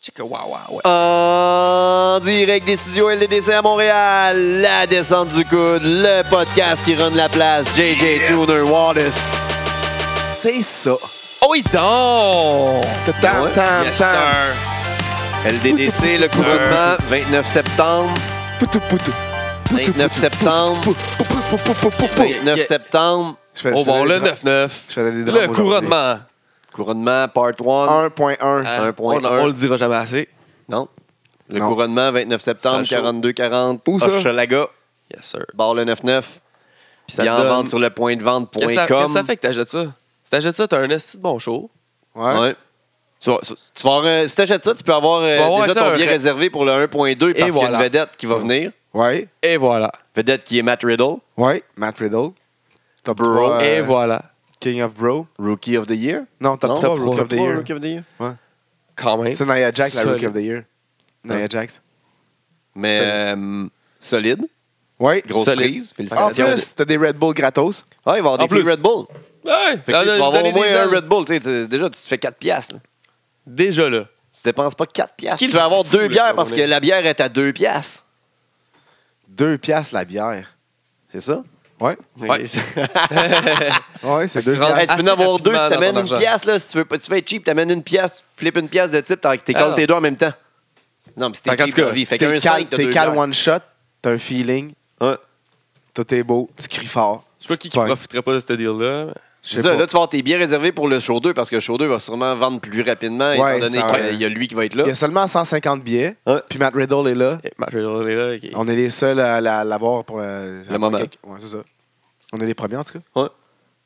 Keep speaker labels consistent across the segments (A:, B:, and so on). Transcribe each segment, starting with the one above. A: Check wow, wow, ouais.
B: En direct des studios LDDC à Montréal, la descente du coude, le podcast qui run la place, JJ Tuner Wallace.
C: C'est ça.
A: Oh, oui, donc!
C: Tam,
B: Ah Ouais.
C: tam,
A: Yes,
C: tam.
A: sir.
B: LDDC, le
A: Sir.
B: couronnement, 29 septembre,
C: Poutou, poutou.
B: 29 septembre,
C: Pou, pou, pou, pou, pou, pou, pou.
A: Yeah.
B: 29 septembre,
C: Je fais- je
A: Oh bon,
C: faisais
A: le
C: des drames.
A: 9-9.
C: Je faisais des drames
A: Le
C: aujourd'hui.
A: couronnement.
B: couronnement part 1.
C: 1.1.
A: Hein?
B: Un point
A: on,
B: un.
A: on le dira jamais assez.
B: Non. Le
C: Non.
B: couronnement, 29
A: Ça,
B: septembre,
A: chaud.
B: 42-40,
C: Où ça?
B: Hochelaga,
A: Yes, sir.
B: barre le 9-9.
A: Puis
B: Puis en
A: donne-
B: vente sur le point de
A: Qu'est-ce que ça, qu'est-ce que ça
B: vente.com.
A: fait que t'achètes ça? Si t'achètes ça, t'as un esti de bon show.
C: Ouais.
B: Tu vas, tu tu vas avoir, euh, si t'achètes ça, tu peux avoir, euh,
A: Tu vas avoir
B: déjà
A: accès à
B: ton
A: un
B: billet
A: ré-
B: réservé pour le 1.2
A: Et
B: parce qu'il y a une
A: voilà.
B: vedette qui va venir.
C: Ouais.
A: Et voilà.
B: Vedette qui est Matt Riddle,
C: Ouais. Matt Riddle. Top
B: Bro.
C: 3.
A: Et voilà.
C: King of Bro.
B: Rookie of the Year.
C: Non, top
B: Non,
C: 3
A: top
C: Rookie
A: trois,
C: of the Year.
B: Rookie of the Year.
A: Quand même.
C: C'est Nia Jax, la
A: Solide.
C: Rookie of the Year. Nia
B: Ouais.
C: Jax.
B: Mais euh, solide.
C: Ouais.
B: Grosse
A: Solide.
B: prise.
C: En
B: Félicitations.
C: plus, t'as des Red Bull gratos.
B: Ouais, il va y avoir des
A: En
B: prix
A: plus.
B: Red Bull.
A: Ouais,
B: Fait que, tu sais,
A: ça donne-
B: tu vas avoir
A: donner
B: au moins
A: des
B: un
A: ailes.
B: Red Bull. tu sais, tu- déjà, tu te fais 4 piastres. là.
A: Déjà là.
B: Tu dépenses pas 4 piastres.
A: qu'il
B: Tu vas avoir
A: fout,
B: deux
A: le
B: bières
A: Carbonate?
B: parce que la bière est à 2 piastres.
C: 2 piastres la bière.
B: C'est ça?
C: Ouais.
A: Ouais.
B: Hey,
C: Ouais, c'est
A: Fait que
C: 2
A: tu rentres-
C: piastres.
B: tu peux
A: Assez
B: en avoir deux,
A: rapidement
B: tu
A: dans
B: t'amènes
A: ton
B: une
A: argent.
B: pièce, là, si tu veux pas, tu fais cheap, t'amènes une pièce, tu flippes une pièce de type, t'en- t'écales
A: Ah.
B: tes doigts en même temps. Non, mais
A: Fait
B: c'était
A: qu'en
B: cheap,
A: tout cas,
B: la vie. Fait qu'un
C: T'es cal,
B: 5, t'as
C: t'es
B: deux
C: cal
B: bières.
C: one shot. T'as un feeling.
B: Ouais.
C: Tout est beau. Tu cries fort.
A: Je sais pas
C: tu
A: qui,
C: te
A: qui
C: pognes.
A: profiterait pas de ce deal-là.
C: Je sais
B: C'est ça,
C: pas.
B: là, tu vas avoir tes biens réservés pour le show 2 parce que le show 2 va sûrement vendre plus rapidement
C: Ouais,
B: étant donné
C: ça, ouais.
B: qu'il y a lui qui va être là.
C: Il y a seulement 150 billets.
B: Ouais.
C: Puis Matt Riddle est là.
A: Et Matt Riddle Eh, est là. ok.
C: On est les seuls à la- l'avoir pour le,
B: Le moment.
C: Ouais, c'est ça. On est les premiers en tout cas.
B: Ouais.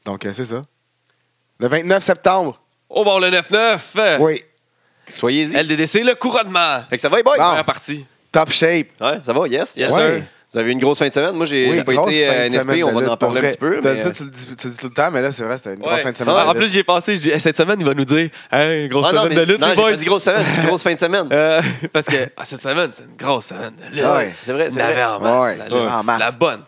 C: Donc euh, c'est ça. Le 29 septembre.
A: Au bord le 9-9. euh,
C: Oui.
B: Soyez-y.
A: LDDC, le couronnement.
B: Fait que ça va, les boys?
C: Bon.
A: Première partie.
C: Top shape.
B: Ouais, ça va, yes.
A: Yes,
C: Ouais.
A: sir.
B: Vous avez eu une grosse fin de semaine. Moi, j'ai j'ai pas
C: grosse
B: été euh,
C: fin de
B: à NSP,
C: semaine
B: on
C: de
B: va en parler
C: lutte, pour
B: un
C: vrai.
B: petit peu.
C: T'as
B: mais-
C: dit, tu, le dis, tu le dis tout le temps, mais là, c'est vrai, c'était une grosse
A: Ouais.
C: fin de semaine.
A: Ah, en
C: de
A: plus,
C: lutte.
A: j'y ai pensé. j'ai- Cette semaine, il va nous dire Hey, grosse
B: Ah non,
A: semaine
B: mais-
A: de lutte,
B: non,
A: les
B: j'ai pas
A: boys.
B: dit grosse semaine, j'ai dit grosse fin de semaine.
A: Euh, parce que ah, cette semaine, c'est une grosse semaine. de lutte.
C: Ah ouais.
B: C'est vrai,
A: On
B: c'est
A: avait
B: vrai.
A: en masse.
C: Ouais,
A: la
C: ouais.
A: lutte.
C: en masse.
A: La bonne.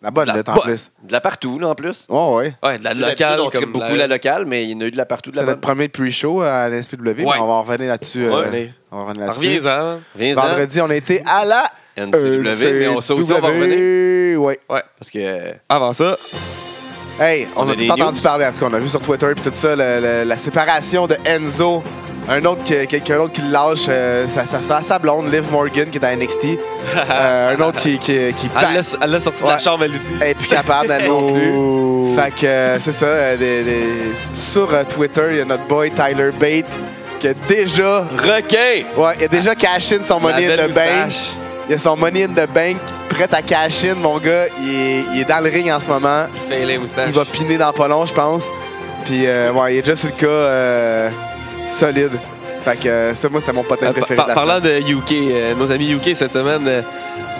C: La bonne
A: La
C: lutte en
A: bonne.
C: plus.
B: De la partout, là, en plus.
C: Ouais, ouais.
A: Ouais, de la
B: D'habitude,
A: locale.
B: on
A: comme
B: tripe beaucoup la locale, mais il y en a eu de la partout, de
C: C'est
B: la
C: notre
B: bonne.
C: premier pre-show à l'SPW, mais
A: Ouais.
C: on va en revenir là-dessus. euh,
A: Ouais.
C: on va revenir là-dessus.
A: Reviens-en.
B: Viens-en,
C: Vendredi, on était à la
B: NCW, mais on sait aussi, on va
C: NCW,
B: revenir.
C: Ouais.
B: Parce que...
A: Avant ça,
C: Hey, on,
B: On
C: a,
B: a
C: tout
B: des
C: entendu
B: news.
C: parler, en tout cas, on a vu sur Twitter puis tout ça, le- le- la séparation de Enzo, un autre que- quelqu'un d'autre qui le lâche, euh, sa, sa- sa- sa blonde, Liv Morgan, qui est à NXT, euh, un autre qui, qui, qui
A: elle l'a- elle l'a sorti de la
C: Ouais.
A: chambre, elle aussi.
C: est plus capable d'aller non
A: Oh.
C: plus. Fait que euh, c'est ça, euh, des- des- sur euh, Twitter, il y a notre boy Tyler Bate qui a déjà,
B: Requin!
C: ouais, il a déjà cash in son
A: La
C: money in
A: belle
C: the bank.
A: moustache.
C: Il a son money in the bank prêt à cash in, mon gars, il est- il est dans le ring en ce moment.
A: Il se fait les moustaches.
C: Il va piner dans pas long, je pense. Puis, euh, ouais, il est déjà sur le cas euh, solide. Fait que, euh, ça, moi, c'était mon potin
A: Euh,
C: préféré.
A: par-
C: de la
A: parlant de UK, euh, nos amis UK cette semaine, euh,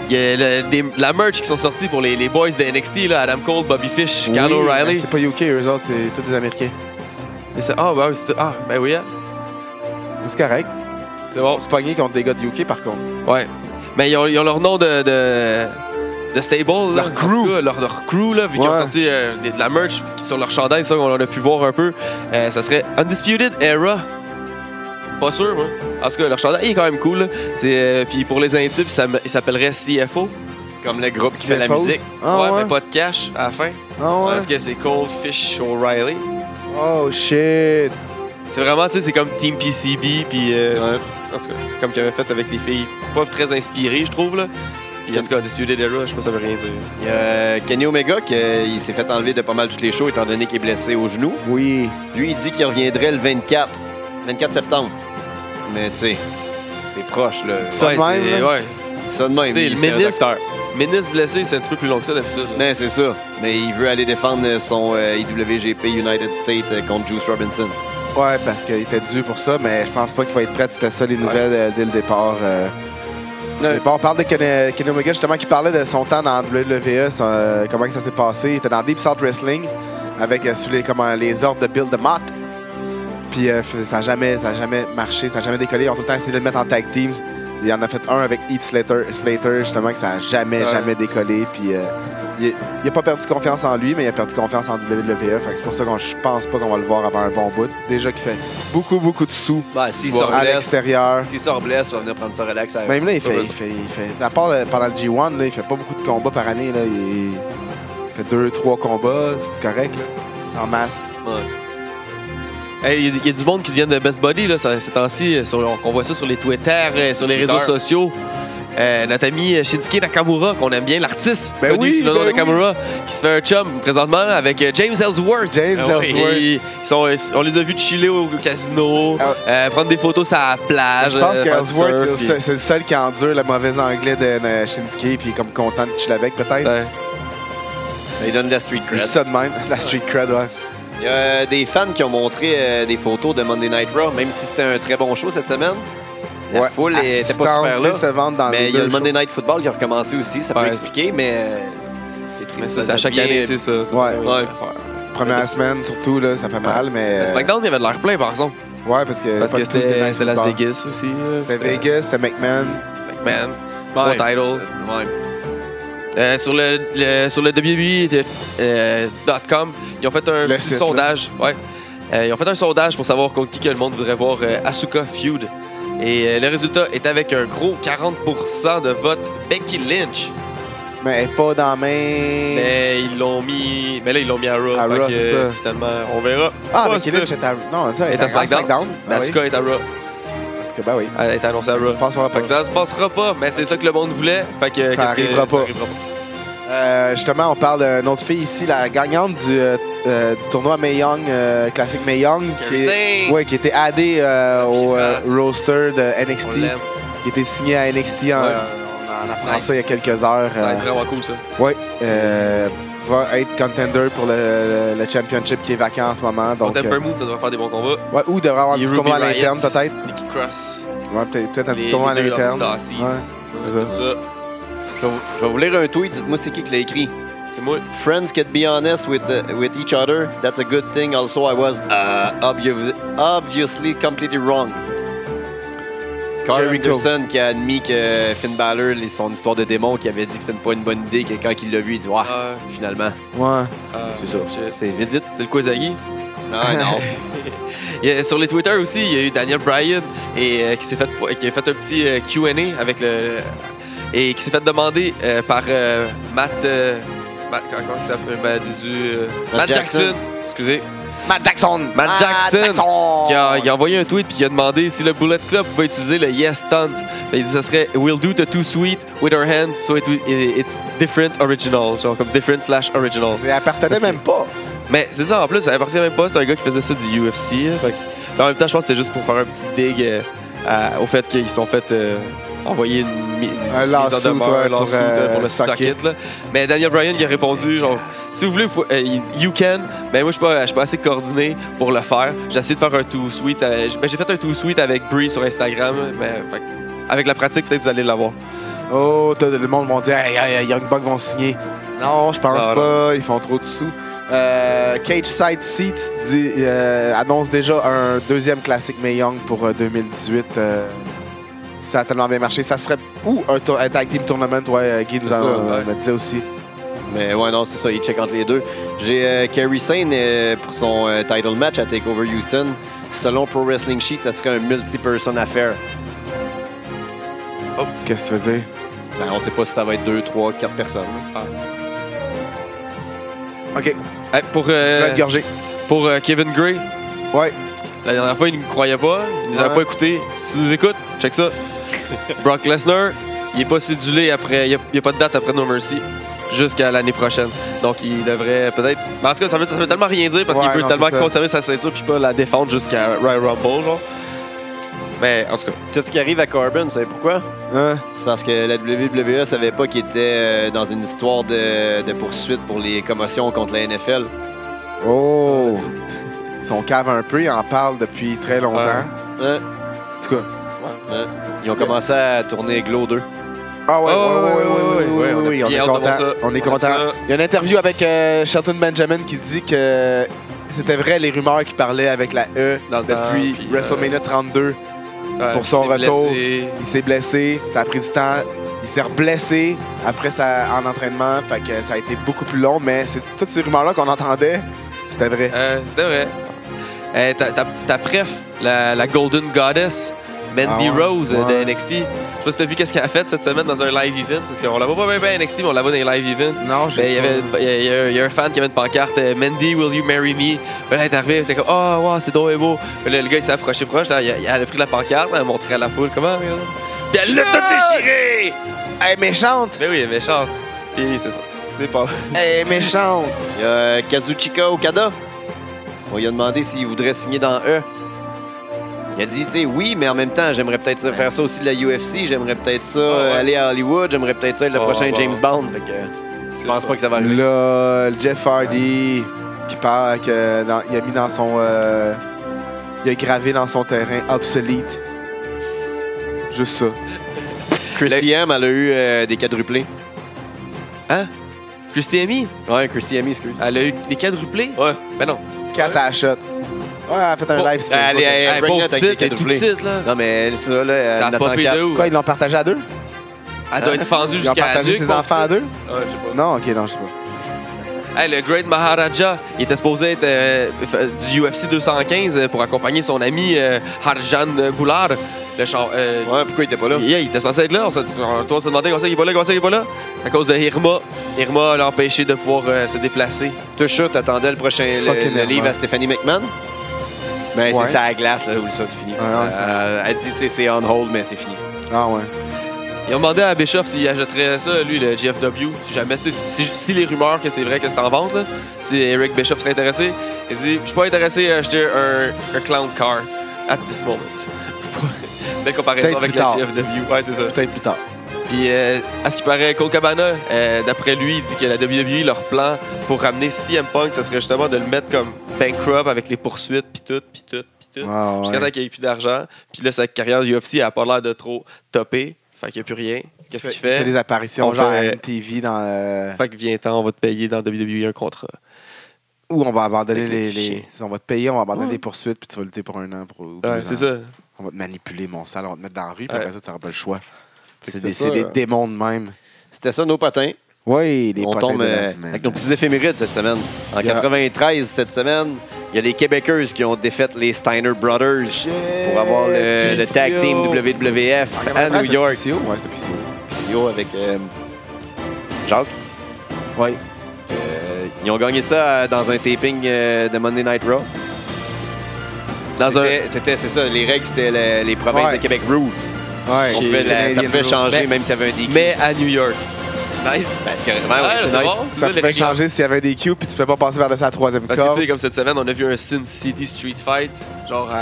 A: il y a le- des- la merch qui sont sortis pour les, les boys de NXT, là, Adam Cole, Bobby Fish,
C: semaine.
A: Kyle
C: Oui, mais
A: O'Reilly.
C: C'est pas UK, eux autres, c'est tous des Américains.
A: Et ça- Ah, bah oui, c'est- ah, ben oui, hein.
C: C'est correct.
A: c'est bon.
C: On se pognait contre des gars de UK, par contre.
A: Ouais. Mais ils ont, ils ont leur nom de, de, de stable. là.
C: Leur
A: En tout
C: crew.
A: cas, leur, leur crew, là, vu qu'ils ont
C: Ouais.
A: sorti euh, des- de la merch sur leur chandail, ça, on en a pu voir un peu. Euh, ça serait Undisputed Era. Pas sûr, moi. En tout cas, leur chandail il est quand même cool. là. C'est, euh, puis pour les intimes, ça m- il s'appellerait CFO.
B: Comme le groupe qui
C: C'est
B: fait la
C: fausse.
B: musique.
C: Ah ouais?
A: mais pas de cash à la fin.
C: Ah ouais?
A: Parce que c'est Cold Fish O'Reilly.
C: Oh, shit.
A: C'est vraiment, tu sais, c'est comme Team PCB, puis euh, en tout cas, comme qu'il avait fait avec les filles, pas très inspirées, je trouve, là. Puis en tout cas, Undisputed Era, je pense que ça veut rien dire.
B: Il y a euh, Kenny Omega qui euh, il s'est fait enlever de pas mal toutes les shows étant donné qu'il est blessé au genou.
C: Oui.
B: Lui, il dit qu'il reviendrait le 24, 24 septembre. Mais tu sais, c'est proche, là.
C: Ça de
A: ouais,
C: même,
A: c'est-
C: là.
A: ouais.
B: Ça de même,
A: Tu sais,
B: il-
A: le
B: c'est un
A: ministre-
B: docteur.
A: Ministre blessé, c'est un petit peu plus long que ça d'habitude. là.
B: Mais c'est ça. Mais il veut aller défendre son euh, IWGP United States euh, contre Juice Robinson.
C: Ouais, parce qu'il était dû pour ça, mais je pense pas qu'il va être prêt. C'était ça les nouvelles euh, dès le départ. euh.
B: Ouais.
C: Mais bon, on parle de Ken, Ken Omega, justement, qui parlait de son temps dans WWE, son, euh, comment que ça s'est passé. Il était dans Deep South Wrestling avec euh, sous les, comment, les ordres de Bill DeMott. Puis euh, ça n'a jamais, ça a jamais marché, ça n'a jamais décollé. Ils ont tout le temps essayé de le mettre en tag teams. Il en a fait un avec Heath Slater, Slater justement, que ça n'a jamais,
A: Ouais.
C: jamais décollé. Puis euh, Il n'a pas perdu confiance en lui, mais il a perdu confiance en WWE. Fait que c'est pour ça que je pense pas qu'on va le voir avant un bon bout. Déjà qu'il fait beaucoup, beaucoup de sous
B: Ben, s'il
A: Bon,
B: se
C: à
B: reblesse,
C: l'extérieur.
B: s'il se reblesse, il va venir prendre ça relax. à-
C: Même là, il fait,
B: Pas
C: il fait, il fait- à part le- pendant le G1, là, il fait pas beaucoup de combats par année. Là, il, il fait deux, trois combats, c'est correct, là, en masse.
B: besoin. Ouais.
A: Hey, Il y, a- il y a du monde qui vient de Best Buddy là, ça- ces temps-ci. euh, sur- On voit ça sur les Twitter, euh, sur les
B: Twitter.
A: réseaux sociaux. Euh, notre ami euh, Shinsuke Nakamura, qu'on aime bien, l'artiste
C: Ben
A: connu
C: oui,
A: sous le nom
C: ben
A: de Nakamura, qui se fait un chum présentement avec euh, James Ellsworth.
C: James
A: Ah ouais,
C: Ellsworth.
A: et ils- ils sont- ils- on les a vus chiller au casino,
C: Ah.
A: euh, prendre des photos sur la plage.
C: Je pense
A: euh,
C: que
A: faire du
C: Ellsworth,
A: surf,
C: c'est le
A: puis-
C: seul- c'est le seul qui endure le mauvais anglais de euh, Shinsuke, puis comme content de chiller avec, peut-être.
A: Ouais.
B: Il donne de la street
C: Je dis
B: cred.
C: ça de même, la street cred, ouais.
B: Il y a euh, des fans qui ont montré euh, des photos de Monday Night Raw, même si c'était un très bon show cette semaine. La
C: ouais.
B: foule n'était pas
C: Assistance
B: super là.
C: décevante dans
B: Mais
C: les
B: il y a
C: deux
B: le
C: shows.
B: Monday Night Football qui a recommencé aussi, ça peut
A: Ouais.
B: expliquer, mais euh, c'est triste.
A: Mais ça, c'est à chaque
B: devient-
A: année, c'est ça.
C: Ouais.
A: Ouais.
C: Première semaine, surtout, là, ça fait mal, mais... euh,
A: SmackDown, il y avait de l'air plein, par exemple.
C: Ouais, parce que...
A: Parce
C: pas
A: que
C: tous les
A: c'était
C: nights
A: c'était Las
C: football.
A: Vegas aussi. euh,
C: C'était Vegas, c'était McMahon.
A: McMahon.
B: Ouais,
A: Au title.
B: c'est- ouais.
A: Euh, sur le, le- sur le E, WWE.com, euh, ils ont fait un
C: Le
A: petit
C: site, là.
A: sondage. Ouais. Euh, ils ont fait un sondage pour savoir contre qui que le monde voudrait voir euh, Asuka feud. Et euh, le résultat est avec un gros 40% de vote Becky Lynch.
C: Mais elle est pas dans la main...
A: Mais ils l'ont mis. Mais là ils l'ont mis à Raw.
C: À
A: fait
C: Raw,
A: que,
C: c'est
A: euh,
C: ça.
A: Finalement, on verra.
C: Ah,
A: Ouais,
C: mais
A: c'est
C: Kevin,
A: fait.
C: j'étais à... Non, ça,
A: Elle
C: elle
A: est à
C: était à
A: SmackDown.
C: SmackDown.
A: Mais
C: Ah oui,
A: Asuka est à Raw.
C: Parce que, ben oui.
A: Elle est annoncée à
C: Ça
A: Raw.
C: se passera
A: Fait
C: pas.
A: que ça se passera pas, mais c'est ça que le monde voulait. Fait que,
C: Ça
A: qu'est-ce que-
C: arrivera pas.
A: pas.
C: Euh, justement, on parle d'une autre fille ici, la gagnante du, euh, euh, du tournoi Mae Young, euh, classique Mae Young, qui,
A: Kerry Singh,
C: ouais, qui était addée euh,
A: Puis
C: au euh,
A: Pat.
C: roster de
A: on
C: NXT,
A: l'aime.
C: qui était signée à NXT en,
A: Ouais.
C: on en apprend
A: Nice.
C: ça il y a quelques heures.
A: Ça va être
C: euh,
A: vraiment cool ça.
C: ouais, euh, va être contender pour le, le championship qui est vacant en ce moment. Donc,
A: Contemper
C: euh,
A: Mood, ça devrait faire des bons combats.
C: ouais, ou devrait avoir un
A: Il y a
C: petit tournoi à
A: Ruby Riott,
C: l'interne peut-être.
A: Nikki Cross.
C: Ouais, peut-être peut-être un
A: les-
C: petit tournoi à
A: les deux
C: l'interne.
A: Lance Dassies.
C: Ouais.
A: Tout ça.
B: Je vais vous- je vais vous lire un tweet, dites-moi c'est qui qui l'a écrit.
A: Et moi,
B: Friends can be honest with, uh, with each other. That's a good thing. Also, I was uh, obvi- obviously completely wrong. Carl
C: Jericho.
B: Anderson qui a admis que Finn Balor, les- son histoire de démon, qui avait dit que c'était pas une bonne idée, que quand il l'a vu, il dit Waouh,
A: euh,
B: finalement.
C: Ouais.
A: euh,
B: C'est ça.
A: je-
B: C'est vite, vite.
A: C'est le Kozagi.
B: Non,
C: Ah,
B: non.
A: Il y a- Sur les Twitter aussi, il y a eu Daniel Bryan et, euh, qui, s'est fait, qui a fait un petit euh, QA avec le. Et qui s'est fait demander euh, par euh, Matt. euh, Matt comment ça s'appelle Ben, du- du, euh,
B: Matt
A: Matt Jackson.
B: Jackson.
A: Excusez.
C: Matt Jackson!
A: Matt Jackson, Qui a, il a envoyé un tweet puis il a demandé si le Bullet Club pouvait utiliser le Yes Stunt. Il dit ça serait We'll do the too sweet with our hands so it, it's different original. Genre comme different slash original.
C: Ça appartenait
A: Parce que-
C: même pas.
A: Mais c'est ça, en plus, ça appartient même pas. C'est un gars qui faisait ça du UFC. hein. Fait que- mais en même temps, je pense que c'était juste pour faire un petit dig euh, à- au fait qu'ils se sont fait euh, envoyer une, mi- une
C: Un
A: mise en
C: lawsuit,
A: demeure,
C: ouais,
A: un
C: pour,
A: lawsuit,
C: euh,
A: euh, pour le
C: socket.
A: socket. là. Mais Daniel Bryan, il a répondu genre, si vous voulez, vous- euh, you can. Mais moi, je suis pas, je suis pas assez coordonné pour le faire. J'ai essayé de faire un two sweet. euh, j- ben, J'ai fait un two sweet avec Bree sur Instagram. Mais fait que, avec la pratique, peut-être que vous allez l'avoir.
C: Oh, t'as- le monde vont dire, hey, hey, hey, Young Bucks vont signer. Non, je pense
A: Non, non.
C: pas, ils font trop de sous. Euh, Cage Side Seats dit- euh, annonce déjà un deuxième classique May Young pour euh, 2018. euh, ça a tellement bien marché. Ça serait ou un, tour- un tag team tournament, ouais, euh, Guy nous
B: C'est
C: en
B: ça, ouais.
C: me disait aussi.
B: Mais ouais, non, c'est ça, il check entre les deux. J'ai euh, Kerry Sane euh, pour son euh, title match à TakeOver Houston. Selon Pro Wrestling Sheet, ça serait un multi-person affaire.
C: Qu'est-ce que tu veux dire?
B: Ben, on sait pas si ça va être 2, 3, 4 personnes.
C: Ok,
A: Hey, pour euh,
C: Fred Gorgé.
A: pour euh, Kevin Gray,
C: Ouais,
A: La dernière fois, il ne nous croyait pas, il nous avait
C: Ouais.
A: pas écouté. Si tu nous écoutes, check ça. Brock Lesnar, il est pas cédulé après, il n'y a, il y a pas de date après No Mercy jusqu'à l'année prochaine. Donc il devrait peut-être. Mais en tout cas, ça veut, ça veut tellement rien dire parce
C: Ouais,
A: qu'il peut
C: non,
A: tellement
C: c'est ça.
A: conserver sa ceinture puis pas la défendre jusqu'à Royal Rumble, genre. Mais en tout cas,
B: Tout ce qui arrive à Corbin, vous savez pourquoi?
C: hein?
B: C'est parce que la WWE savait pas qu'il était euh, dans une histoire de, de poursuite pour les commotions contre la NFL.
C: Oh! Son cave un peu, il en parle depuis très longtemps.
A: Ouais.
B: Hein?
C: En tout cas.
B: Ils ont commencé à tourner Glow 2.
C: Ah ouais,
A: Ah
C: ouais,
A: ouais,
C: ouais,
A: ouais, ouais,
C: ouais, ouais,
A: on a
C: ouais, oui, on
A: bien
C: est
A: hâte de voir
C: content.
A: ça.
C: On est
A: On aime
C: content.
A: ça.
C: Il y a une interview avec euh, Shelton Benjamin qui dit que c'était vrai les rumeurs qui parlaient avec la E
A: Dans le temps,
C: depuis
A: puis, euh,
C: WrestleMania 32.
A: ouais,
C: Pour son
A: il s'est
C: retour.
A: blessé.
C: Il s'est blessé, ça a pris du temps. Il s'est blessé après ça en entraînement, fait que ça a été beaucoup plus long, mais c'est toutes ces rumeurs-là qu'on entendait, c'était vrai.
A: Euh, C'était vrai. Euh, ta, ta- ta pref, la, la Golden Goddess, Mandy
C: Ah ouais?
A: Rose euh,
C: Ouais.
A: de NXT. Je sais pas si t'as vu qu'est-ce qu'elle a fait cette semaine dans un live event, parce qu'on la voit pas bien bien à NXT, mais on la voit dans les live events.
C: Non,
A: Ben, Il y, avait, il y a- il y a- il y a un fan qui avait une pancarte euh, Mandy, will you marry me? Ben, là, elle est arrivée, elle était comme Oh, wow, c'est drôle et beau. Ben, là, le gars, il s'est approché proche, là, il a- il a- elle a pris la pancarte, elle a montré à la foule comment. regarde. Puis elle l'a tout déchiré!
C: Elle est méchante!
A: Ben oui, elle est méchante. Puis c'est ça. C'est pas.
C: Elle est méchante!
B: Il y a euh, Kazuchika Okada. On lui a demandé s'il voudrait signer dans E. Il a dit, tu sais, oui, mais en même temps, j'aimerais peut-être ça, faire ça aussi de la UFC, j'aimerais peut-être ça euh,
A: ouais.
B: aller à Hollywood, j'aimerais peut-être ça être le
A: Ouais,
B: prochain
A: ouais,
B: James
A: ouais.
B: Bond. Fait que euh, je pense pas que Ah, ça va arriver.
C: LOL, Jeff Hardy qui parle que dans- il a mis dans son. euh, il a gravé dans son terrain obsolete. Juste ça.
B: Christy M, elle a eu euh, des quadruplés.
A: Christy Amy,
B: Ouais, Christy M, excuse.
A: elle a eu des quadruplés.
B: Ouais.
A: Ben non.
C: Cat à la shot. Ouais, elle a fait un
A: Bon,
C: live sur
B: elle
C: Facebook.
B: est-
A: Elle est
B: Pregnant
A: pauvre
B: avec
A: petite,
B: des
A: elle est toute
B: quadruplés.
A: petite, là.
B: Non, mais elle, ça, là, elle
A: Ça a
B: n'attend
A: popé
B: qu'à-
A: de où?
C: Quoi, ils l'ont partagé à deux?
A: Elle doit être fendue
C: Ils l'ont
A: jusqu'à la
C: partagé
A: nuque,
C: ses
A: pauvre
C: enfants à
A: petite.
C: deux?
A: Ouais, Ah, je sais pas.
C: Non, ok, non, je sais pas.
A: Hey, le Great Maharaja, il était supposé être euh, fa- du UFC 215 euh, pour accompagner son ami euh, Harjan Goulard. Le char- euh,
B: Ouais, pourquoi il était pas là?
A: yeah, il était censé être là. On se, on- toi, on se demandait comment ça qu'il est pas là, comment ça qu'il est pas là. À cause de Irma. Irma l'a empêché de pouvoir euh, se déplacer.
B: Tout ça, t'attendais le prochain le-
C: Fucking
B: le
C: hell,
B: livre
C: man.
B: à Stéphanie McMahon? Ben,
C: Ouais.
B: c'est ça à la glace, là, où ça, c'est fini.
C: ouais,
B: Euh, elle dit, tu sais, c'est on hold, mais c'est fini.
C: Ah ouais.
A: Ils ont demandé à Bischoff s'il achèterait ça, lui, le GFW, si jamais, tu sais, si, si- si les rumeurs que c'est vrai que c'est en vente, là, si Eric Bischoff serait intéressé. Il dit Je suis pas intéressé à acheter un, un clown car at this moment. Belle comparaison
C: Peut-être
A: avec
C: plus
A: la
C: tard.
A: GFW. Ouais, c'est ça.
C: Peut-être plus tard.
A: Puis, euh, à ce qui paraît, Cole Cabana, euh, d'après lui, il dit que la WWE, leur plan pour ramener CM Punk, ça serait justement de le mettre comme bankrupt avec les poursuites, puis tout, puis tout, puis tout.
C: Ah,
A: Jusqu'à
C: ouais.
A: temps qu'il n'y ait plus d'argent. Puis là, sa carrière du UFC, elle n'a pas l'air de trop topper. Fait qu'il n'y a plus rien. Qu'est-ce qu'il
C: Il
A: fait?
C: fait des apparitions
A: On
C: genre
A: fait-
C: à MTV dans. euh,
A: Fait que viens-t'en, on va te payer dans WWE un contrat.
C: Où on va abandonner
A: C'était
C: les,
A: chier.
C: les- On va te payer, on va abandonner
A: Ouais.
C: les poursuites, puis tu vas lutter pour un an. Pour, ou
A: Ouais,
C: deux
A: c'est ça.
C: ans. On va te manipuler, mon sale, on va te mettre dans la rue, puis
A: Ouais.
C: après ça, tu n'auras pas le choix.
B: Fait que
C: C'est
B: c'est
C: des,
B: ça,
C: c'est des
B: euh,
C: démons de même.
B: C'était ça, nos patins.
C: Oui, les
B: on
C: potins
B: tombe
C: de la
B: euh,
C: semaine.
B: avec nos petits éphémérides cette semaine. En
C: Yeah.
B: 93, cette semaine, il y a les Québécoises qui ont défait les Steiner Brothers pour avoir le, le tag team WWF à New York.
C: C'est PCO? Ouais, c'est PCO.
B: PCO avec euh, Jacques.
C: Ouais.
B: Euh, ils ont gagné ça euh, dans un taping euh, de Monday Night Raw.
A: Dans un-
B: C'était- C'était, c'est ça, les règles, c'était le- les provinces
C: Ouais.
B: de Québec Rules.
C: Ouais.
B: On pouvait la- ça pouvait changer, même s'il y avait un DQ.
A: Mais à New York. C'est nice.
B: Ben, c'est carrément, ouais,
A: Ouais,
B: c'est
A: c'est
B: nice.
A: bon. C'est
C: Ça
A: les
C: pouvait
A: règles.
C: changer s'il y avait des Q, puis tu ne fais pas passer par-dessus la troisième
A: Parce que, tu
C: corde.
A: sais, comme cette semaine, on a vu un Sin City Street Fight, genre
B: euh,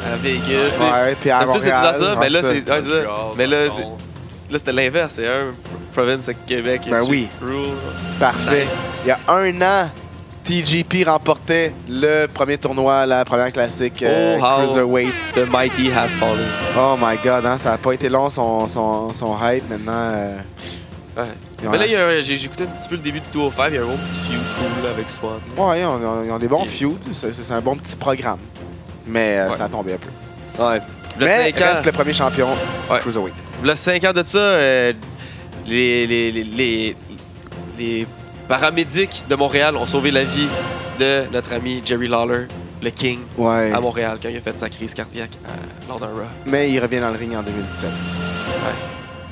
A: à, à Vegas. tu sais.
C: Ouais, puis à
A: D'habitude, c'est tout
C: Montréal.
A: dans ça, mais là,
C: ça.
A: c'est. ouais, c'est ça. Mais là, c'est- là, c'était l'inverse. C'est un province à Québec. et
C: Ben
A: Street
C: oui.
A: Rule.
C: Parfait.
A: Nice.
C: Il y a un an, TGP remportait le premier tournoi, la première classique euh,
A: Oh, how-
C: Cruiserweight.
A: The Mighty Have Fallen.
C: Oh my god, hein, ça n'a pas été long son, son, son hype maintenant. euh,
A: Ouais.
C: ils ont
A: Mais là,
C: la-
A: il y a un- j'ai j'ai écouté un petit peu le début de 205. Il y a un bon petit feud cool là, avec Swan.
C: Ouais, on- on- ils ont des bons
A: Puis-
C: feuds, c'est c'est un bon petit programme. Mais euh,
A: Ouais.
C: ça a tombé un peu.
B: Ouais.
A: Le
C: Mais
A: 5 ans.
C: reste le premier champion
A: Ouais.
C: Cruiserweight.
A: Là, 5 ans de ça, euh, les, les, les, les, les paramédics de Montréal ont sauvé la vie de notre ami Jerry Lawler, le King,
C: Ouais.
A: à Montréal, quand il a fait sa crise cardiaque euh, lors d'un Raw.
C: Mais il revient dans le ring en 2017.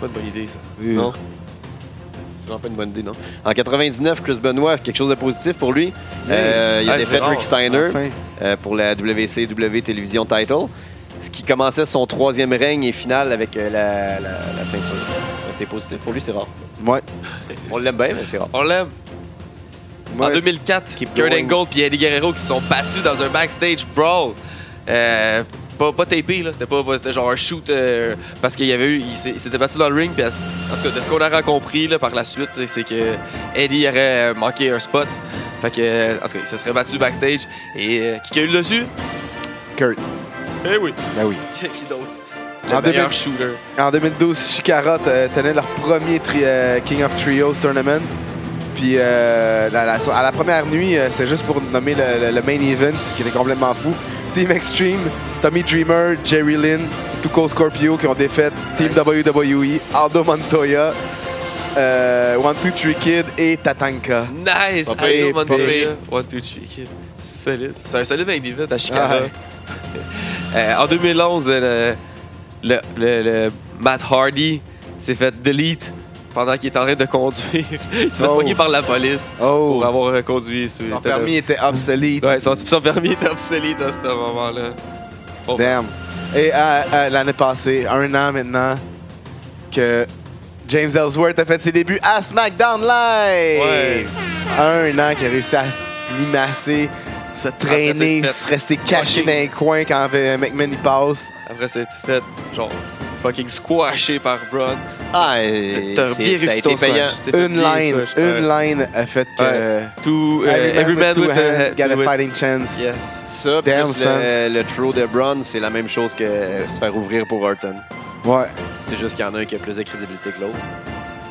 A: Pas de bonne idée, ça.
B: Non. C'est vraiment pas une bonne idée, non? En 99, Chris Benoit, quelque chose de positif pour lui. Euh, il a
A: Ouais, c'est
B: défait
A: rare.
B: Rick Steiner
C: Enfin.
B: euh, pour la WCW Télévision Title, ce qui commençait son troisième règne et final avec euh, la, la- la ceinture. Mais C'est positif pour lui, c'est rare.
C: Ouais.
B: On l'aime bien, mais c'est rare.
A: On l'aime. En
C: Ouais.
A: 2004,
B: Keep
A: Kurt
B: going.
A: Angle et Eddie Guerrero qui se sont battus dans un backstage brawl. Euh, pas, pas tapé, là. C'était, pas, pas- c'était genre un shoot euh, parce qu'il y avait eu. Il, s'est- il s'était battu dans le ring. Puis, à- en tout cas, de ce qu'on a compris là, par la suite, c'est, c'est que Eddie aurait euh, manqué un spot. Fait que, euh, en tout cas, il se serait battu backstage. Et euh, qui a eu le dessus
C: Kurt.
A: Eh oui.
C: Ben oui.
A: qui d'autre Le
C: En
A: meilleur
C: 2000.
A: shooter.
C: En 2012, Chikara euh, tenait leur premier tri- euh, King of Trios tournament. Puis euh, la- la- à la première nuit, euh, c'est juste pour nommer le, le- le main event qui était complètement fou. Team Extreme, Tommy Dreamer, Jerry Lynn, Tuco Scorpio qui ont défait Team
B: Nice.
C: WWE, Aldo Montoya, euh, One Two Three Kid et Tatanka.
A: Nice!
B: Pas pire,
A: Allez,
C: pas
A: mon Montoya.
C: pire.
A: One, two, three, kid. C'est solide. C'est un solide baby vite à Chicago.
C: Ah ouais.
A: Euh, en 2011, euh, le, le, le- le Matt Hardy s'est fait delete pendant qu'il était en train de conduire. Il s'est fait
C: Oh.
A: poigner par la police
C: Oh!
A: pour avoir euh, conduit. sur-
C: Son permis était obsolète.
A: Ouais, son, son permis était obsolète à ce moment-là. Oh,
C: Damn. Et euh, euh, l'année passée, un an maintenant, que James Ellsworth a fait ses débuts à SmackDown Live.
A: Ouais.
C: Un an qu'il a réussi à se limacer, se traîner,
A: c'est fait.
C: se rester caché
A: Fucking-
C: dans un coin quand euh, McMahon y passe.
A: Après, c'est fait, genre, fucking squashé par Braun.
B: Ah, et
A: T'as bien réussi ton squash. T'es fait
C: Une
A: bien
C: line,
A: squash.
C: une
A: Ouais.
C: line a fait que.
A: Ouais. Tout, euh,
C: Every man
A: every man with
C: two hands
A: a
C: got a
A: with-
C: fighting chance.
A: Yes.
B: Ça, plus
C: Damn, son.
B: le, le throw de Braun, c'est la même chose que euh, se faire ouvrir pour Orton.
C: Ouais.
B: C'est juste qu'il y en a un qui a plus de crédibilité que l'autre.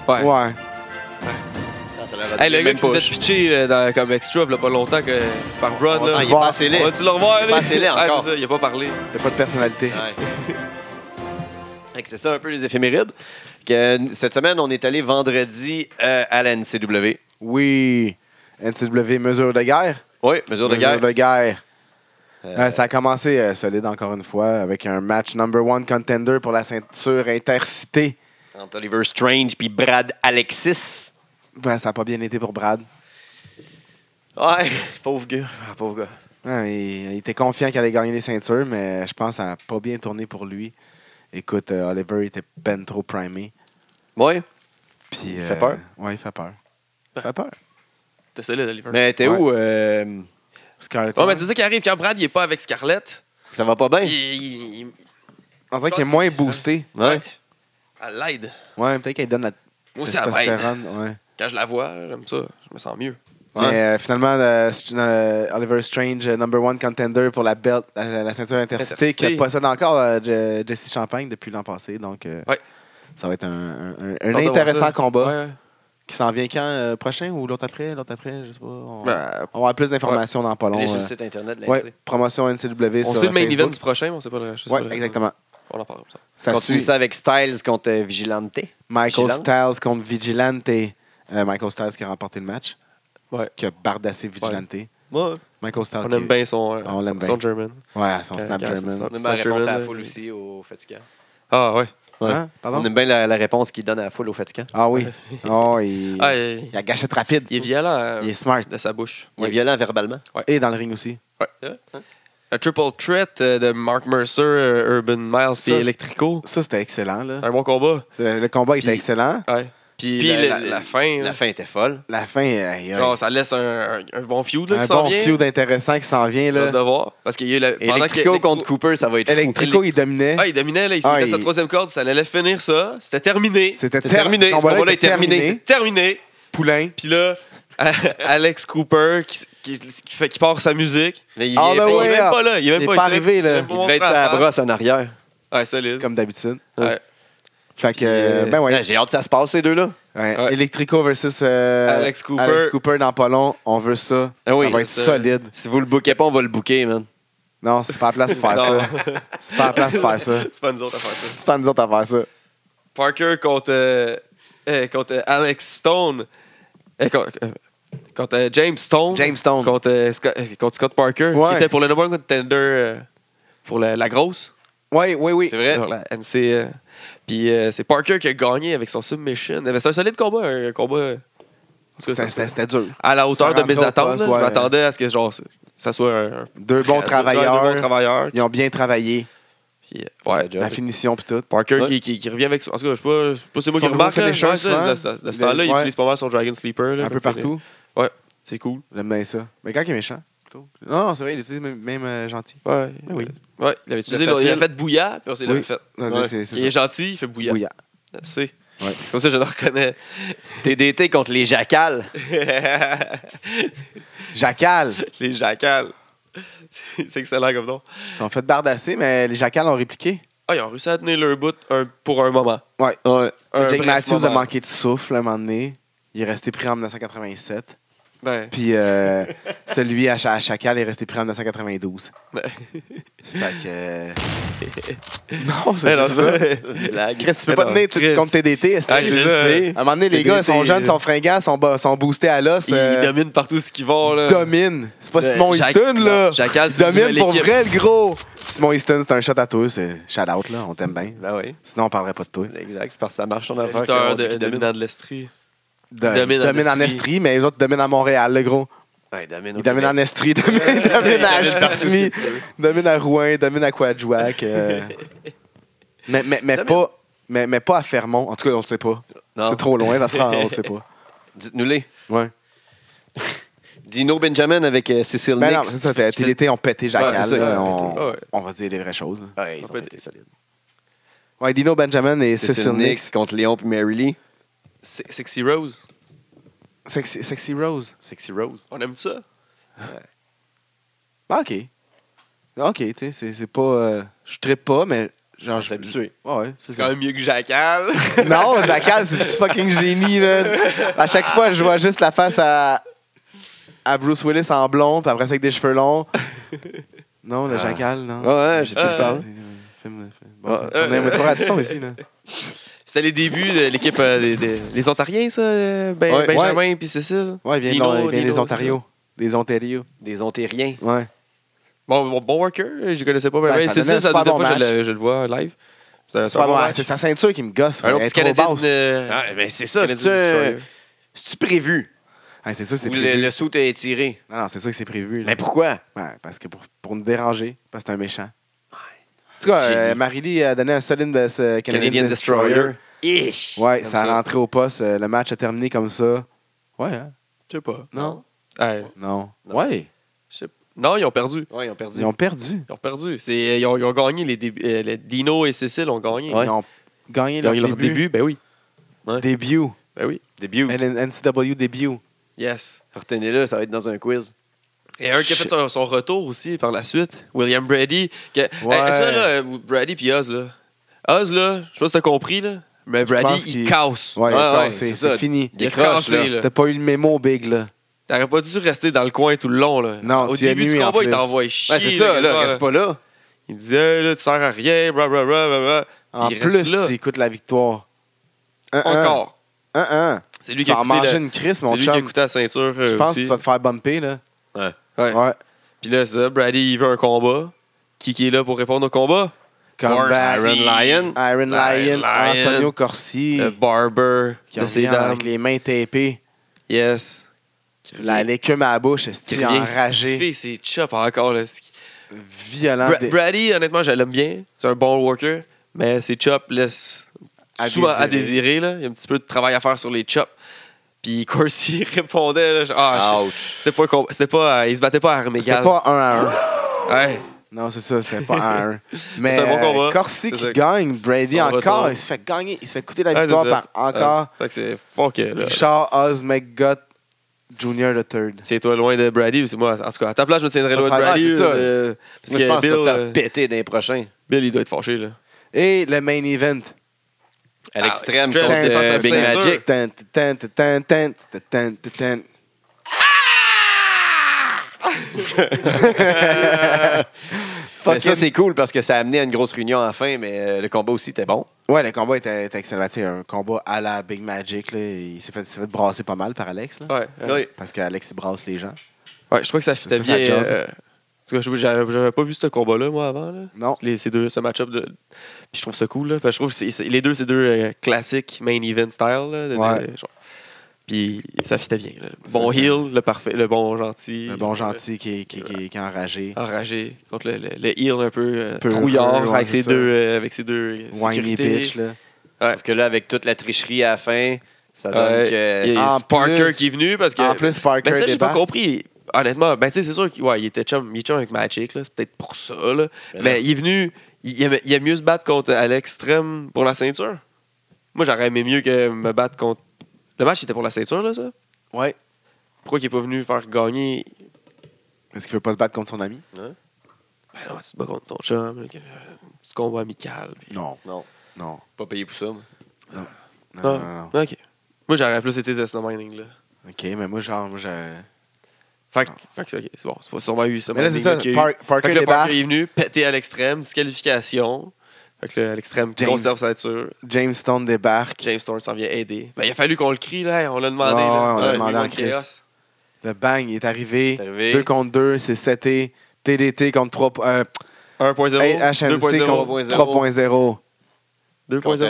C: Ouais.
B: Ah, ça leur a
A: Hey, le
B: donné
A: gars
B: même
A: qui s'est
B: push.
A: fait pitcher euh, dans- comme extra, il pas longtemps que par Rod.
B: Ah,
A: Là.
B: il est pas
C: va-
B: assez laid.
A: On va-tu le revoir,
B: Il est
A: là?
B: pas assez laid
A: Ah,
B: encore.
A: c'est ça, il a pas parlé.
C: T'as pas de personnalité.
B: Ouais. Fait que C'est ça un peu les éphémérides. Que n- cette semaine, on est allé vendredi euh, à la NCW.
C: Oui. NCW, mesure de guerre.
B: Oui, mesure de guerre.
C: Mesure de guerre.
B: Euh,
C: Euh, ça a commencé euh, solide encore une fois avec un match number one contender pour la ceinture intercité.
B: Entre Oliver Strange puis Brad Alexis.
C: Ben, ça n'a pas bien été pour Brad.
B: Ouais, pauvre gars. Ah, pauvre gars.
C: Hein, il, il était confiant qu'il allait gagner les ceintures, mais je pense que ça n'a pas bien tourné pour lui. Écoute, euh, Oliver était ben trop primé.
B: Ouais,
C: Puis, euh,
B: Il fait peur?
C: Ouais, il fait peur. Il fait peur.
A: T'es solide, Oliver.
B: mais t'es
C: Ouais.
B: où? euh,
C: Scarlett,
A: Ouais, mais
C: ouais.
A: c'est ça qui arrive. Quand Brad il est pas avec Scarlett,
B: ça va pas bien?
A: il, il- il-
C: On dirait qu'il est moins boosté.
B: Ouais.
A: elle l'aide.
C: Ouais, peut-être qu'il donne la
A: Moi aussi, elle m'aide.
C: testostérone. Ouais.
A: Quand je la vois, là, j'aime ça. Je me sens mieux.
B: Ouais.
C: Mais euh, finalement, euh, St- euh, Oliver Strange, euh, number one contender pour la belt, euh, la, la ceinture intercité,
A: Intercité.
C: qui possède encore euh, Je- Jesse Champagne depuis l'an passé. Donc, euh,
A: Ouais.
C: ça va être un, un- un
A: Hâte de voir
C: intéressant
A: ça.
C: combat
A: Ouais, ouais.
C: qui s'en vient quand euh, prochain ou l'autre après L'autre après, je sais pas. On,
A: Ben,
C: on aura plus d'informations dans pas long.
B: Allez sur le
C: euh.
B: site internet, là,
C: Ouais,
B: tu sais.
C: promotion NCW
A: On
C: sur euh,
A: sait le main
C: Facebook.
A: event du prochain, mais on sait pas le je sais pas
C: Ouais,
A: le-
C: exactement.
A: On en parlera comme ça.
C: Ça
B: Continue
C: suit
B: ça avec Styles contre euh, Vigilante.
C: Michael
B: Vigilante.
C: Styles contre Vigilante. Euh, Michael Styles qui a remporté le match,
A: Ouais.
C: qui a bardassé Vigilante.
A: Moi,
C: Michael Styles.
A: on
C: qui-
A: aime bien son, euh,
C: On l'aime
A: son, son
C: bien.
A: German.
C: Ouais, son
A: Euh,
C: Snap
A: Gareth
C: German.
A: Snap.
B: On aime
A: C'est
B: bien
A: un
B: la réponse
A: German,
B: à la
A: là.
B: foule aussi au Vatican.
A: Ah, ouais.
C: Hein? Pardon?
B: On aime bien la, la réponse qu'il donne à la foule au Vatican.
C: Ah oui. Oh, il...
A: Ah, il,
C: il a gâchette rapide.
A: il est violent euh,
C: Il est smart.
A: de sa bouche.
B: Il est violent verbalement.
C: Et dans le ring aussi. hein?
A: Un triple threat euh, de Mark Mercer, euh, Urban Miles
C: Ça,
A: et
C: c'est-
A: Electrico.
C: Ça, c'était excellent. Là.
A: Un bon combat.
C: C'est- Le combat était
A: Ah. Puis-
C: excellent.
A: Ouais.
B: Puis,
A: Puis
B: la,
A: le-
B: la-
A: le-
B: la
A: fin,
B: fin,
A: là.
B: la fin était folle.
C: La fin, euh, aïe, aïe.
A: Genre, ça laisse un, un- un bon feud Ah, là,
C: un
A: qui s'en
C: bon
A: vient. Ah,
C: feud intéressant qui s'en vient.
A: J'ai hâte de
C: Là.
A: voir. Parce qu'il y a eu la. pendant que-
B: Electrico contre Cooper, ça va être fou.
C: Electrico, il dominait.
A: Ah, il dominait, là. Il s'est
C: Ah,
A: mis à sa
C: il-
A: troisième corde. Ça allait finir ça. C'était terminé.
C: C'était
B: C'était
C: ter-
B: terminé.
C: ce
B: Ce
C: combat-là
B: combat-là
C: était
B: est terminé.
A: C'est terminé.
C: Poulain.
A: Puis là, Alex Cooper qui, qui, qui fait, qui part sa musique.
B: Mais il, est
C: All the
B: pas-
A: Il est
C: way
A: même
C: up.
A: pas là. Il est même
C: Ah Il
A: pas
C: est pas
A: il s'est-
C: arrivé,
A: il s'est
C: là.
A: même pas
B: il devait être
A: montré à
B: sa
A: la
B: brosse
A: face.
B: en arrière.
A: Ouais, solide.
C: Comme d'habitude.
A: Ouais.
C: Fait que, euh,
A: Puis, euh,
C: ben ouais.
B: Ouais, J'ai hâte que ça se passe, ces deux-là.
C: Ouais.
A: ouais.
C: Electrico versus euh,
A: Alex Cooper.
C: Alex Cooper dans pas long. On veut ça.
B: Ah oui,
C: ça va être
A: c'est ça.
C: solide.
B: Si vous le bouquez pas, on va le bouquer, man.
C: Non, c'est pas à la place de faire
A: Non.
C: ça. C'est pas à la place de faire ça.
A: C'est pas nous autres à faire ça.
C: C'est pas à nous autres à faire ça.
A: Parker contre, euh, euh, contre euh, Alex Stone. Euh, contre euh, contre, euh, James Stone.
C: James Stone.
A: Contre, euh, Scott, euh, contre Scott Parker.
C: Ouais.
A: Qui était pour le number one contender euh, pour la, la grosse.
C: Oui, oui, oui.
B: C'est vrai.
A: Pour la NC. euh. Puis euh, c'est Parker qui a gagné avec son submission. Mais c'est un solide combat. Un combat euh, en tout cas,
C: C'était-
A: ça-
C: C'était c'était dur.
A: à la hauteur de
C: ça
A: mes
C: rentrait au
A: attentes.
C: poste,
A: là.
C: ouais.
A: Je m'attendais à ce que genre, c'est- ça soit un, un-
C: Deux bons
A: un- un bon
C: travailleurs.
A: travailleur.
C: Ils ont bien travaillé.
A: Puis, euh, ouais,
C: La finition puis tout.
A: Parker
B: Ouais.
A: qui, qui, qui revient avec. son- En tout cas, je sais pas, je sais pas si c'est moi
C: Son
A: qui remarque.
C: nouveau
A: là,
C: finisher,
A: ouais, ça,
C: souvent.
A: De ce- de ce
C: Le-
A: temps-là, il
C: ouais.
A: utilise pas mal son Dragon Sleeper. là,
C: Un peu
A: comme
C: partout.
A: finish. C'est cool.
C: J'aime bien ça. Mais quand il est méchant, plutôt. Non, non, c'est vrai, il est même, même euh, gentil.
A: Ouais.
C: Ben oui.
A: Ouais, il avait utilisé.
B: fait
A: là, Il a
B: facile.
A: fait bouillat, puis on s'est
C: Oui.
A: l'avait fait.
C: Ça,
B: Ouais.
C: C'est c'est
A: Il est
C: ça.
A: gentil, il fait bouillat.
C: Bouillant.
A: C'est.
C: Ouais.
A: C'est comme ça que je le reconnais.
B: TDT contre les Jackals.
C: Jackal!
A: Les jacals. C'est excellent comme nom.
C: Ils sont fait bardasser, mais les jackals ont répliqué.
A: Ah, ils ont réussi à tenir leur bout un- pour un moment.
B: Ouais.
A: Un
C: Jake
A: bref
C: Matthews a
A: moment.
C: manqué de souffle à un moment donné. Il est resté pris en 1987.
A: Ben,
C: Puis euh, celui à, Cha- à Chacal est resté pris en 1992. fait que. euh, Non, c'est
A: ben, non,
C: juste ça.
B: Blague.
C: Chris, tu
A: Ben
C: peux pas
A: non,
C: tenir t-
A: Chris.
C: contre TDT. est-ce que-
A: Ah,
B: je le
A: c'est ça.
B: sais.
C: À un moment donné, les
A: TDT,
C: gars, ils sont jeunes,
A: euh,
C: sont fringants, sont, bo- sont boostés à l'os.
A: Il Euh,
C: euh,
A: domine partout ce qu'il va, là.
C: domine. C'est pas
B: Ben,
C: Simon
A: Jack-
C: Easton, là.
A: Jackal,
C: Il
A: c'est une
C: domine
A: nouvelle
C: pour
A: équipe.
C: vrai, le gros. Simon Easton, c'est un shot à toi. C'est shout out, là. On t'aime bien.
B: Ben oui,
C: Sinon, on parlerait pas de toi.
B: exact. C'est parce que ça marche son affaire. qu'on
A: Lutteur
B: dit
A: de,
B: qu'il domine.
A: dominant de l'Estrie.
C: De-
A: Il domine en
C: domine en
A: Estrie.
C: Estrie, mais les autres dominent à Montréal, le gros.
B: Ouais, il domine. au
C: Il domine en
B: Québec.
C: Estrie, il domine, il domine à
A: Il domine partout ce
C: Chicoutimi,
A: que tu veux.
C: il domine à Rouen, il domine à Coadjouac. euh. mais, mais, mais
B: Domine.
C: pas, mais, mais pas à Fermont. En tout cas, on le sait pas.
B: Non.
C: C'est trop loin, ça se rend, on le sait pas.
B: Dites-nous-les.
C: Ouais.
B: Dino Benjamin avec euh, Cécile
C: Ben non,
B: Nix.
C: c'est ça. t'es- T'es l'été, on pétait Jackal.
B: Ouais, c'est ça,
C: là,
B: ils ont
C: on,
A: pété. Ouais.
C: on va dire les vraies choses. là.
B: Ouais, ils
A: Ça
B: ont
A: peut
B: été
A: être-
B: solides.
C: Ouais, Dino Benjamin et Cécile Nix.
B: contre Léon puis Mary Lee.
A: Se- Sexy Rose.
C: Sexy, Sexy Rose.
B: Sexy Rose.
A: On aime ça?
C: Ah, OK. OK, tu sais, c'est- c'est pas... euh, je trippe pas, mais... Genre,
B: Je suis
C: je...
B: habitué.
C: Ouais, ouais, c'est
A: C'est
C: ça.
A: quand même mieux que Jackal.
C: Non, Jackal, c'est du fucking génie, man. À chaque fois, je vois juste la face à, à Bruce Willis en blond, puis après ça avec des cheveux longs. Non, le
B: Ah.
C: Jackal, non.
B: Ouais, ouais, j'ai tout
A: Euh,
B: parlé.
C: Film, film.
B: Ouais.
C: Bon, film. on a un métro à Disson ici, là.
A: C'était les débuts de l'équipe euh, des, des- les Ontariens, ça? euh, Ben,
B: Ouais.
A: Benjamin puis Cécile.
C: Ouais, il vient, de
A: Dino,
C: l'On- il vient
A: Dino,
C: des Ontario. Des Ontario.
B: Des Ontariens.
C: Ouais.
A: Bon, bon, bon worker, je connaissais pas. Ben,
C: Ouais,
A: ben,
C: ça
A: Cécile,
C: donnait un
A: c'est la
C: super
A: deuxième
C: bon
A: fois que je
C: match.
A: le, je le vois live. C'est un
C: C'est pas
A: bon
C: bon,
A: match.
C: c'est sa ceinture qui me gosse.
A: Un
C: Elle
A: autre
C: est
A: petit
C: trop
A: Canadien.
C: basse.
A: euh,
B: Ah, ben c'est ça.
A: Canadian
B: C'est-tu euh,
A: Destroyer.
B: c'est-tu prévu?
C: Ouais, Ah, c'est sûr que c'est
B: Ou
C: prévu.
B: le, le saut est tiré?
C: Non, non, c'est sûr que c'est prévu. là.
B: Mais pourquoi?
C: Ouais, parce que pour, pour nous déranger, parce que c'est un méchant. En tout cas,
B: Génie.
C: euh, Marie-Lee a donné un solide de ce Canadian,
B: Canadian Destroyer. Ish!
C: Ouais,
A: Comme
C: ça a
A: ça.
C: rentré au poste. euh, Le match a terminé comme ça. Ouais, hein?
A: Je sais pas.
C: Non?
A: Ouais,
C: Non.
B: Non.
C: Ouais.
A: je sais pas. Euh, Non, ils ont perdu.
B: Ouais, ils ont perdu.
C: Ils ont perdu.
A: Ils ont perdu. C'est- euh, Ils ont, ils ont gagné. Les débuts. euh, les- Dino et Cécile ont gagné.
B: Ouais.
C: Ils ont gagné
A: Ils ont
C: leur,
A: eu leur
C: début.
A: début. Ben oui.
C: Début.
A: Ben oui.
B: Début.
C: N- NCW début.
A: Yes.
B: Retenez-le, ça va être dans un quiz.
A: Et un qui a fait
C: Shit.
A: son, son retour aussi par la suite, William Brady. que-
C: Ouais.
A: Eh, ça, là, euh, Brady puis Oz, là. Oz, là, je sais pas si t'as compris, là, mais
C: pense
A: Brady, il
C: qu'il-
A: casse.
C: Ouais,
B: Ouais,
C: d'accord,
B: ouais,
C: c'est
B: c'est ça.
C: c'est fini.
A: Il a
B: décroche,
A: cassé, là.
C: T'as pas eu le mémo, Big, là.
A: T'aurais pas dû rester dans le coin tout le long, là.
C: Non,
A: Au
C: tu y as
A: début du
C: nuit, en
A: combat, il
C: plus.
A: t'envoie chier.
B: Ouais, c'est ça,
A: quelque
B: là,
A: part,
B: reste pas là.
A: Il disait, là, tu sers à rien, bla, bla, bla, bla, bla.
C: En
A: Il reste
C: plus,
A: là.
C: tu écoutes la victoire. Un, un.
A: Encore.
C: Un, un.
A: C'est
C: Tu
A: lui qui a
C: vas en
A: coûté la-
C: manger une crise,
A: c'est
C: mon
A: lui qui a
C: chum.
A: coûté la ceinture. euh,
C: Je pense que
A: aussi.
C: tu vas te faire bumper, là.
A: Ouais.
C: Ouais.
A: Puis là, ça, Brady, il veut un combat. Qui qui est là pour répondre au combat?
C: Come
A: Corsi.
C: back.
B: Iron Lion.
C: Iron Lion,
A: Lion.
C: Antonio Corsi,
A: Le barber
C: qui
A: de ses
C: revient
A: dames.
C: avec les mains tapées,
A: Yes.
C: la l'écume à la bouche,
A: Qui
C: est
A: revient
C: enragé, Ah,
A: stiffé, c'est chop encore. Là.
C: violent.
A: Bra-
C: dé-
A: Brady, honnêtement, je l'aime bien. C'est un bon worker, mais ses chops laissent
C: À
A: souvent à désirer.
C: désirer.
A: Là. Il y a un petit peu de travail à faire sur les chops. Puis Corsi répondait. là, genre, ah, shit.
B: Ouch.
A: c'était pas, un combat- c'était pas, euh, il se battait pas à armes
C: C'était
A: égales.
C: pas un à un.
A: Ouais.
C: Non, c'est ça, c'était pas un à un. Mais
A: C'est un bon
C: euh,
A: combat.
C: Corsi
A: C'est
C: qui
A: ça.
C: gagne, Brady
A: Son
C: encore,
A: retour.
C: il se fait gagner, il se fait coûter la
A: Ouais,
C: victoire
A: c'est ça.
C: par encore
A: Ouais, c'est- fait que c'est fuck. euh, là.
C: Richard Oz McGutt Jr. the third.
A: C'est toi loin de Brady. parce que moi, en tout cas, à ta place, je me tiendrais
C: Ça
A: loin de
C: sera-
A: Brady.
B: ouais, c'est ça.
A: euh, parce
B: Moi,
A: que
B: je pense que ça
A: Bill,
B: va te
A: euh,
B: faire péter dans les prochains.
A: Bill, il doit être fâché. Là.
C: Et le main event.
B: À
A: Ah,
B: l'extrême
A: Extreme
B: contre
A: Contre
B: euh,
A: face à
B: Big
A: ceinture.
B: Magic.
C: Tan, tan, tan, tan, tan, tan, tan, tan.
A: Ah!
B: Mais ça,
C: Fucking-
B: c'est cool parce que ça a amené à une grosse réunion à la fin, mais euh, le combat aussi était bon.
C: Ouais, le combat était, était excellent. Tu sais, un combat à la Big Magic. Là. Il s'est fait, s'est fait brasser pas mal par Alex. là.
A: Ouais, ouais.
B: Oui.
C: Parce qu'Alex, il brasse les gens.
A: Ouais, je crois que ça fitait
C: C'est ça,
A: bien.
C: sa job.
A: euh, en tout cas, je- j'avais j'avais pas vu ce combat-là, moi, avant. Là.
C: Non.
A: Les, ces deux, ce match-up. De... Puis je trouve ça cool. Là, parce que je trouve que c'est- c'est- les deux, c'est deux euh, classiques main event style. Là, de- de-
C: Ouais.
A: genre. Puis ça fitait bien. là. Le Bon
C: Ça, c'était-
A: heel, le parfait, le bon gentil.
C: Le bon gentil qui, qui, qui, qui est enragé.
A: euh, Enragé contre le, le, le heel un peu euh,
C: Peu
A: trouillard
C: heureux, ouais,
A: avec,
C: c'est
A: ses
C: ça.
A: deux, euh, avec ses deux euh,
C: Whiny
A: sécurités.
C: bitch. Là.
A: Ouais.
B: Sauf que là, avec toute la tricherie à la fin, ça donne
A: Ouais.
B: que. Ah!
A: Il y a
C: euh, En
A: Parker
C: plus-
A: qui est venu parce que.
C: en plus, Parker
A: Ben ça, j'ai pas
C: débarque.
A: compris. Honnêtement, ben tu sais, c'est sûr qu'il ouais, il était chum, il est chum avec Magic, là, c'est peut-être pour ça. Là.
B: Ben
A: mais
B: là.
A: il est venu, il, aimait- il aime mieux se battre contre à l'extrême pour la ceinture. Moi, j'aurais aimé mieux que me battre contre. Le match était pour la ceinture, là, ça.
C: Ouais.
A: Pourquoi il est pas venu faire gagner.
C: Parce qu'il veut pas se battre contre son ami.
A: Ben non, c'est pas contre ton chum, là, que- euh, c'est combat amical. puis-
C: Non.
B: Non,
C: Non.
B: pas payé pour ça. moi.
C: Non,
A: Ah,
C: non, non.
A: Ok. Moi, j'aurais plus été de ce mining, là. Ah.
C: OK, mais moi, genre, moi, je-
A: Fait que, fait que, ok, c'est bon, c'est pas sûrement eu ça.
C: Mais là, c'est ça.
A: Manning, ok.
C: Par-
A: Fait
C: Parker
A: que le
C: débarque.
A: Parker est venu, pété à l'extrême, disqualification. Fait que là, à l'extrême,
C: James.
A: conserve sa ceinture.
C: James Stone débarque.
A: James Storm s'en vient aider. Ben, il a fallu qu'on le crie, là. On l'a demandé.
C: Ouais,
A: là.
C: ouais, on l'a
A: Ouais,
C: demandé
A: lui,
C: en
A: le
C: crise.
A: chaos.
C: Le bang il est arrivé.
B: C'est arrivé.
C: 2 contre 2, c'est 7T. TDT contre 3. Euh,
A: 1.0,
C: hey, HMC
A: 2.0,
C: contre 3.0.
A: 2.0,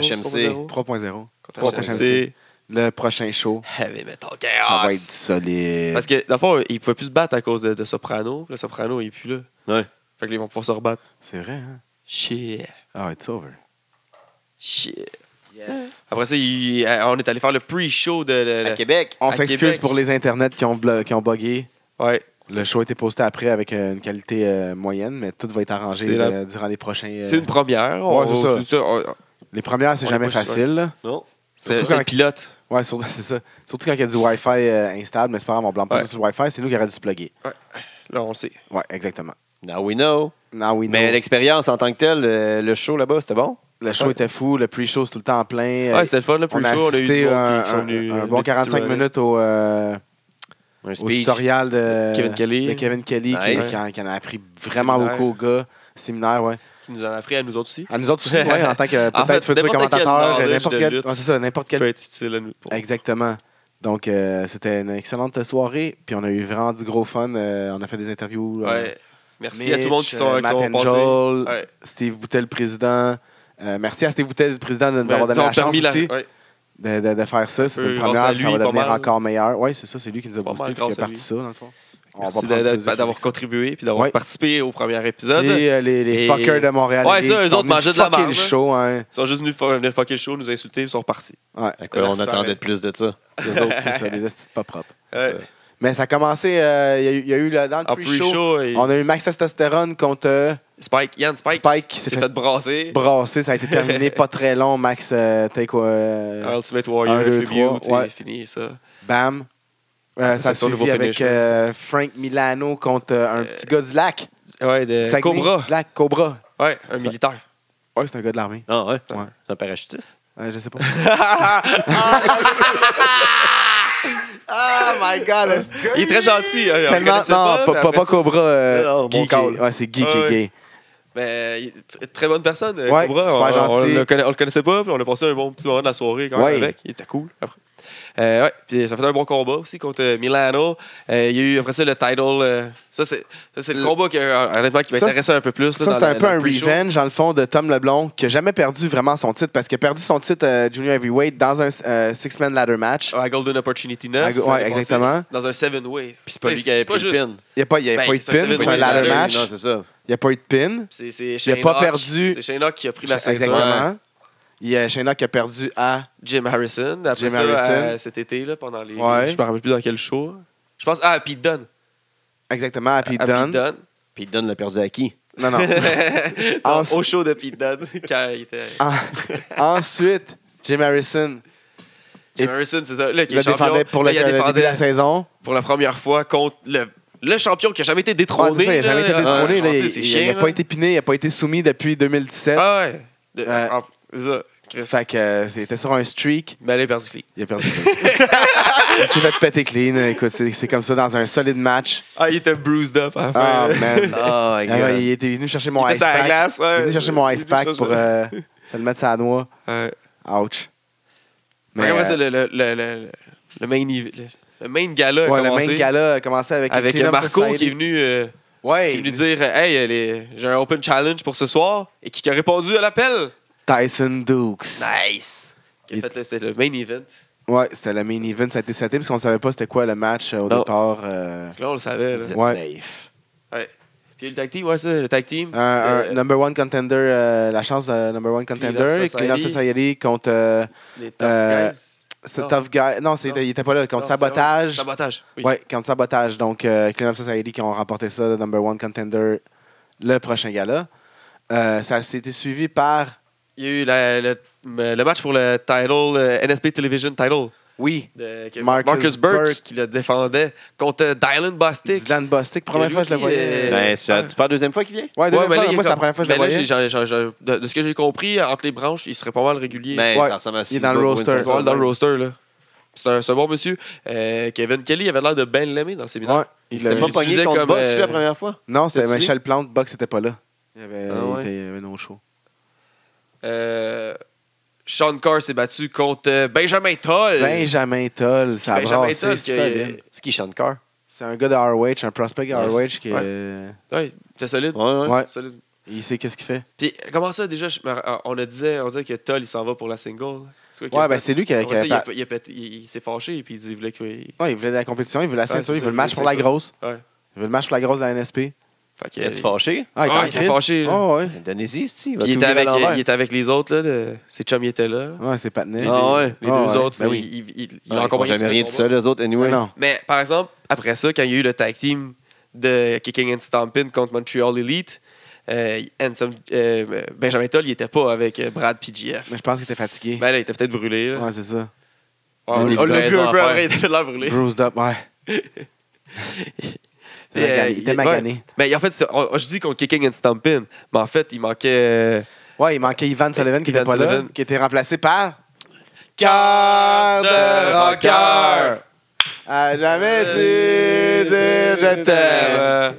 A: 3.0.
B: HMC.
C: 3.0.
A: Contre HMC.
C: Le prochain show,
A: Heavy Metal
C: ça va être
A: Chaos.
C: solide.
A: Parce que, dans le fond, il pouvait plus se battre à cause de, de Soprano. Le Soprano, il est plus là.
B: Ouais.
A: Fait que là, ils vont pouvoir se rebattre.
C: C'est vrai, hein?
A: Shit.
C: Ah, it's over.
A: Shit. Après ça, il- euh, on est allé faire le pre-show de. de-
B: À
A: de-
B: Québec.
C: On
A: À
C: s'excuse
A: Québec.
C: pour les internets qui ont, blo- qui ont bugué.
A: Ouais.
C: Le show a été posté après avec euh, une qualité euh, moyenne, mais tout va être arrangé
A: C'est la-
C: euh, durant les prochains. euh,
A: C'est une première.
C: Ouais, c'est ça.
A: on-
C: Les premières, c'est
A: on
C: jamais
A: est pas sûr.
C: facile. là.
B: Non.
A: C'est
C: Surtout
A: c'est
C: quand-
A: le pilote.
C: Ouais, surtout, c'est ça. Surtout quand il y a du Wi-Fi euh, instable, mais c'est pas grave, on blâme pas
A: Ouais.
C: ça sur le Wi-Fi, c'est nous qui aurait dû se plugger.
A: Là, on le sait.
C: Ouais, exactement.
B: Now we know.
C: Now we
B: Mais
C: know.
B: l'expérience en tant que telle, euh, le show là-bas, c'était bon?
C: Le show était fou, le pre-show, c'est tout le temps en plein. Euh,
A: Ouais, c'était le fun, le
C: on a
A: pre-show. On a eu
C: assisté
A: du monde
C: un,
A: qui sont venus,
C: un- un
A: euh,
C: bon 45
A: multitude,
C: minutes au, euh,
B: Un
C: au
B: speech.
C: tutoriel de
A: Kevin Kelly.
C: de Kevin Kelly qui-
B: Nice.
C: qui, en- qui en a appris vraiment
A: Séminaire.
C: beaucoup au gars. Séminaire, ouais.
A: Qui nous en a appris à nous autres aussi.
C: À nous autres aussi, ouais, en tant que
A: En fait,
C: peut-être futur
A: n'importe quel
C: commentateur,
A: knowledge
C: n'importe
A: de
C: quel.
A: lutte.
C: ouais, c'est ça, n'importe
A: Qui
C: quel.
A: peut être utile à nous.
C: Exactement. Donc, euh, c'était une excellente soirée. Puis, on a eu vraiment du gros fun. Euh, on a fait des interviews. euh,
A: Ouais. Merci à tout le monde qui
C: Mitch,
A: sont,
C: euh,
A: qui sont
C: Matt
A: passés.
C: Angel,
A: Ouais.
C: Steve Boutel, président. Euh, merci à Steve Boutel, le président, de nous
A: Ouais,
C: avoir donné
A: ils ont
C: la chance
A: permis la-
C: aussi
A: ouais.
C: de, de- de faire ça. C'était
A: Eux,
C: une
A: grâce
C: première,
A: à
C: puis ça
A: lui,
C: va
A: pas
C: devenir
A: mal.
C: encore meilleur. Oui, c'est ça, c'est lui qui nous a
A: Pas
C: boosté
A: mal
C: puis qui a
A: grâce à
C: parti
A: lui.
C: ça, dans le fond. On va
A: Merci
C: prendre
A: d'a-
C: plus de
A: d'a- d'avoir
C: critiques.
A: contribué et d'avoir
C: Ouais.
A: participé au premier épisode. Ils
C: Et euh, les, les
A: Et-
C: fuckers de Montréal.
A: Ouais,
C: les-
A: ça,
C: qui
A: eux
C: sont
A: autres
C: venus
A: mangeaient de la
C: fucker le
A: marde, hein.
C: show, hein.
A: sont juste venus faire- venir fucker le show, nous insulter, ils sont repartis.
C: Ouais,
B: À quoi on
A: Merci,
B: attendait
A: Marie.
B: de plus de ça.
C: les autres, c'est ça, les estis de pas propres.
A: Ouais.
C: Mais ça a commencé, euh, il y a eu- il y, a eu là, dans le
A: En
C: pre-show,
A: Ah, pre-show, et-
C: on a eu Max Testosterone contre euh,
A: Spike, Yann Spike,
C: Spike qui
A: s'est fait, brasser.
C: brasser. Ça a été terminé pas très long. Max euh, take euh,
A: Ultimate Warrior,
C: Un, deux,
A: Tribute,
C: trois, ouais.
A: c'est fini ça.
C: bam. Euh, ça a
A: Ah, C'est son
C: suivi
A: nouveau
C: avec
A: finisher.
C: euh, Frank Milano contre euh, un
A: Euh,
C: petit gars du lac.
A: Ouais, de
C: Saguenay.
A: Cobra.
C: Du Lac, Cobra.
A: Ouais, un
C: Ça-
A: militaire.
C: Ouais, c'est un gars de l'armée.
B: Ah ouais?
C: Ouais.
B: C'est un parachutiste?
C: Euh, je sais pas. oh my god! est-ce que-
A: Il est très gentil. hein, on le
C: Tellement, non,
A: connaissait
C: pas,
A: mais
C: pas,
A: après
C: pas
A: ça-
C: Cobra. euh,
B: Non,
C: Guy
B: mon
C: qui-
B: call.
C: ouais, c'est Guy qui
A: Ouais.
C: est gay.
A: Mais Ben, il est tr- très bonne personne, euh,
C: Ouais,
A: Cobra.
C: super
A: on, on
C: gentil.
A: le conna- on le connaissait pas, puis on a passé un bon petit moment de la soirée quand même
C: Ouais.
A: avec. Il était cool. Après. Euh, ouais, puis ça fait un bon combat aussi contre euh, Milano. Euh, il y a eu après ça le title. euh, ça, c'est ça, c'est le,
C: Le-
A: combat que, euh, honnêtement qui
C: Ça,
A: m'intéressait un peu plus. là,
C: Ça,
A: dans
C: c'est un
A: le-
C: peu
A: dans
C: un
A: le pre-show.
C: revenge, dans le fond, de Tom Leblond, qui n'a jamais perdu vraiment son titre, parce qu'il a perdu son titre euh, Junior Heavyweight dans un euh, Six-Man Ladder Match.
A: À Golden Opportunity
C: À
A: 9.
C: Ah, go- ouais, exactement.
A: Dans un seven way.
B: Puis c'est pas lui qui avait pris le pin.
C: Il n'y a pas, il y a
A: Ben,
C: pas eu de
A: c'est
C: pin,
A: un service
C: c'est un
A: de
C: ladder
A: ladder,
C: match.
B: Non, c'est ça.
C: Il n'y a pas eu de pin.
A: C'est, c'est
C: Il a
A: Shane
C: pas
A: Hawk.
C: perdu.
A: C'est Shane Hawk qui a pris la ceinture.
C: Exactement. Il y a Shayna qui a perdu à.
A: Jim Harrison. Après
C: Jim
A: ça,
C: Harrison.
A: euh, cet été, là, pendant les.
C: Ouais.
A: Je me rappelle plus dans quel show. Je pense. Ah, Pete Dunne.
C: Exactement, à Pete
A: À
C: Dunne.
A: Dunne.
B: Puis il donne le perdu à qui?
C: Non, non.
A: Non,
C: Ensu-
A: Au show de Pete Dunne, quand il était.
C: Ah. En- Ensuite, Jim Harrison
A: Jim Harrison, c'est ça. Là, qui
C: le
A: est champion.
C: défendait pour
A: Là,
C: le,
A: il a
C: le début de
A: défendu
C: la saison.
A: pour la première fois contre le, le champion qui a jamais été détrôné.
C: Ouais, c'est ça, il n'a jamais été
A: là.
C: détrôné.
A: Ouais,
C: là.
A: gentil,
C: Il-
A: c'est
C: il n'a
A: chiant,
C: pas
A: là.
C: été piné, il n'a pas été soumis depuis 2017.
A: Ah ouais. De-
C: Ouais.
A: en- C'est ça. Chris.
C: Fait que euh, c'était sur un streak.
A: Mais elle a perdu le clic.
C: Il a perdu. il s'est fait péter clean. Écoute, c'est c'est comme ça dans un solide match.
A: Ah, il était bruised up à la
C: Ah,
A: fin.
C: man.
B: Oh,
C: Ah ouais, il était venu chercher mon
A: Il
C: ice
A: était sur la
C: pack.
A: glace, ouais.
C: Il est venu chercher mon
A: Il est
C: ice
A: venu
C: pack
A: chercher-
C: pour euh, se le mettre sur la noix.
A: Ouais.
C: Ouch.
A: Mais après
C: euh,
A: ça, le, le, le, le, le main, ev- le, le main gala a
C: ouais, le
A: commencé
C: main gala a commencé avec,
A: avec
C: le
A: Marco qui est venu, euh, qui est
C: Ouais,
A: venu dire Hey, les- j'ai un open challenge pour ce soir et qui, qui a répondu à l'appel.
C: Tyson Dukes.
A: Nice. En
C: Il-
A: fait, là, c'était le main event.
C: Ouais, c'était le main event. Ça a été seté parce qu'on savait pas c'était quoi le match euh, au
A: Non.
C: départ. euh,
A: Là, on le savait. là.
B: Vous êtes
C: Ouais.
B: naïf.
A: Puis le tag team, ouais, ça, le tag team.
C: un, un
A: Euh,
C: number one contender, euh, la chance de number one contender,
A: Society.
C: Clean Up Society contre euh,
A: les tough
C: euh,
A: guys.
C: ce
A: Non.
C: Tough Guy. Non, c'est-
A: Non.
C: il était pas là.
A: Non,
C: Contre
A: c'est
C: Sabotage.
A: vrai. Sabotage. Oui.
C: Ouais, contre Sabotage. Donc, euh, Clean Up Society qui ont remporté ça, le number one contender, le prochain gala. Euh, ça a été suivi par,
A: Il y a eu la- le, le match pour le title, euh, NSP Television title.
C: oui,
A: De, que
C: Marcus
A: Marcus, Burke,
C: Burke.
A: qui le défendait contre Dylan Bostic.
C: Dylan Bostick. Première
A: Et
C: fois que je le
A: lui aussi,
C: voyais.
A: euh,
B: Ben, c'est la- c'est pas la deuxième fois qu'il vient?
C: ouais, deuxième
A: mais là,
C: fois,
A: il
C: moi, c'est
A: comme-
C: la première fois que je
A: mais
C: le
A: là,
C: voyais.
A: j'ai- j'ai- j'ai- de, de ce que j'ai compris, entre les branches, il serait pas mal régulier.
B: Ben,
C: Ouais.
B: ça ressemble à
C: Il est dans le
B: Six
C: roster.
B: Blood
A: pas mal dans
B: Windsor.
A: le roster, là. C'est un, c'est un bon monsieur. Euh, Kevin Kelly avait l'air de bien l'aimer dans le séminaire.
C: Ouais.
A: Il
B: T'es
A: l'avait
B: pas pogné
A: utilisé
B: contre
A: comme,
B: Box
A: euh,
B: la première fois?
C: Non, c'était
B: T'as-tu
C: Michel Plante, Buck, c'était pas là. Il y avait,
B: Ah ouais.
C: il était- il y avait non chaud.
A: Euh, Sean Carr s'est battu contre euh, Benjamin Toll.
C: Benjamin Toll, ça a
A: Benjamin
C: brassé,
A: Toll,
C: c'est
A: que-
C: solide.
B: C'est qui, Sean Carr?
C: C'est un gars de ROH, un prospect de
B: Ouais,
C: ROH qui
A: ouais.
C: euh,
A: Ouais, t'es solide.
B: ouais.
C: Ouais.
A: Solide.
C: il sait qu'est-ce qu'il fait.
A: Puis comment ça déjà je me ra- on a disait on disait que Toll il s'en va pour la single. C'est quoi qu'il a
C: Ouais, ben
A: fait?
C: c'est lui qui a.
A: Après
C: qui a
A: ça, il, a,
C: pa-
A: il a pété- il- il s'est fâché et puis il dit- il voulait qu'il.
C: Non, il voulait de la compétition, il voulait la ceinture,
A: c'est
C: il
A: ça,
C: voulait le match
A: c'est
C: pour la
A: ça.
C: grosse.
A: Ouais.
C: Il veut le match pour la grosse de la NSP.
A: Fait que-
B: T'es-tu fâché?
A: Ah,
C: Ah, il était en
A: il était
C: crise.
A: fâché, là.
C: Ah, ouais.
B: Donnez-y, c'est-tu, il va
A: Puis il était,
B: tout virer
A: avec,
B: à l'envers.
A: il était avec les autres, là, le- ses chums ils étaient là.
C: Ouais, c'est patiné.
A: Les,
B: Ah,
A: deux-
B: ouais.
A: les deux
C: Ah, ouais.
A: autres,
C: Ben
A: ils-
C: oui.
A: ils, ils, ils
B: Ouais,
A: ont
B: Ils font
A: accompagné
B: jamais
A: tout le
B: rien tout
A: combat.
B: seul, eux autres, anyway.
C: Non.
A: Mais par exemple, après ça, quand il y a eu le tag team de Kicking and Stomping contre Montreal Elite, euh, Handsome- euh, Benjamin Toll, il était pas avec euh, Brad PGF.
C: Mais je pense qu'il était fatigué.
A: Ben là, il était peut-être brûlé. là.
C: Ouais, c'est ça.
A: on
B: il
A: on
B: avait
A: l'a vu
B: raison
A: un peu
B: à faire.
A: après, il avait de l'air brûlé.
C: Bruised up, ouais. Il était
A: Et, euh,
C: magané, il était
A: il-
C: magané.
A: Mais Ben, en fait, c'est- on- je dis contre Kicking and Stomping, mais en fait, il manquait. euh,
C: Ouais, il manquait Ivan Sullivan qui
A: Ivan
C: était pas là,
A: Sullivan.
C: qui était remplacé par.
A: Cœur de rocker!
C: À jamais tu dire je t'aime.
A: Euh,